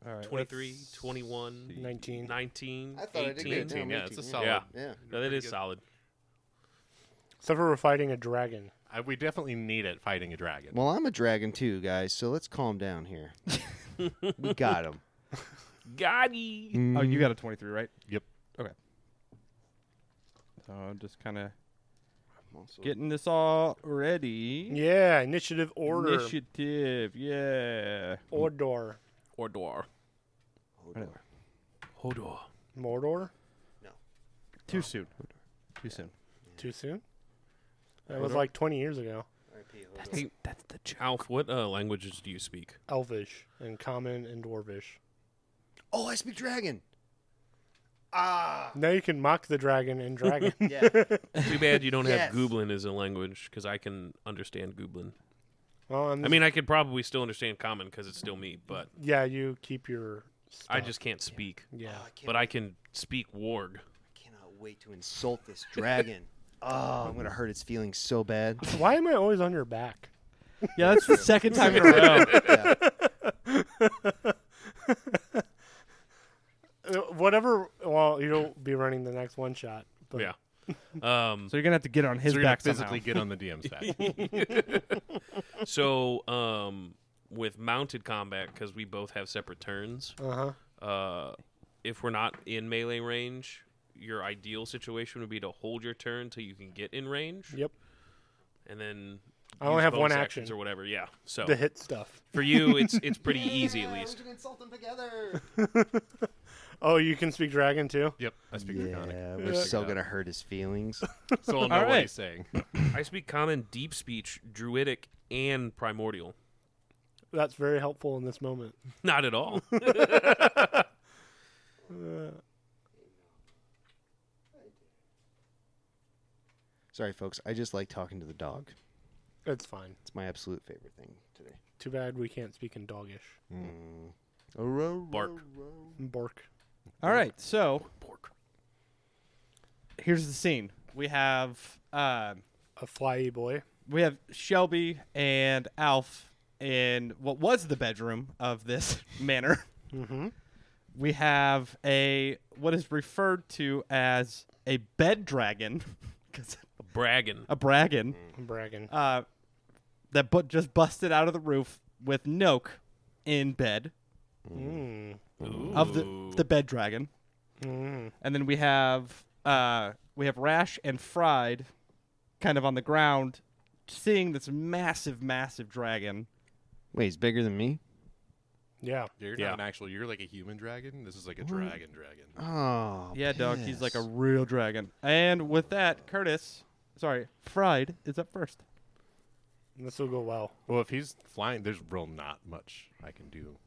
All right.
23, 21,
Nineteen.
19,
I thought I did
18.
good.
Yeah,
I'm
it's a
18,
solid.
Yeah.
Yeah.
No, that is solid.
Except for we're fighting a dragon.
I, we definitely need it fighting a dragon.
Well, I'm a dragon too, guys, so let's calm down
[LAUGHS]
here. we got him.
Gotti.
Mm.
Oh, you got a 23, right?
Yep.
Okay. So I'm just kind of getting this all ready.
Yeah, initiative order.
Initiative, yeah.
Order.
Hodor. Hodor.
Mordor.
Too soon. Too soon.
Too soon. That was like twenty years ago.
Hey, that's the Alf, what uh, languages do you speak?
Elvish and Common and Dwarvish.
Oh, I speak dragon. Ah,
Now you can mock the dragon and dragon.
[LAUGHS] Yeah.
Too bad you don't
Yes.
have Gooblin as a language because I can understand Gooblin.
well, I'm
Mm.
I mean, I could probably still understand Common because it's still me, but
yeah, you keep your. Stuff.
I just can't speak.
yeah.
Oh, I can't,
But I can speak Warg.
cannot wait to insult this dragon. Oh, I'm gonna hurt its feelings so
[LAUGHS]
bad.
Why am I always on your back?
Yeah, that's the second time in a [LAUGHS] row.
Oh.
Yeah.
Uh, whatever. Well, you'll be running the next one shot. But
Yeah. [LAUGHS] Um,
So you're gonna have to get on his
so you're gonna
back
physically
physically.
get on the DM's back.
so um, with mounted combat because we both have separate turns.
Uh-huh.
Uh, if we're not in melee range, your ideal situation would be to hold your turn till you can get in range.
Yep.
And then
I only
use
have one
bonus
action.
actions or whatever. Yeah. So
Oh.
The hit stuff.
for you, it's it's
[LAUGHS]
pretty easy at least.
insult them together.
Oh, you can speak dragon too.
Yep, I speak draconic.
Yeah, we're so gonna hurt his feelings.
So I'll know
All
what
right.
he's saying.
I speak common, deep speech, druidic, and primordial.
That's very helpful in this moment.
Not at
[LAUGHS]
all.
Sorry, folks. I just like talking to the dog.
It's fine.
It's my absolute favorite thing today.
Too bad we can't speak in dogish.
Bark.
Bork.
All right, so here's the scene. We have um,
A flyy boy.
we have Shelby and Alf in what was the bedroom of this [LAUGHS] manor. Mm-hmm. We have a what is referred to as a bed dragon, [LAUGHS] 'cause-
Bragging.
a dragon
Bragging.
uh, that but just busted out of the roof with Noak in bed
Mm.
of the the bed dragon,
Mm.
and then we have uh, we have Rash and Fried, kind of on the ground, seeing this massive, massive dragon.
Wait, he's bigger than me.
Yeah.
You're
Yeah.
not an actual. You're like a human dragon. This is like a dragon dragon.
Oh,
Yeah, dog. He's like a
piss.
real dragon. And with that, Curtis, sorry, Fried is up first.
This will go well.
Well, if he's flying, there's real not much I can do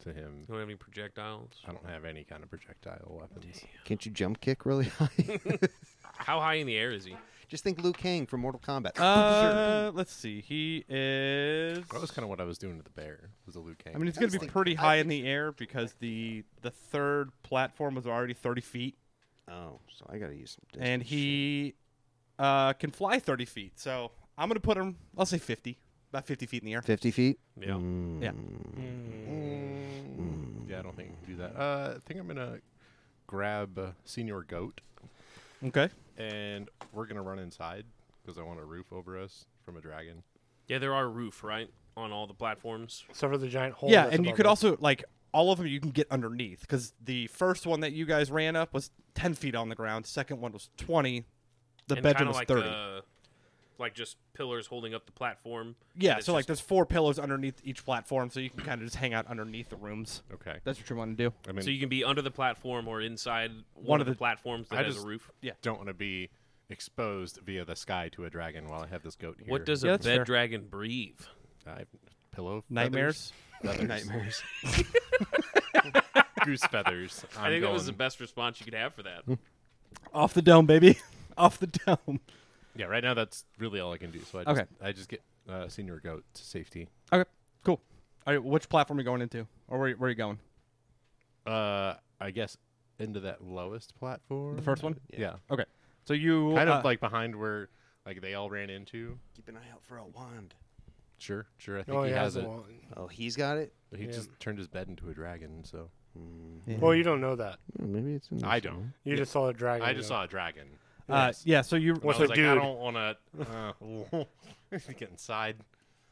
to him.
Don't have any projectiles.
I don't have any kind of projectile weapons.
Can't you jump kick really high? [LAUGHS]
How high in the air is he?
just think Liu Kang from Mortal Kombat.
Uh, let's see. He is.
That was kind of what I was doing to the bear. Was the Liu Kang.
I mean, it's going to be pretty high in the air because the the third platform was already 30 feet,
oh, so I gotta use some. Distance.
and he uh, can fly 30 feet. So I'm going to put him. I'll say 50, about 50 feet in the air.
fifty feet. Mm.
Yeah.
Yeah.
mm. yeah, I don't think I can do that. Uh, I think I'm gonna grab uh, Senior Goat,
Okay.
and we're gonna run inside because I want a roof over us from a dragon.
Yeah, there are roof, right? On all the platforms.
Except for the giant hole.
Yeah,
that's
and you
above
could
us.
also like all of them you can get underneath because the first one that you guys ran up was 10 feet on the ground. Second one was 20. The
and
bedroom
kinda
was
like
30.
uh, like just pillars holding up the platform.
yeah,
and it's
so like
just-
there's four pillows underneath each platform, so you can kind of just hang out underneath the rooms.
Okay.
That's what you want to do.
I mean,
so you can be under the platform or inside one, of
of
the,
the-
platforms that
I
has
just-
a roof.
don't want to be exposed via the sky to a dragon while I have this goat here.
What does
Yeah,
a
that's
bed
fair.
dragon breathe?
I have pillow
Nightmares.
feathers,
Nightmares.
[LAUGHS] goose feathers?
[LAUGHS]
I'm
i think that was the
going-
best response you could have for that.
Off the dome, baby. [LAUGHS] Off the dome.
Yeah, right now that's really all I can do. So I just,
Okay.
I just get uh, Senior Goat to safety.
Okay, cool. All right, which platform are you going into? Or where, where are you going?
Uh, I guess into that lowest platform.
The first one?
Yeah.
Okay. So you.
Kind
uh,
of like behind where like they all ran into.
[LAUGHS] Keep an eye out for a wand.
Sure, sure. I think
Oh,
he, has, it.
one.
Oh, he's got it.
But he
Yeah.
just turned his bed into a dragon. So
Well, you don't know that.
Oh, maybe it's. In
I
this one.
don't.
You just saw a dragon.
I just saw a dragon.
uh, yeah, so you.
And I
What's
was
a
like, I
dude?
don't want to uh, [LAUGHS] get inside.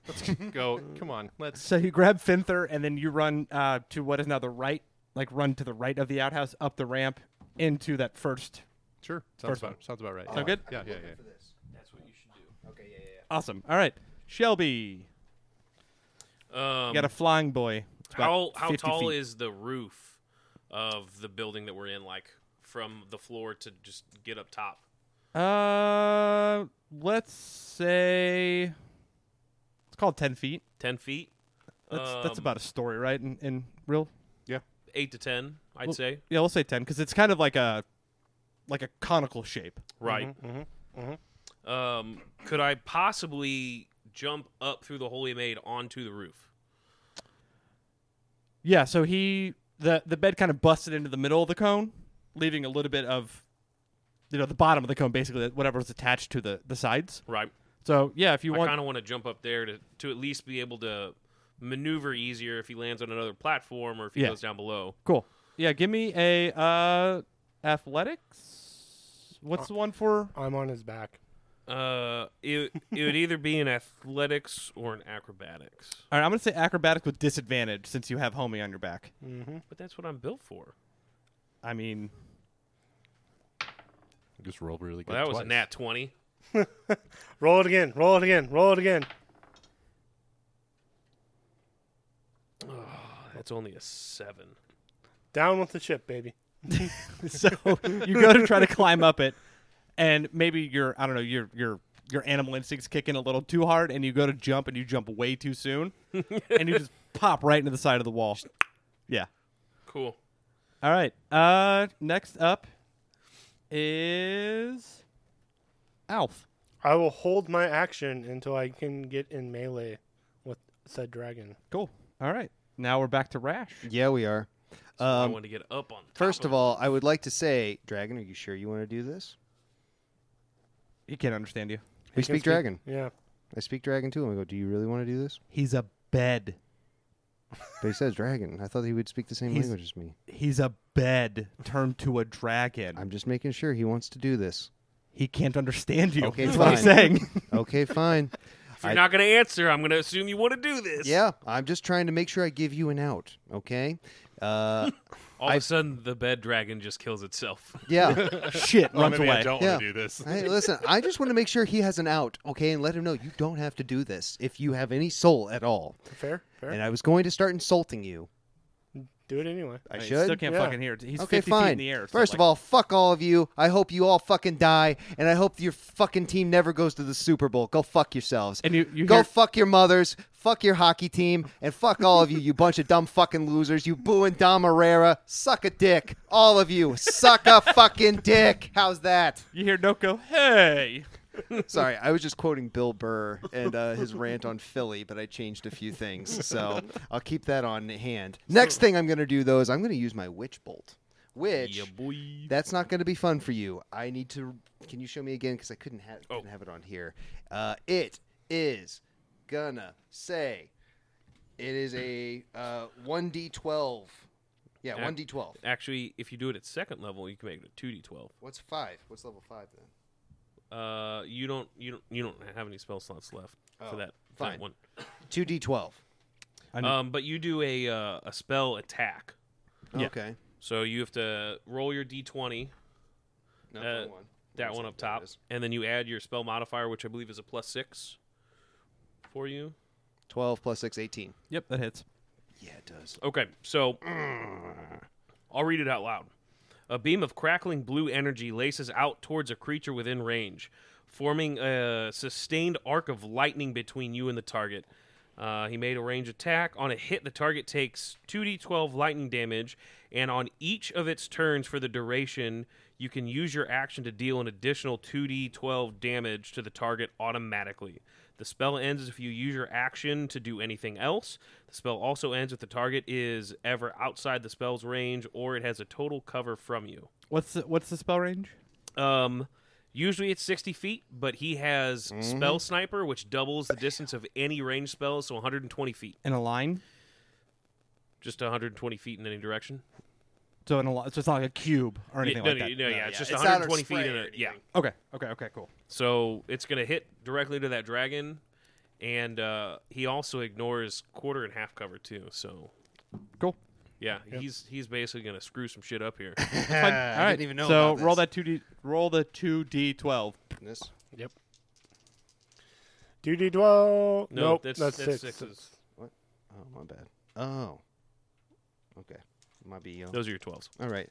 Let's go. Come on. Let's.
So you grab Finther, and then you run uh, to what is now the right, like run to the right of the outhouse, up the ramp, into that first.
[LAUGHS] Sure. Sounds
First one.
about, sounds about right.
Sound good?
Yeah, yeah, yeah.
That's what you should do.
Awesome. All right, Shelby,
Um,
you got a flying boy. It's about
how how
50
tall
feet.
is the roof of the building that we're in? Like from the floor to just get up top.
Uh, let's say it's called ten feet.
Ten feet.
That's that's
Um,
about a story, right? In in real,
eight to ten, I'd
Well-
say.
yeah, we'll say ten because it's kind of like a like a conical shape.
Right.
mm-hmm,
Um, could I possibly jump up through the holy maid onto the roof?
Yeah, so he the the bed kind of busted into the middle of the cone, leaving a little bit of you know the bottom of the cone basically whatever was attached to the the sides.
Right.
So yeah, if you
I
want,
kind of want to jump up there to to at least be able to maneuver easier if he lands on another platform or if he
Yeah.
goes down below.
cool. Yeah, give me a uh athletics. What's the one for?
I'm on his back.
Uh, it it would either be an athletics or an acrobatics,
All right, I'm gonna say acrobatic with disadvantage since you have homie on your back.
but that's what I'm built for.
I mean,
Just rolled really good.
Well, that was a
twice.
nat twenty.
Roll it again. Roll it again. Roll it again.
Oh, That's only a seven.
Down with the chip, baby.
[LAUGHS] so you go to try to climb up it, and maybe your I don't know your your your animal instincts kick in a little too hard, and you go to jump and you jump way too soon, and you just pop right into the side of the wall. Yeah.
Cool.
All right. Uh, next up is Alf.
I will hold my action until I can get in melee with said dragon.
Cool. All right. Now we're back to Rash.
Yeah, we are.
I
Um,
want to get up on. Top
first of all, I would like to say, Dragon, are you sure you want to do this?
He can't understand you.
We speak Dragon.
Yeah.
I speak Dragon to him. I go, do you really want to do this?
He's a bed.
But he says Dragon. I thought he would speak the same
He's-
language as me.
He's a bed turned to a dragon.
I'm just making sure he wants to do this.
he can't understand you.
Okay,
That's what he's
fine.
saying. [LAUGHS]
Okay, fine.
if you're
I-
not gonna answer, I'm gonna assume you want to do this.
Yeah, I'm just trying to make sure I give you an out. Okay. Uh,
All of a sudden, the bed dragon just
[LAUGHS]
kills itself.
yeah.
Shit
Oh,
runs
maybe I
away.
don't
Yeah.
want to do this.
Hey, listen, I just want to make sure he has an out, okay, and let him know you don't have to do this if you have any soul at all.
Fair. Fair.
And I was going to start insulting you.
Do it anyway.
I
He
should.
Oh, Still can't
Yeah.
fucking hear. it. He's
okay,
50
fine.
feet in the air. so,
First of
like,
all, fuck all of you. I hope you all fucking die, and I hope your fucking team never goes to the Super Bowl. Go fuck yourselves.
And you- you
go
hear-
fuck your mothers. Fuck your hockey team, and fuck all of you. You bunch of dumb fucking losers. You Boo and Dom Herrera. Suck a dick, all of you. Suck a fucking dick. How's that?
you hear Noko, hey.
Sorry, I was just quoting Bill Burr and uh, his rant on Philly, but I changed a few things, so I'll keep that on hand. Next thing I'm going to do though is I'm going to use my witch bolt, which
[LAUGHS] Yeah, boy.
that's not going to be fun for you. I need to. Can you show me again? Because I couldn't, ha-
Oh.
couldn't have it on here. Uh, it is gonna say it is a uh, one d twelve. Yeah,
Yeah.
one d twelve.
Actually, if you do it at second level, you can make it a two d twelve.
What's five? What's level five then?
Uh, you don't you don't you don't have any spell slots left
Oh,
for that,
fine.
that one.
Two d twelve.
I know.
Um, but you do a uh, a spell attack,
Yeah.
Okay.
so you have to roll your d twenty,
No,
Uh,
that one.
that
Yes,
one up
there it
top,
is.
and then you add your spell modifier, which I believe is a plus six for you.
Twelve plus six, eighteen.
Yep, that hits.
Yeah, it does.
Okay, so [CLEARS THROAT] I'll read it out loud. A beam of crackling blue energy laces out towards a creature within range, forming a sustained arc of lightning between you and the target. Uh, he made a range attack. On a hit, the target takes 2d12 lightning damage, and on each of its turns for the duration, you can use your action to deal an additional 2d12 damage to the target automatically. The spell ends if you use your action to do anything else. The spell also ends if the target is ever outside the spell's range or it has a total cover from you.
What's the, what's the spell range?
Um, usually it's 60 feet, but he has
Mm-hmm.
Spell Sniper, which doubles the distance of any range spell, so 120 feet.
In a line.
Just 120 feet in any direction.
So in a line. So it's not like a cube or
Yeah,
anything
no,
like
no,
that.
no, yeah, it's just
it's not a
120 feet
spray
in
or
a yeah.
anything.
Okay. Okay. Okay. Cool.
So it's gonna hit directly to that dragon, and uh, he also ignores quarter and half cover too. So
Cool.
yeah, he's he's basically gonna screw some shit
[LAUGHS]
up here.
That's fine. All right.
Uh, even know
so
about
roll
this.
that two d. Roll the two d twelve.
This.
Two D twelve.
No,
oh. nope,
that's-
that's,
that's
six.
sixes.
Oh, my bad. Oh. Okay. Might be uh, young.
Those are your twelves.
All right.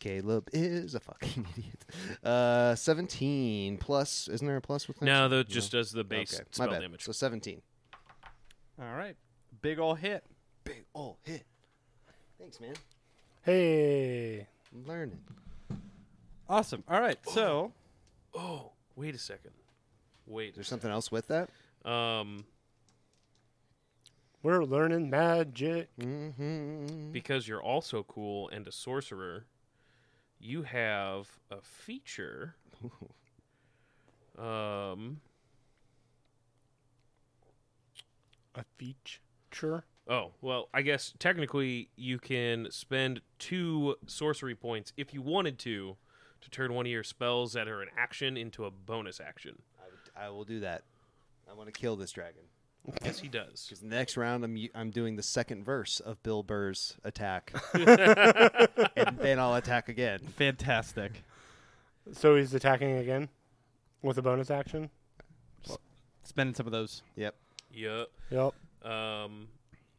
Caleb is a fucking [LAUGHS] idiot. Uh, 17 plus. Isn't there a plus with that?
No, that just does the base
okay.
spell
my bad.
damage.
So 17.
All right. Big ol' hit.
Big ol' hit. Thanks, man.
Hey.
I'm learning.
Awesome. All right. So
Oh, wait a second. Wait.
Is there something else with that?
Um,
We're learning magic.
Mm-hmm.
because you're also cool and a sorcerer, you have a
[LAUGHS]
feature. Um.
A feature.
Oh, well, I guess technically you can spend two sorcery points if you wanted to to turn one of your spells that are an action into a bonus action.
I will do that. I want to kill this dragon.
Yes, he
[LAUGHS]
does.
Because next round, I'm u- I'm doing the second verse of Bill Burr's
[LAUGHS]
attack, and then I'll attack again.
Fantastic.
So he's attacking again with a bonus action.
Spending some of those.
Yep.
Yep.
Yep.
Um,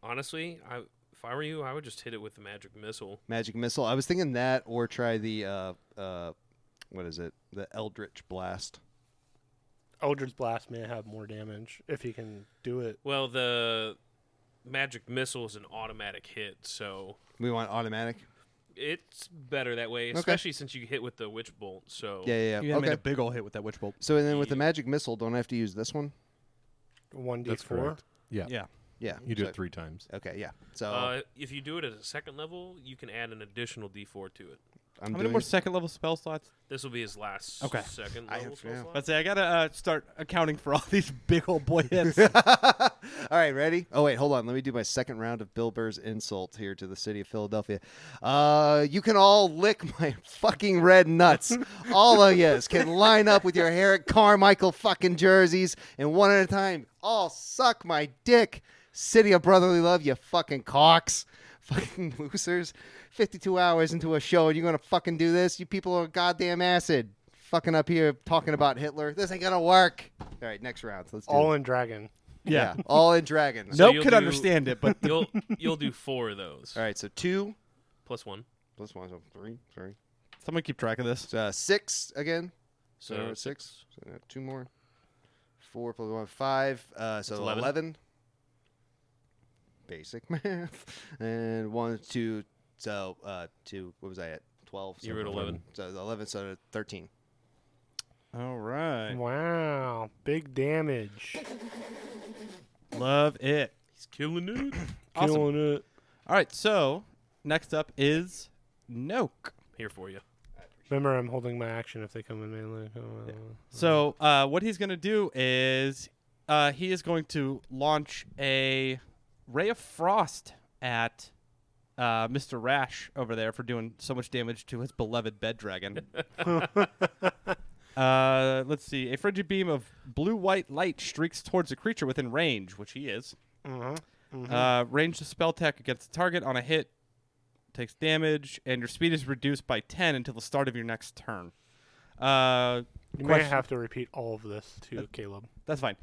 honestly, I if I were you, I would just hit it with the magic missile.
Magic missile. I was thinking that, or try the uh uh, what is it? The Eldritch blast.
Eldritch Blast may have more damage if he can do it.
Well, the magic missile is an automatic hit, so
We want automatic.
it's better that way, especially since you hit with the witch bolt. So
Yeah, yeah.
You
yeah.
yeah, made
Okay.
a big ol' hit with that witch bolt.
So then with the magic missile, don't I have to use this one?
One d
That's
four.
correct. [LAUGHS] Yeah.
Yeah.
Yeah.
You do
so-
it three times.
Okay. Yeah. So
Uh, if you do it at a second level, you can add an additional D4 to it.
I'm
How
doing.
many more second level spell slots?
This will be his last
Okay.
second
I
level.
have-
spell
yeah.
slot.
Let's say I gotta uh, start accounting for all [LAUGHS] these big old boy [LAUGHS] hits.
[LAUGHS] All right, ready? Oh wait, hold on. Let me do my second round of Bill Burr's insult here to the city of Philadelphia. Uh, you can all lick my [LAUGHS] fucking red nuts. all of yous can line up with your Herrick Carmichael fucking jerseys, and one at a time, all suck my dick. City of brotherly love, you fucking cocks. [LAUGHS] Fucking losers. 52 hours into a show, and you're going to fucking do this? You people are goddamn acid. Fucking up here talking about Hitler. This ain't going to work. All right, next round. Let's do it.
All in dragon.
yeah.
Yeah, all in dragon.
No
you'll
could
do-
understand it, [LAUGHS] but
[LAUGHS]
[LAUGHS] You'll you'll do four of those
All right, so two
plus one,
plus one, so three. Sorry,
someone keep track of this.
so, uh, six again.
so,
So six. So, uh, two more. Four plus one, five. Uh, so
That's
11.
11.
Basic [LAUGHS] math. And one, two. So uh, two. What was I at? Twelve.
You were at 11.
So eleven. So thirteen.
All right.
Wow, big damage.
Love it.
He's killing it.
[CLEARS THROAT]
Awesome.
Killing it.
All right, so next up is Noke.
Here for you.
Remember, I'm holding my action if they come in melee. Oh,
So uh, what he's going to do is uh, he is going to launch a ray of frost at uh, Mr. Rash over there for doing so much damage to his beloved bed [LAUGHS] dragon. uh, let's see. A frigid beam of blue-white light streaks towards a creature within range, which he is.
uh-huh.
Mm-hmm.
Uh, range the spell attack against the target on a hit takes damage, and your speed is reduced by 10 until the start of your next turn. Uh,
You may
question-
have to repeat all of this to Caleb.
That's fine.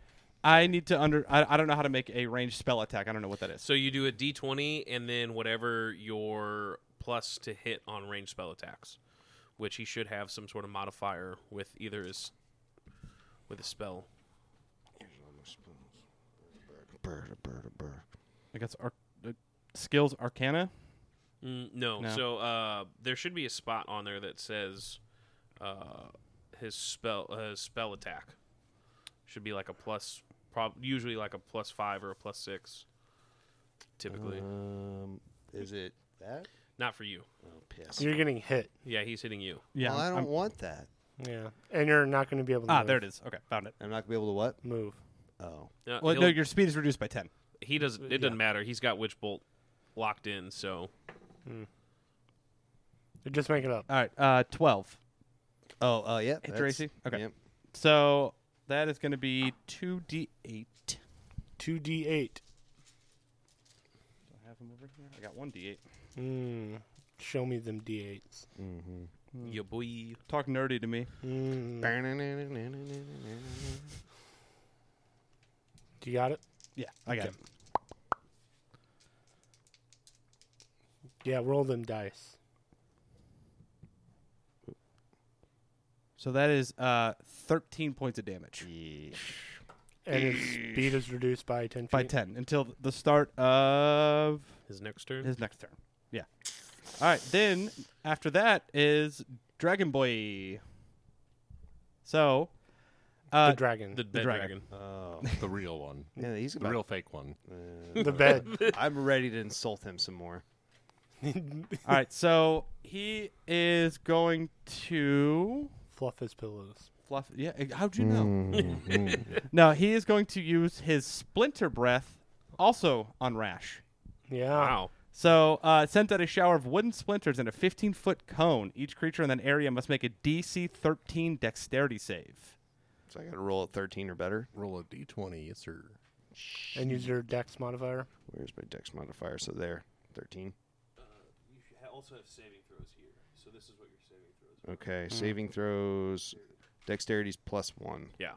I need to under. I, I don't know how to make a ranged spell attack. I don't know what that is.
So you do a D20 and then whatever your plus to hit on range spell attacks, which he should have some sort of modifier with either his with a spell.
Burr, burr, burr.
I guess arc, uh, skills arcana.
Mm, no.
No.
So uh, there should be a spot on there that says uh, his spell uh, his spell attack should be like a plus, prob- usually like a plus five or a plus six. Typically,
Uh-huh.
Um, is it that?
not for you.
Oh, piss.
You're getting hit.
Yeah, he's hitting you.
Yeah.
well, I
I'm-
don't
I'm-
want that.
Yeah, and you're not going to be able to.
ah,
move.
there it is. Okay, found it.
I'm not gonna be able to what?
Move.
Oh,
Uh,
Well, no,
he'll-
your speed is reduced by ten.
he doesn't. It doesn't matter. He's got witch bolt locked in. So
Just make it up.
All right, uh, twelve.
oh, uh, yeah.
Hit
that's-
Tracy. Okay.
yep.
So that is going to be two d eight.
Two d eight.
I have them over here. I got one d eight.
Mm. Show me them d eights.
your boy.
Talk nerdy to me.
Mm. You got it.
Yeah, I
Okay.
got it.
Yeah, roll them dice.
So that is uh, thirteen points of damage
And its speed is reduced by ten feet.
by ten until the start of
His next turn.
his next turn. Yeah. All right. Then after that is Dragon Boy. So,
the
uh,
dragon.
the,
The,
bed
dragon.
dragon.
Oh,
The real one.
[LAUGHS] yeah, he's
The
about
real fake one.
[LAUGHS]
[LAUGHS]
bed.
I'm ready to insult him some more.
all right. So he is going to
Fluff his pillows.
fluff. Yeah. eh, How'd you know? [LAUGHS] no, he is going to use his Splinter Breath, also on Rash.
Yeah.
Wow.
So uh, sent out a shower of wooden splinters and a 15 foot cone. Each creature in that area must make a DC 13 dexterity save.
So I got to roll at 13 or better.
Roll a d20, yes sir.
And use your dex modifier.
Where's my dex modifier? So there, 13.
Uh, You also have saving throws here, so this is what your saving throws.
Okay, saving throws, dexterity's plus one.
Yeah.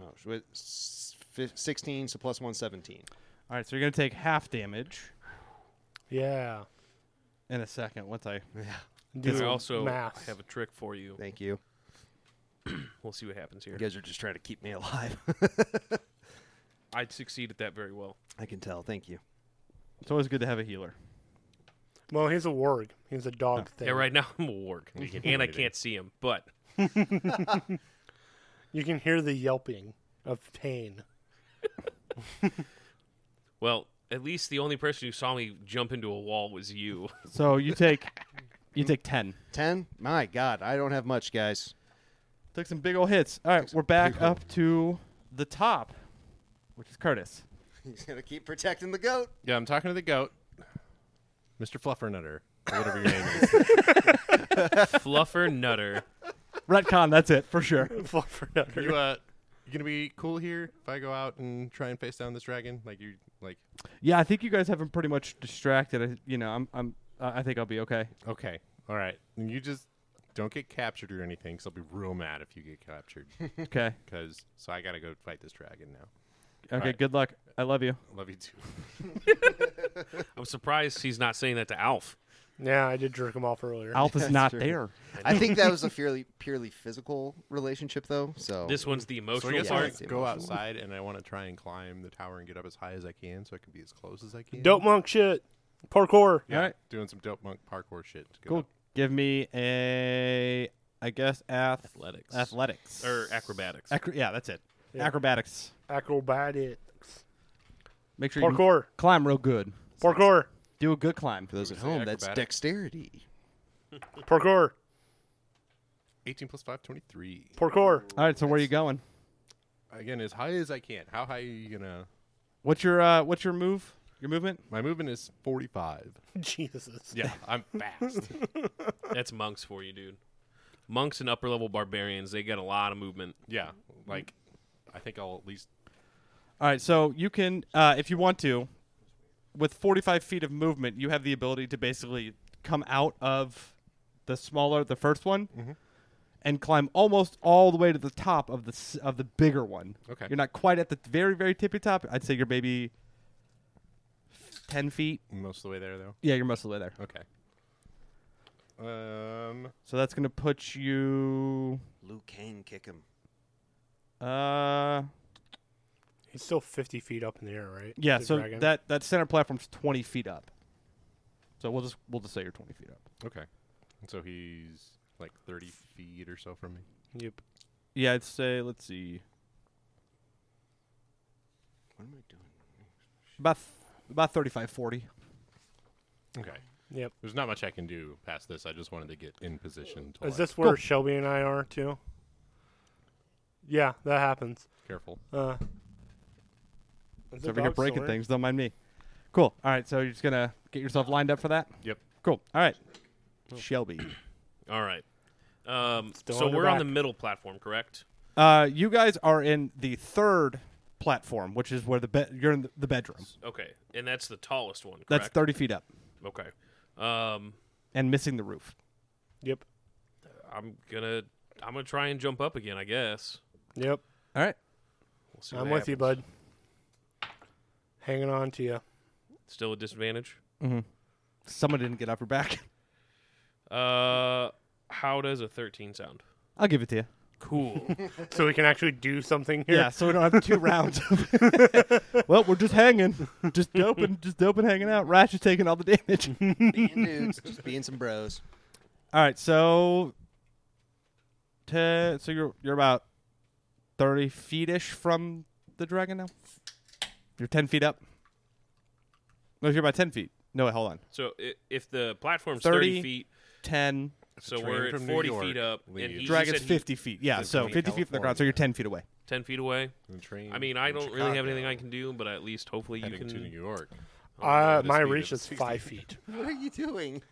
Oh, so it- s- fif- 16, so plus one, 17.
All right, so you're going to take half damage
Yeah.
in a second once I.
Do
I also
math.
have a trick for you.
Thank you.
We'll see what happens here.
You guys are just trying to keep me [LAUGHS] alive.
I'd succeed at that very well.
I can tell. Thank you.
It's always good to have a healer.
well, he's a warg. He's a dog thing.
Yeah, right now [LAUGHS] I'm a warg, and I
do it.
can't see him. But
You can hear the yelping of pain. [LAUGHS]
well, at least the only person who saw me jump into a wall was you. [LAUGHS]
So you take you take 10.
10? My God, I don't have much, guys.
Took some big old hits. All right, we're back
big ol'-
up to the top, which is Curtis.
He's [LAUGHS] going to keep protecting the goat.
Yeah, I'm talking to the goat, Mr. Fluffernutter, or whatever your name [LAUGHS] is.
Fluffer Nutter.
Retcon, that's it for sure.
Are
Fluffernutter.
you uh, you gonna be cool here if I go out and try and face down this dragon? Like you, like
Yeah, I think you guys have him pretty much distracted. I, you know, I'm, I'm, uh, I think I'll be okay.
okay, all right. And you just don't get captured or anything, because I'll be real mad if you get [LAUGHS] captured.
Okay,
Because so I gotta go fight this dragon now.
okay.
right.
Good luck. I love you.
Love you [LAUGHS] too.
I'm surprised he's not saying that to Alf.
Yeah, I did jerk him off earlier.
Alpha's not
true.
there.
I think that was [LAUGHS] a purely, purely physical relationship, though. So
This one's the
So I
emotional
guess
yeah,
I
it's
part.
the
go
emotional.
outside and I want to try and climb the tower and get up as high as I can, so I can be as close as I can.
Dope monk shit. Parkour.
Yeah,
Alright.
doing some dope monk parkour shit. to get
Cool.
up.
Give me a, I guess ath-
Athletics. Er,
athletics
Or acrobatics.
Acro- yeah, that's it.
Yeah.
Acrobatics.
Acrobatics.
Make sure you
Parkour.
climb real good.
Parkour.
Do a good climb.
For those at
Did we say
home, that's
acrobatic?
dexterity.
Parkour.
18 plus 5, 23.
Parkour. [LAUGHS]
All right, so where are you going?
Again, as high as I can. How high are you gonna?
What's your, uh, what's your move? Your movement?
My movement is 45.
Jesus.
[LAUGHS] Yeah, I'm fast.
That's monks for you, dude. Monks and upper level barbarians, they get a lot of movement.
yeah, like I think I'll at least.
All right, so you can, uh, if you want to, with 45 feet of movement, you have the ability to basically come out of the smaller, the first one, and climb almost all the way to the top of the s- of the bigger one.
Okay.
you're not quite at the very, very tippy top. I'd say you're maybe 10 feet.
Most of the way there, though.
Yeah, you're most of the way there.
Okay. Um,
So that's gonna put you.
Liu Kang, kick him.
Uh,
He's still 50 feet up in the air, right?
yeah.
The
So
dragon?
that that center platform's 20 feet up. So we'll just we'll just say you're 20 feet up.
okay. So he's like 30 feet or so from me.
Yep.
Yeah, I'd say let's see.
What am I doing?
About about 35, 40.
Okay.
Yep.
There's not much I can do past this. I just wanted to get in position. To
Is
like-
this where Shelby and I are too? Yeah, that happens.
careful?
Uh, is
So
the
if you're
dog
breaking
still in?
things, don't mind me. Cool. All right, so you're just gonna get yourself lined up for that.
Yep.
Cool. All right, Shelby.
All right. Um,
Still
so
on your
we're on the
back.
middle platform, correct?
Uh, you guys are in the third platform, which is where the bed you're in the, the bedroom.
Okay. And that's the tallest one, correct?
That's 30 feet up
Okay. Um,
and missing the roof.
Yep.
I'm gonna I'm gonna try and jump up again, I guess.
Yep.
All right.
We'll see
I'm
what
with you,
happens.
bud. Hanging on to you.
Still a disadvantage.
Someone didn't get off your back. [LAUGHS]
Uh, how does a 13 sound?
I'll give it to you.
Cool.
So we can actually do something here.
Yeah, so we don't have [LAUGHS] two rounds. [LAUGHS] well, we're just hanging, just doping, just doping, hanging out. Rash is taking all the damage.
being dudes, just being some bros.
[LAUGHS] All right, so te- so you're you're about thirty feet ish from the dragon now. You're ten feet up. No, you're about ten feet. No, wait, hold on.
[LAUGHS] so i if the platform's 30,
30,
feet,
Ten.
so
train
we're at
from New
40
York
feet up, and
leaves.
he, he
Dragon's
said he-
fifty feet. Yeah,
He's
so
from
fifty feet from the ground.
California.
So you're ten feet away.
ten feet away.
The train
I mean, I
from
don't really have
Mm. Chicago
anything I can do, but at least hopefully you
heading
can.
to New York.
Uh,
the
my
speed of
reach is
60.
five feet. [LAUGHS]
What are you doing?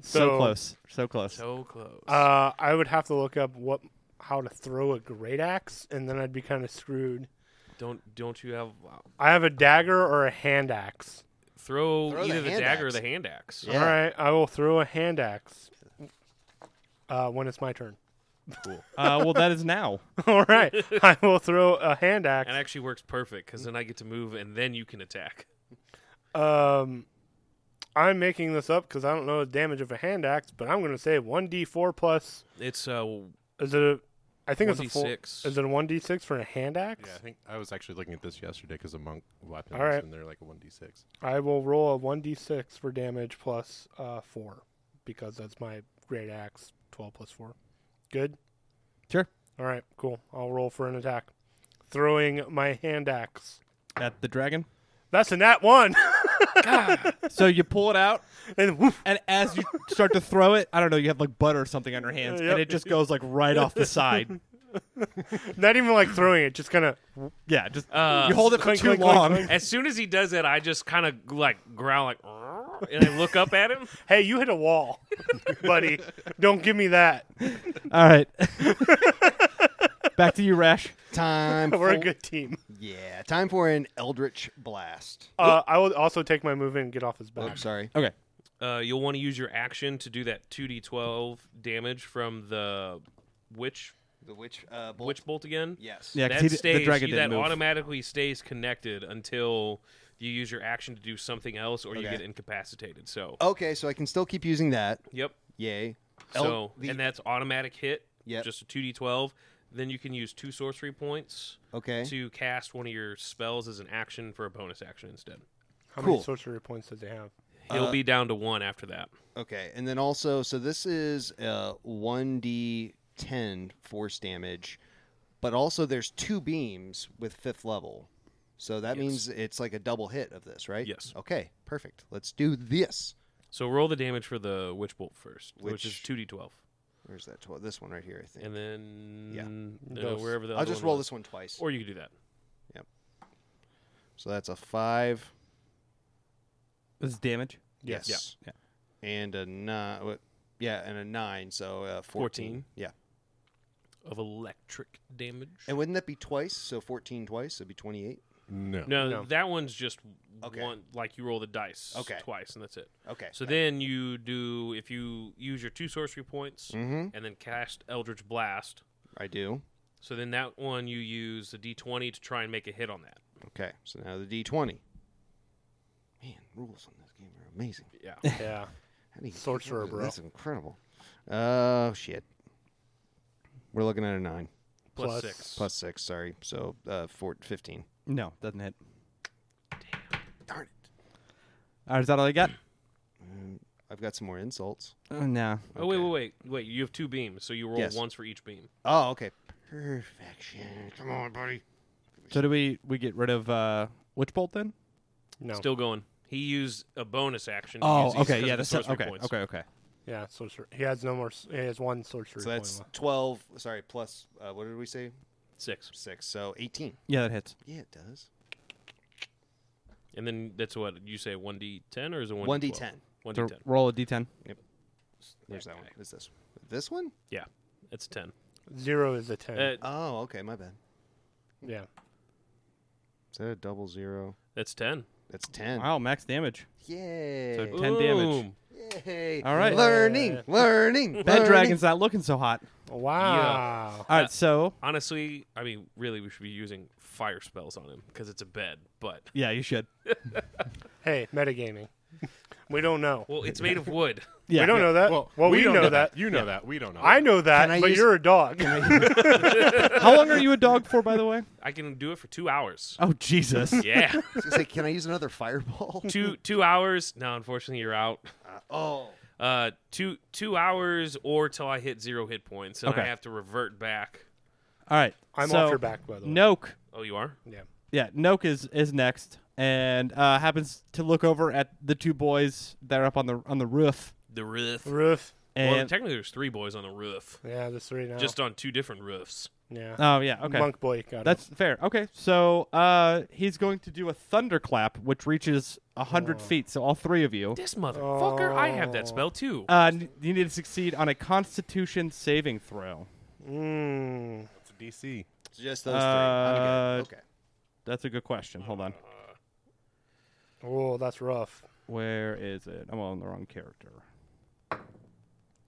So,
So-
close. So close.
So close.
Uh, I would have to look up what how to throw a great axe, and then I'd be kind of screwed.
don't don't you have wow.
I have a dagger or a hand axe.
throw,
Throw the
either the,
hand
dagger
axe.
or the hand axe?
Yeah.
All right, I will throw a hand axe uh, when it's my turn. [LAUGHS]
uh, well, that is now.
All right,
[LAUGHS]
I will throw a hand axe.
It actually works perfect because then I get to move and then you can attack.
Um, I'm making this up because I don't know the damage of a hand axe, but I'm going to say 1d4 plus.
It's uh,
Is it a. I think it's a full.
1d6.
Is it a 1d6 for a hand axe?
Yeah, I think I was actually looking at this yesterday because a monk weapons
All right.
and they're like a one d six.
I will roll a 1d6 for damage plus uh, 4 because that's my great axe, 12 plus 4. Good?
Sure.
All right, cool. I'll roll for an attack. Throwing my hand axe.
At the dragon.
That's a nat 1.
So you pull it out,
[LAUGHS] and woof.
and as you start to throw it, I don't know, you have like butter or something on your hands,
Yep.
and it just goes like right off the
[LAUGHS]
side.
Not even like throwing it, just kind of.
Yeah, just
Uh,
you hold it for
clink,
too
clink, clink,
long.
clink.
As soon as he does that, I just kind of like growl like, "Arr," and I look up at him.
Hey, you hit a wall, [LAUGHS] buddy. Don't give me
[LAUGHS]
that.
All
[LAUGHS]
right. Back to you, Rash.
[LAUGHS]
Time.
We're a
for-
good team.
Yeah, time for an eldritch blast.
Uh, I will also take my movement and get off his
Oh,
back.
sorry.
Okay.
[LAUGHS] Uh, you'll want to use your action to do that two d twelve damage from the witch
The witch. Uh, bolt.
witch bolt again.
Yes.
Yeah, 'cause
that
he d-
stays
the dragon
you-
didn't
that
move.
automatically stays connected until you use your action to do something else or you
Okay.
get incapacitated. So,
Oh.
Okay, so I can still keep using that.
yep.
Yay. El-
So,
the-
and that's automatic hit.
Yep.
Just a two d twelve. Then you can use two sorcery points
okay.
to cast one of your spells as an action for a bonus action instead.
How
Cool.
many sorcery points does he
[LAUGHS]
have?
Uh,
He'll be down to one after that.
Okay, and then also, so this is uh, one d ten force damage, but also there's two beams with fifth level, so that means it's like a double hit of this, right?
Yes.
Okay, perfect. Let's do this.
So roll the damage for the witch bolt first, which is
Witch-
two d twelve,
Where's that? Tw- this one right here, I think.
and then
Yeah.
no,
Those.
wherever the
I'll
other
just
one
roll
was.
this one twice.
or you can do that.
So that's a five.
This is damage.
Yes.
Yeah. And a nine. Yeah, and a nine. So uh, 14.
14.
Yeah.
Of electric damage.
And wouldn't that be twice? So fourteen twice. It'd be twenty-eight.
No.
no,
No.
that one's just
Okay.
one. Like you roll the dice
Okay.
twice, and that's it.
Okay.
So then you do if you use your two sorcery points
Mm-hmm.
and then cast Eldritch Blast.
I do.
So then that one you use the d twenty to try and make a hit on that.
Okay, so now the D20. Man, rules on this game are amazing.
Yeah.
Yeah.
How do you
Sorcerer, bro.
That's incredible. Oh, shit. We're looking at a 9.
Plus-
Plus six.
Plus 6, sorry. So uh, four, 15.
No, doesn't hit.
Darn it.
All right, is that all I got?
Um, I've got some more insults.
Oh, no.
Oh wait,
Okay.
wait, wait, wait! You have two beams, so you roll
Yes.
once for each beam.
Oh, okay. Perfection. Come on, buddy.
So do we we get rid of uh, Witch Bolt then?
No.
Still going. He used a bonus action. to use
Oh,
these
okay.
'cause
Yeah,
of the
that's
sorcery
okay.
points.
Okay, okay.
Yeah, sorcery. He has no more. s- He has one sorcery
So that's
point
12. Sorry, plus, uh, what did we say?
Six.
6. So 18.
Yeah, that hits.
Yeah, it does.
And then that's what you say one D ten or is it one
1d10.
One D
So
ten.
roll a d10.
Where's that
Okay.
one? Is this This one?
Yeah. It's a ten.
left. Zero is a ten.
Uh,
Oh, okay. My bad.
yeah.
Is that a double zero?
that's ten.
That's ten.
Wow, max damage.
Yay!
So 10 damage.
Boom.
Yay!
All right.
Learning, learning.
That
learning.
dragon's not looking so hot.
Wow.
All right, so
Honestly, I mean, really, we should be using fire spells on him because it's a bed. But
yeah, you should.
Hey, metagaming. we don't know.
well, it's made of wood.
Yeah,
we don't know that. Well, we,
don't
know, that.
You know that. We don't know.
I
that.
know that,
Can I
but
use-
you're a dog. [LAUGHS]
How long are you a dog for, by the way?
I can do it for two hours.
[LAUGHS] Oh Jesus! [LAUGHS]
Yeah,
I was gonna [LAUGHS] say, can I use another fireball?
two two hours. No, unfortunately, you're out.
[LAUGHS] oh,
Uh, two two hours or till I hit zero hit points, and I
Okay.
have to revert back.
All right,
I'm
so
off your back, by the way.
Noke,
Oh, you are.
Yeah.
yeah, Noke is is next, and uh, happens to look over at the two boys that are up on the on the roof,
The riff.
Roof.
well,
And
technically, there's three boys on the roof,
Yeah, the three now.
just on two different roofs.
yeah.
oh yeah, okay.
Monk boy got
That's fair. Okay, so uh, he's going to do a thunderclap, which reaches hundred feet. So all three of you,
This motherfucker, I have that spell too.
uh, n- you need to succeed on a Constitution saving throw.
it. Mm.
It's a DC.
It's just those three. Not
Uh,
again. Okay.
That's a good question. Hold on,
Uh-huh. Oh, that's rough.
where is it? I'm on the wrong character.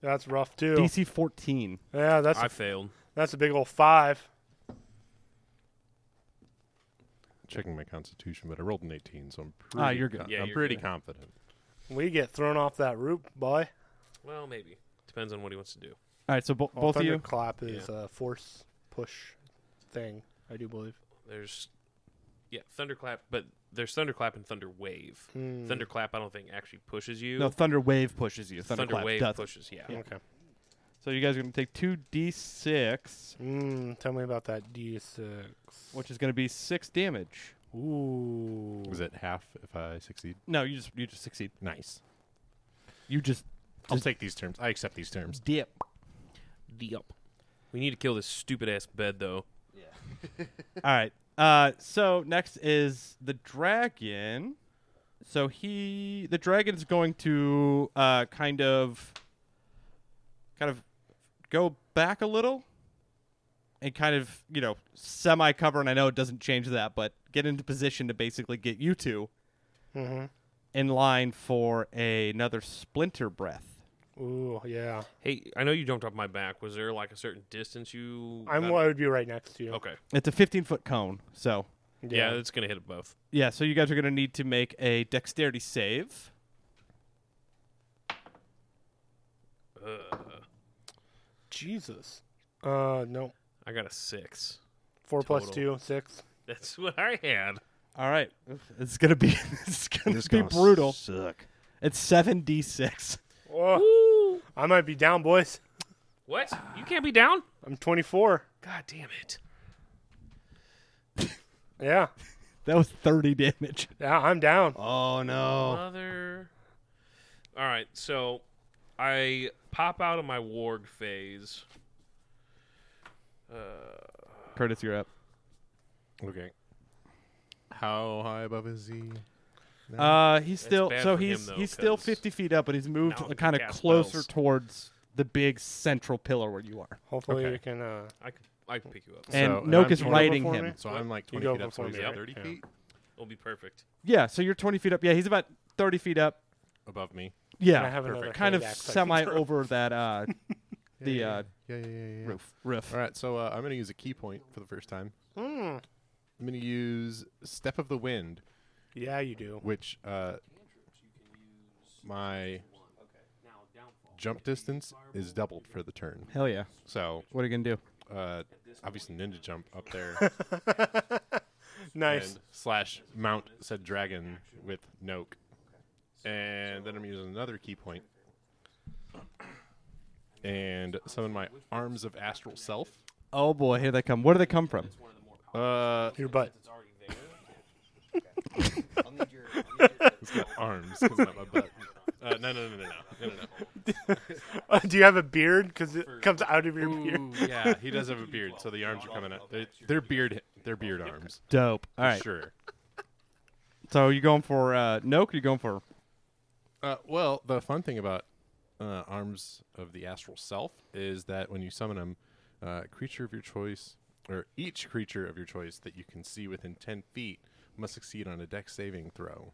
That's rough too.
DC 14.
Yeah, that's
I failed.
that's a big old five.
Checking my constitution, but I rolled an 18, so I'm pretty.
Ah, you're good.
con-
Yeah,
I'm
you're
pretty
good.
confident.
We get thrown off that roof, boy.
Well, maybe depends on what he wants to do.
All right, so bo-
Well,
both of
Oh,
you.
Thunderclap is a force push thing. I do believe.
There's yeah, thunderclap, but there's thunderclap and thunder wave.
Hmm.
Thunderclap, I don't think actually pushes you.
No, Thunder Wave pushes you.
thunder
Thunderclap
wave
does.
pushes. Yeah.
Okay.
So you guys are going to take 2d6,
Mm, tell me about that D6.
which is going to be 6 damage.
Ooh.
Was it half if I succeed?
No, you just you just succeed.
Nice.
You just
I'll take these terms. I accept these terms.
dip.
Yep. We need to kill this stupid ass bed though.
All right. Uh, so next is the dragon. So he, the dragon's going to uh, kind of, kind of, go back a little, and kind of you know semi cover. And I know it doesn't change that, but get into position to basically get you two in line for a, another splinter breath.
Ooh, yeah.
Hey, I know you jumped off my back. Was there like a certain distance you?
I'm.
got-
I would be right next to you.
Okay.
It's a 15 foot cone. So
Yeah. it's gonna hit it both.
yeah, so you guys are gonna need to make a dexterity save.
Jesus. Uh, no.
I got a six.
Four plus
Total.
two, six.
That's [LAUGHS] what I had.
All right, [LAUGHS] it's gonna be [LAUGHS] it's gonna
This is
be
gonna
brutal.
Suck.
It's seven d six. [LAUGHS]
Oh,
Woo!
I might be down, boys.
What? You can't be down?
I'm 24.
God damn it!
Yeah.
That was thirty damage.
Yeah, I'm down.
Oh no.
Mother. All right, so I pop out of my warg phase. Uh,
Curtis, you're up.
Okay. How high above is he?
Uh, he's still
bad
so
for him,
he's
though,
he's still
'cause
fifty feet up, but he's moved
now I can
kind of
cast
closer
spells.
towards the big central pillar where you are.
Hopefully
Okay.
we can. Uh,
I could, I could pick you up.
And
So- and
Noak
I'm
is
going
riding
before
him.
me?
So I'm like
You
20
go
feet up, so
before
he's
me,
at
right?
30
Yeah.
feet
It'll be perfect.
Yeah, so you're twenty feet up. Yeah, he's about thirty feet up.
above me.
Yeah,
I have another hand
kind of
axe I can
semi
throw.
over that uh,
[LAUGHS]
[LAUGHS] the uh,
Yeah, yeah, yeah, yeah.
roof roof.
All right, so uh, I'm going to use a key point for the first time.
mm,
I'm going to use Step of the Wind,
yeah, you do.
which uh, my jump distance is doubled for the turn.
Hell yeah!
So
What are you gonna do?
uh, obviously ninja jump up there
Nice.
and slash mount said dragon with Noke. And then I'm using another key point. And summon my arms of astral self.
Oh boy, here they come. Where do they come from?
Uh,
Your butt.
I'll need your. I'll need your
it's got arms. 'cause not my
[LAUGHS]
butt. Uh, no, no, no, no, no, no, no, no.
[LAUGHS] do you have a beard? Because it comes out of your beard.
Ooh, yeah, he does have a beard, so the arms are coming out. They're, they're beard, they're beard arms.
Dope. All right.
Sure.
So you're going for uh, Noak? Or you're going for
Uh, well, the fun thing about uh, arms of the astral self is that when you summon them, uh, creature of your choice, or each creature of your choice that you can see within ten feet, must succeed on a deck saving throw.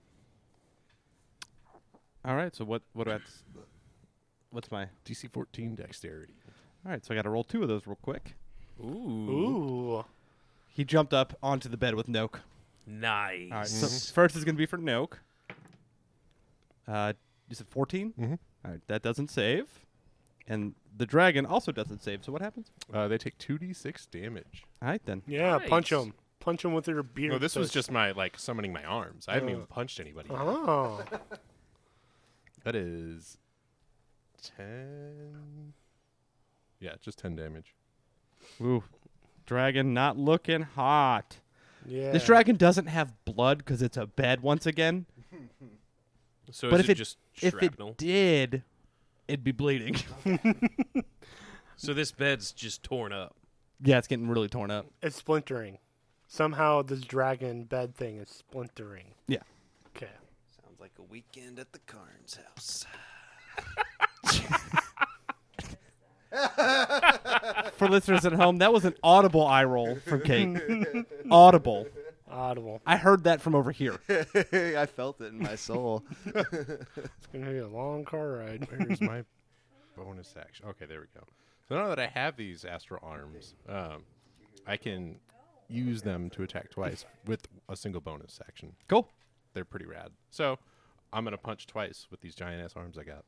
All right. So what? What about? What's my? All
DC 14 dexterity.
right. So I got to roll two of those real quick.
Ooh.
He jumped up onto the bed with Noak.
Nice.
All right. So first is going to be for Noak. Uh, you said 14 Mm-hmm. All right. That doesn't save, and the dragon also doesn't save. So what happens?
Uh, they take 2d6 damage.
All right then.
Yeah, punch
Nice.
him. Punch him with your beard.
No, this was
So-
[LAUGHS] just my like summoning my arms. I haven't even punched anybody. yet.
Oh.
That is 10. Yeah, just 10 damage.
Ooh, dragon not looking hot.
Yeah.
This dragon doesn't have blood because it's a bed once again.
So
but
is
if
it,
it-
just
if
shrapnel?
it did, it'd be bleeding. [LAUGHS]
So this bed's just torn up.
yeah, it's getting really torn up.
It's splintering. Somehow this dragon bed thing is splintering.
Yeah.
Okay.
Sounds like a weekend at the Carnes [LAUGHS] house.
For listeners at home, that was an audible eye roll
[LAUGHS]
from Kate. audible.
Audible.
I heard that from over here.
I felt it in my soul.
It's gonna be a long car ride.
Where's my bonus action? Okay, there we go. So now that I have these astral arms, um, I can use them to attack twice with a single bonus action.
Cool.
They're pretty rad. So I'm gonna punch twice with these giant ass arms I got.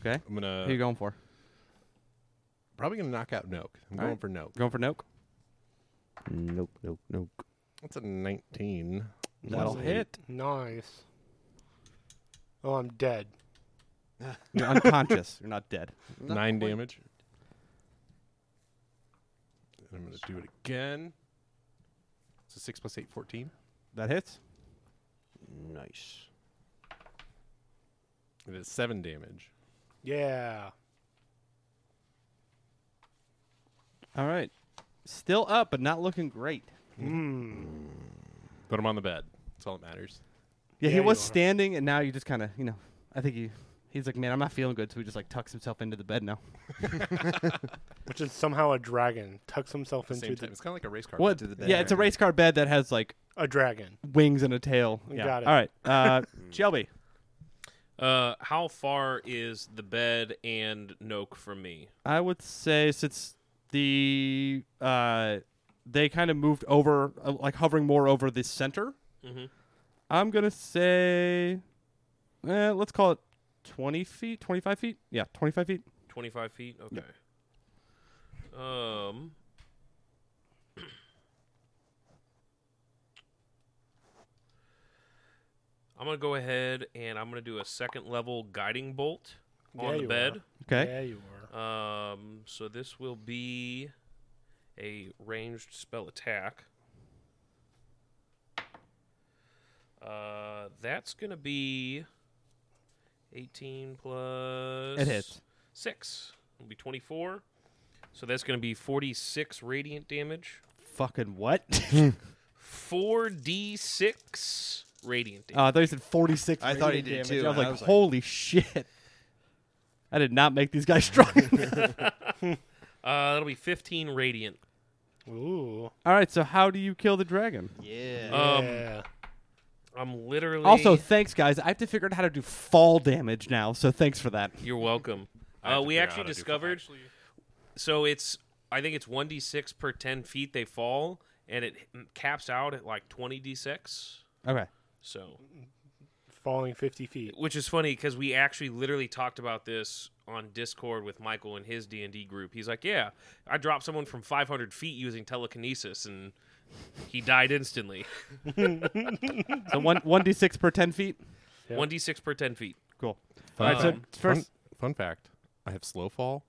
Okay.
I'm gonna
Who you going for?
probably gonna knock out Noak.
All
I'm going
right.
for Noak.
Going for Noke?
[LAUGHS] Nope, nope, nope.
That's a 19.
That'll
Plus eight.
hit.
Nice. Oh, I'm dead.
You're unconscious. You're not dead.
Nine damage. And I'm gonna do it again. It's a six plus eight, 14.
That hits.
Nice.
It is seven damage.
Yeah.
All right. Still up, but not looking great.
But I'm on the bed. That's all that matters.
Yeah, he
Yeah,
was
you are.
standing, and now you just kind of, you know, I think he, he's like, man, I'm not feeling good, so he just like tucks himself into the bed now.
Which is somehow a dragon tucks himself
At the
into
same time,
the,
it's kind of like a race car.
What?
to the bed.
Yeah, it's a race car bed that has like
a dragon.
wings and a tail.
We
Yeah.
got it.
All right,
[LAUGHS]
uh, Shelby.
Uh, how far is the bed and Noke from me?
I would say since the uh, they kind of moved over, uh, like hovering more over the center.
Mm-hmm.
Mhm.
I'm gonna say, eh, let's call it twenty feet, twenty-five feet. Yeah, twenty-five feet.
Twenty-five feet. Okay. Um. I'm gonna go ahead and I'm gonna do a second level guiding bolt
Yeah,
on the
you
bed.
Okay.
Yeah, you are.
Um, so this will be a ranged spell attack. Uh, that's gonna be eighteen plus.
It hits.
six. It'll be twenty-four. So that's gonna be forty-six radiant damage.
Fucking [LAUGHS] what?
Four d six radiant damage.
Uh, I thought he said 46.
I thought he
radiant
did
damage.
too,
I was
and I
like,
was like-
holy shit. I did not make these guys [LAUGHS] strong.
[LAUGHS]
Uh, that'll be fifteen radiant.
Ooh.
All right, so how do you kill the dragon?
Yeah.
Um,
yeah.
I'm literally
Also, thanks, guys. I have to figure out how to do fall damage now, so thanks for that.
You're welcome.
have
Uh,
to
we
figure out
actually
how to do for-
discovered. So it's I think it's one d six per ten feet they fall, and it h- caps out at like twenty d six.
Okay.
So,
Falling 50 feet.
which is funny because we actually literally talked about this on Discord with Michael and his D and D group. He's like, "Yeah, I dropped someone from five hundred feet using telekinesis, and he died instantly.
So one one d six per ten feet.
One d six per ten feet.
Cool.
Fun,
All right, so
Um,
fun,
first,
fun fact I have slow fall,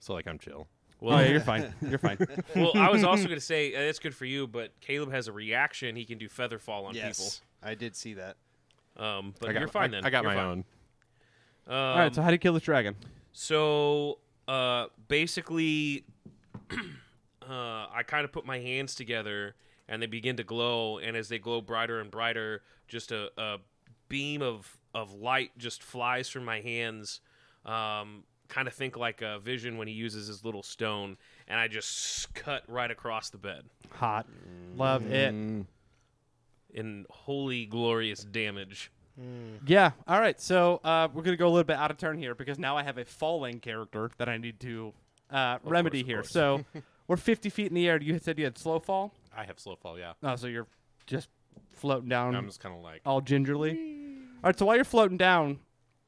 so like I'm
oh
chill.
yeah,
Well,
you're fine. You're
[LAUGHS]
fine.
well, I was also going to say uh, that's good for you, but Caleb has a reaction. He can do feather fall on
yes. I did see that.
people. Um, but
I got,
you're fine
I,
then.
I got
You're
my
fine.
own.
Um,
All right. So how do you kill this dragon?
So uh, basically, [CLEARS THROAT] uh, I kind of put my hands together and they begin to glow. And as they glow brighter and brighter, just a, a beam of, of light just flies from my hands. Um, kind of think like a vision when he uses his little stone. And I just cut right across the bed
Hot. Love it.
in holy, glorious damage.
Yeah. All right. So uh, we're gonna go a little bit out of turn here because now I have a falling character that I need to uh,
course,
remedy
of
here.
course. [LAUGHS]
So we're fifty feet in the air. You said you had slow fall.
I have slow fall, yeah.
Oh, so you're just floating down
I'm just kind of like,
all gingerly. All right, so while you're floating down,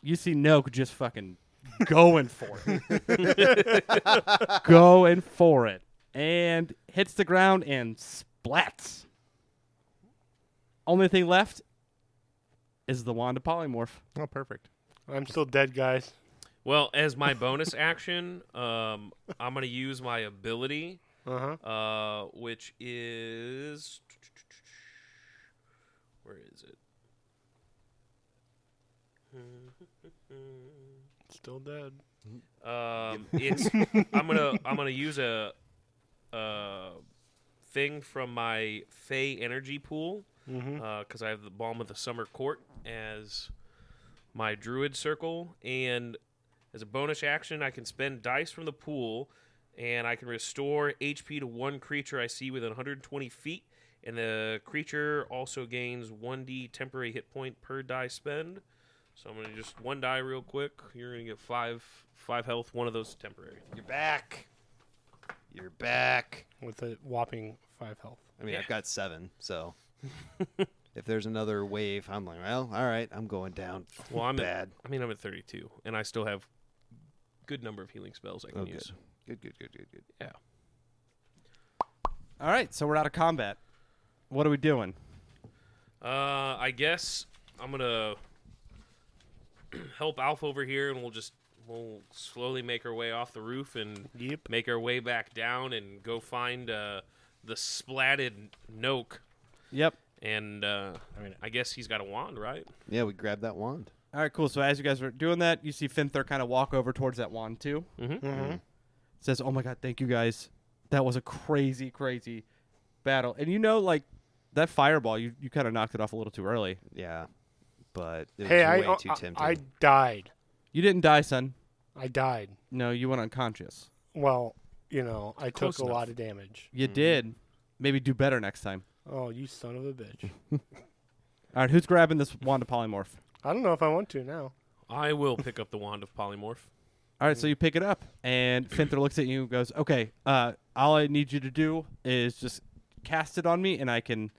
you see Noak just fucking going for it. [LAUGHS] going for it. And hits the ground and splats. Only thing left is the wand of polymorph.
oh, perfect.
I'm still dead, guys.
Well, as my bonus action, um, I'm going to use my ability.
Uh huh.
uh, which is where is it?
Still dead.
Um, it's I'm gonna I'm gonna use a, a thing from my Fey energy pool because
Mhm.
I have the Balm of the Summer Court as my Druid circle, and as a bonus action, I can spend dice from the pool, and I can restore HP to one creature I see within 120 feet, and the creature also gains 1d temporary hit point per die spend. So I'm gonna just one die real quick. You're gonna get five five health. One of those is temporary.
You're back. You're back.
with a whopping five health.
I mean, I've got seven, [LAUGHS] so if there's another wave, I'm like, well, all right, I'm going down.
Well, I'm
bad.
At, I mean, I'm at 32, and I still have good number of healing spells I can
Oh, good.
use.
good, good, good, good, good.
Yeah.
All right, so we're out of combat. What are we doing?
Uh, I guess I'm gonna [CLEARS THROAT] help Alf over here, and we'll just we'll slowly make our way off the roof and
Yep.
make our way back down and go find uh, the splatted Noke.
Yep.
And uh, I
I
mean,
mean-
I guess he's got a wand, right?
Yeah, we grabbed that wand.
All right, cool. So as you guys are doing that, you see Finther kind of walk over towards that wand too.
Mm-hmm.
Says, "Oh my god, thank you guys. That was a crazy, crazy battle." And you know, like that fireball, you, you kind of knocked it off a little too early.
Yeah, but it was
Hey, I, uh,
way
uh,
I,
too tempting.
I died.
You didn't die, son.
I died.
No, you went unconscious.
Well, you know, I
Close
took a
enough.
lot of damage.
You did. Maybe do better next time.
Oh, you son of a bitch.
All right, who's grabbing this wand of polymorph?
I don't know if I want to now.
I will pick up the wand of polymorph.
Mm-hmm.
All right, so you pick it up, and Finther looks at you and goes, "Okay, uh, all I need you to do is just cast it on me, and I can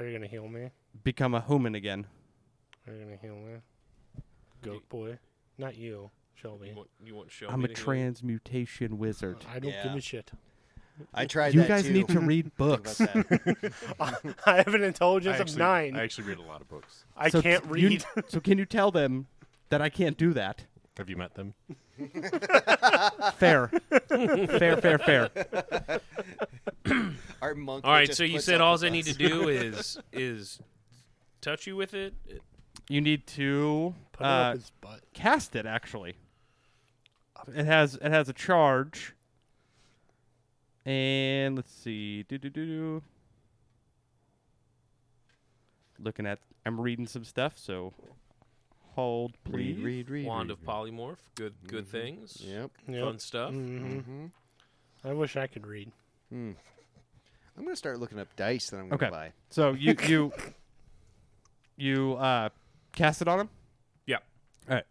Are you gonna heal me?
become a human again."
Are you gonna heal me? Goat boy. Not you, Shelby.
You want, you want Shelby
I'm a
to heal?
transmutation wizard.
I don't give
Yeah.
a shit. [LAUGHS]
I tried.
You
that
guys
too.
need
[LAUGHS]
to read
Think
books.
about that.
I have an intelligence
I
of
actually,
nine.
I
I,
actually read a lot of books.
So
can't
t- you- [LAUGHS]
read.
so can you tell them that I can't do
[LAUGHS]
that?
Have you met them?
[LAUGHS]
Fair, fair, fair, fair.
Our
[LAUGHS]
monk.
All
that
right,
just
so you
puts
said
up
all
with
I need to
us. [LAUGHS]
do is is touch you with it.
You need to
Put it
uh,
up his butt.
cast it. Actually, it has it has a charge. And let's see. Do do do do. Looking at, I'm reading some stuff. So hold, please.
Read, read, read.
Wand
read,
of polymorph, good good
Mm-hmm.
things,
read. Yep.
Yep.
fun stuff.
Mm.
hmm
Mm-hmm. Hmm.
I wish I could read.
I'm gonna start looking up dice that I'm gonna
Okay.
buy.
So you you you uh, cast it on him.
Yeah,
All right.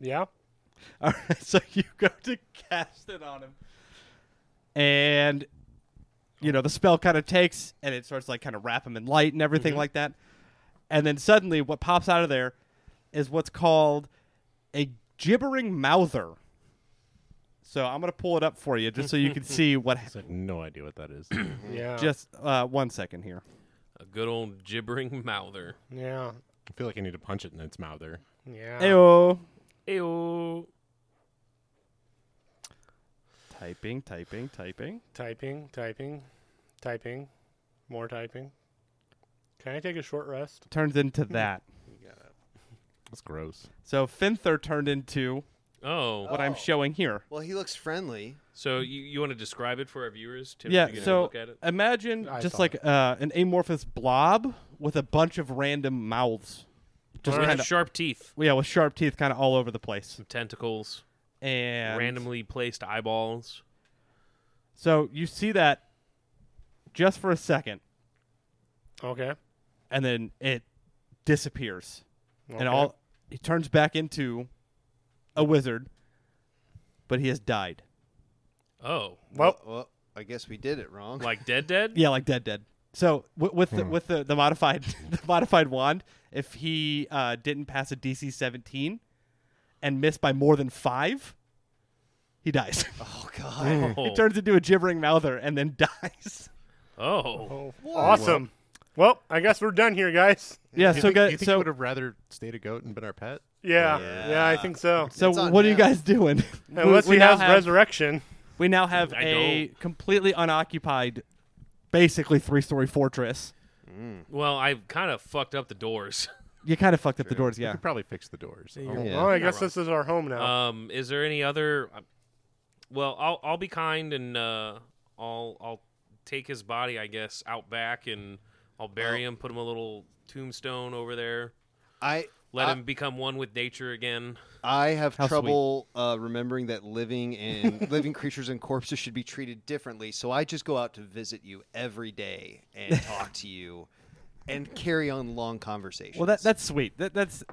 Yeah.
[LAUGHS] All right, so you go to cast it on him, and you know the spell kind of takes, and it starts like kind of wrap him in light and everything like that, and then suddenly what pops out of there is what's called a gibbering mouther. So I'm gonna pull it up for you just so you can [LAUGHS] see what.
I have no idea what that is. [COUGHS]
Yeah.
Just uh, one second here.
a good old gibbering mouther.
yeah.
I feel like I need to punch it in its mouth there.
Yeah.
Ayo.
Ayo.
Typing, typing, typing.
Typing, typing, typing, more typing. Can I take a short rest?
Turns [LAUGHS] into that.
That's gross.
So Finther turned into
Oh,
what I'm
Oh.
showing here.
Well, he looks friendly.
so you, you want to describe it for our viewers? Tim,
yeah
you gonna
so
look at it.
imagine
I
just
saw
like uh, an amorphous blob with a bunch of random mouths just
All right,
kind of
sharp teeth,
yeah with sharp teeth kind of all over the place
tentacles,
and
randomly placed eyeballs.
so you see that just for a second
Okay.
and then it disappears
Okay.
and all he turns back into a wizard but he has died
Oh,
Well,
well, I guess we did it wrong.
like dead, dead.
[LAUGHS] yeah like dead dead so with, with
Hmm.
the with the, the modified [LAUGHS] the modified wand if he uh, didn't pass a dc 17 and miss by more than five he dies [LAUGHS]
oh God.
Oh,
he turns into a gibbering mouther and then [LAUGHS] dies
oh.
oh, awesome. Well, I guess we're done here, guys.
yeah
you
so
think,
gu-
you think you
so
would have rather stayed a goat and been our pet?
Yeah. Yeah,
Yeah.
I think so.
so
It's on
what are you
now.
guys
[LAUGHS]
doing [LAUGHS]
Unless he
now
has
have-
resurrection.
we now have
I
a completely unoccupied basically three-story fortress
Well, I kind of fucked up the doors. [LAUGHS]
You kind of fucked up the
True.
doors,
We
yeah.
could probably fix the doors.
You're-
Oh,
Yeah.
Well, I
You're
guess
not
this is our home now.
Um, is there any other? Well, I'll I'll be kind and uh, I'll I'll take his body, I guess, out back and I'll bury him, put him a little tombstone over there,
I
let
I-
him become one with nature again.
I have
How sweet.
trouble uh, remembering that living and [LAUGHS] living creatures and corpses should be treated differently. So I just go out to visit you every day and talk to you, and carry on long conversations.
Well, that that's sweet. That, that's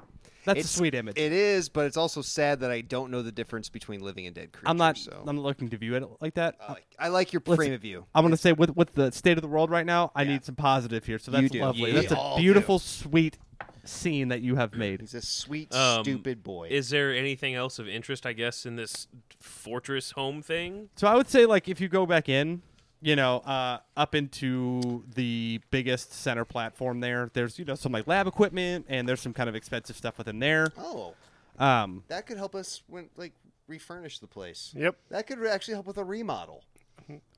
that's
It's-
a sweet image.
It is, but it's also sad that I don't know the difference between living and dead creatures.
I'm not.
So.
I'm not looking to view it like that.
I like- I like your
Listen,
frame of view.
I'm gonna say with with the state of the world right now, I
Yeah.
need some positive here. So
You
that's
do.
lovely.
You
that's a
all
beautiful, sweet scene that you have made.
He's a sweet,
Um,
stupid boy.
Is there anything else of interest, I guess, in this fortress home thing?
So I would say like if you go back in, you know, uh, up into the biggest center platform there, there's you know some like lab equipment and there's some kind of expensive stuff within there.
oh,
Um,
that could help us when like refurnish the place.
Yep.
That could actually help with a remodel.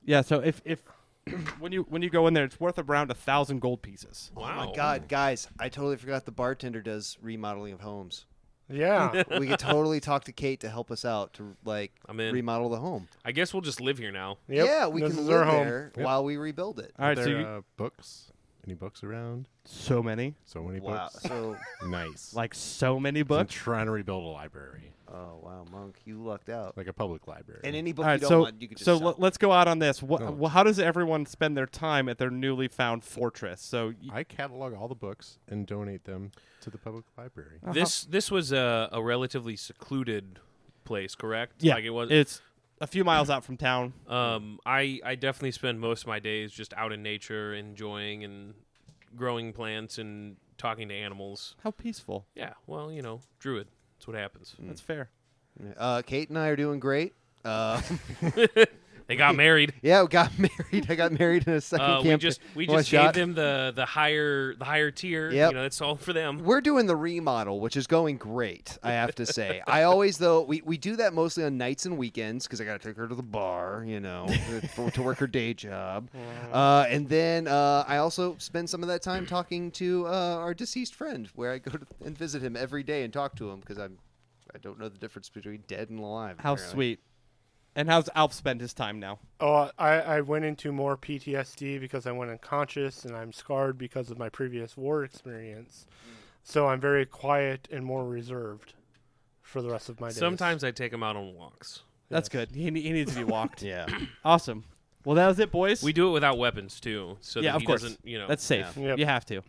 yeah. So if if [COUGHS] when you when you go in there, it's worth around a thousand gold pieces.
Wow.
Oh my God, guys! I totally forgot the bartender does remodeling of homes. [LAUGHS]
yeah.
we could totally talk to Kate to help us out to like
I'm in.
remodel the home.
I guess we'll just live here now.
Yep.
Yeah, we
this
can
is
live
our home.
there while we rebuild it.
All right.
there
so you,
uh, books? Any books around?
so many
So many
Wow.
[LAUGHS]
books.
So,
Nice.
like so many
I'm
books.
trying to rebuild a library,
oh wow, monk, you lucked out.
like uh, a public library.
And any book
All right.
you don't
So
want, you could just
so
sell.
let- let's go out on this. What,
Go on.
well, how does everyone spend their time at their newly found fortress? So y-
I catalog all the books and donate them to the public library.
This this was a, a relatively secluded place, correct?
yeah,
Like it was.
it's a few miles out from town.
Um, I I definitely spend most of my days just out in nature, enjoying and growing plants and talking to animals.
How peaceful.
Yeah, well, you know, druid. That's what happens.
That's fair.
Uh, Kate and I are doing great. Uh, [LAUGHS]
They got
[LAUGHS]
married.
yeah, we got [LAUGHS] married. I got married in a second
Uh,
camp.
we just we
one
just
shot.
gave them the the higher the higher tier.
Yep.
You know, that's all for
Mm-hmm.
them.
We're doing the remodel, which is going great, I have to
[LAUGHS]
say. I always, though, we, we do that mostly on nights and weekends because I got to take her to the bar, you know, uh, for, to work her day
[LAUGHS]
job. Uh, and then uh, I also spend some of that time talking to uh, our deceased friend, where I go to, and visit him every day and talk to him because I'm. I don't know the difference between dead and alive.
How
apparently.
sweet. And how's Alf spend his time now?
Oh, I, I went into more PTSD because I went unconscious and I'm scarred because of my previous war experience. So I'm very quiet and more reserved for the rest of my days.
Sometimes I take them out on walks.
That's good. He, ne- he needs to be
[CLEARS THROAT]
walked.
Yeah.
Awesome. Well, that was it, boys.
We do it without weapons too, so
yeah,
that
of
he
course.
doesn't. You know,
That's safe.
Yeah. Yep.
You have to.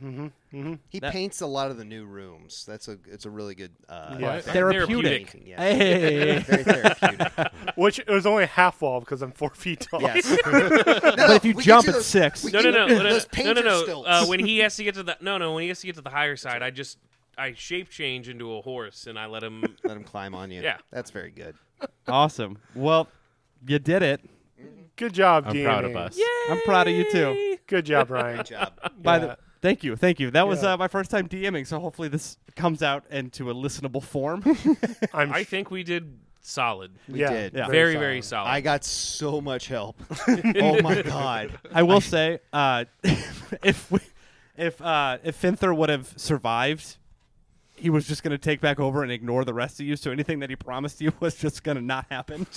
He
That-
paints a lot of the new rooms. That's a it's a really good uh,
Yeah.
thing.
Therapeutic.
Painting, yeah.
[LAUGHS] Hey.
Very
[LAUGHS]
therapeutic.
Which it was only a half wall because I'm four [LAUGHS] feet tall.
Yes. but
if you jump, it's six.
no, no,
[LAUGHS]
no, no, no,
Those
no, no,
painter
no.
stilts.
Uh, when he has to get to the no, no, when he has to get to the higher side, I just I shape change into a horse and I let him.
Let him climb on you.
Yeah.
That's very good.
awesome. Well, you did it.
Good job,
I'm
DNA.
proud of us.
[LAUGHS] I'm proud of you too.
[LAUGHS] Good job,
[LAUGHS]
Ryan.
Good
[LAUGHS]
job.
Oh.
By the Thank you, thank you. That was
Yeah.
uh, my first time DMing, so hopefully this comes out into a listenable form.
I'm
I think we did solid.
We
yeah,
did.
Yeah.
Very, very solid.
I got so much
[LAUGHS]
help. oh my god.
I will say, uh, [LAUGHS] if we, if uh, if Finther would have survived, he was just going to take back over and ignore the rest of you. So anything that he promised you [LAUGHS] was just going to not happen. [LAUGHS]
[LAUGHS]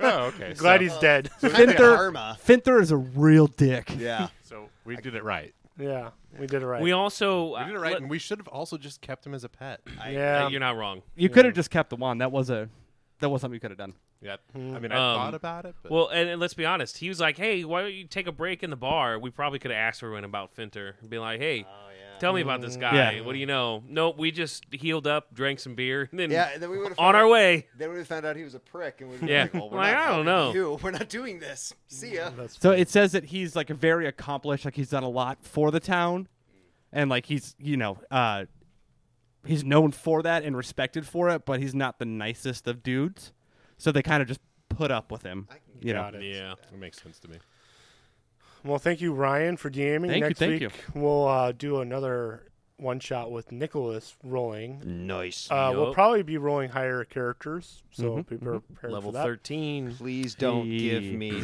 Oh, okay.
Glad
so,
he's dead. [LAUGHS]
Finther,
Karma.
Finther is a real dick.
[LAUGHS]
Yeah.
so we did it right.
yeah, we did it right.
We also uh,
We did it right, and we should have also just kept him as a pet.
yeah,
you're not wrong.
You could have just kept the wand. That was a that was something you could have done.
Yep. Hmm. I mean, I
Um,
thought about it, but
Well, and, and let's be honest. He was like, "Hey, why don't you take a break in the bar?" We probably could have asked everyone about Finter and be like, "Hey,
Oh,
tell me about this guy.
Yeah.
What do you know?" Nope, we just healed up, drank some beer, and then
Yeah, and then we would've
on our
found-
way.
Then we found out he was a prick, and we were
Yeah.
like, well, we're
Like,
not
I don't
helping
know.
You. We're not doing this. See ya.
So it says that he's like a very accomplished, like he's done a lot for the town, and like he's you know uh, he's known for that and respected for it, but he's not the nicest of dudes. So they kind of just put up with him. You know,
Got it.
Yeah.
it makes sense to me.
Well, thank you, Ryan, for DMing.
Thank you,
Next
thank
week we'll uh, do another one shot with Nicholas rolling.
Nice.
Uh, We'll
Yup.
probably be rolling higher characters, so
Mhm,
be prepared
Level
for that.
13.
Please don't give
Hey. [LAUGHS]
me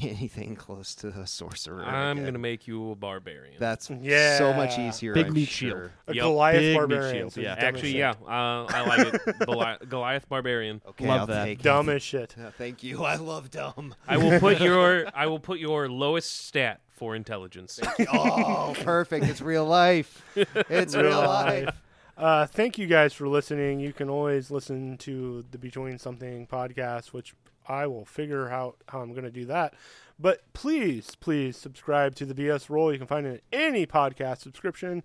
anything close to a sorcerer.
I'm
again.
going to make you a barbarian.
That's
Yeah.
so much easier.
Big
I'm
meat
sure.
shield.
A
Yup.
Goliath
Big meat
barbarian.
shields,
is
yeah.
dumb as
Actually,
shit.
yeah, uh, I like it. Beli- Goliath Barbarian.
Okay,
Love
I'll
that.
Take
Dumb
it.
as shit.
[LAUGHS] Yeah, thank you. I love dumb.
I will put your I will put your lowest stat for intelligence.
oh, perfect. It's real life. It's real life.
Uh, thank you guys for listening. You can always listen to the Between Something podcast, which I will figure out how I'm going to do that. But please, please subscribe to the BS Roll. You can find it in any podcast subscription.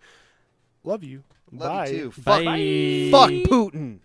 Love you.
Love
Bye.
you too. Fuck,
Bye.
fuck Putin.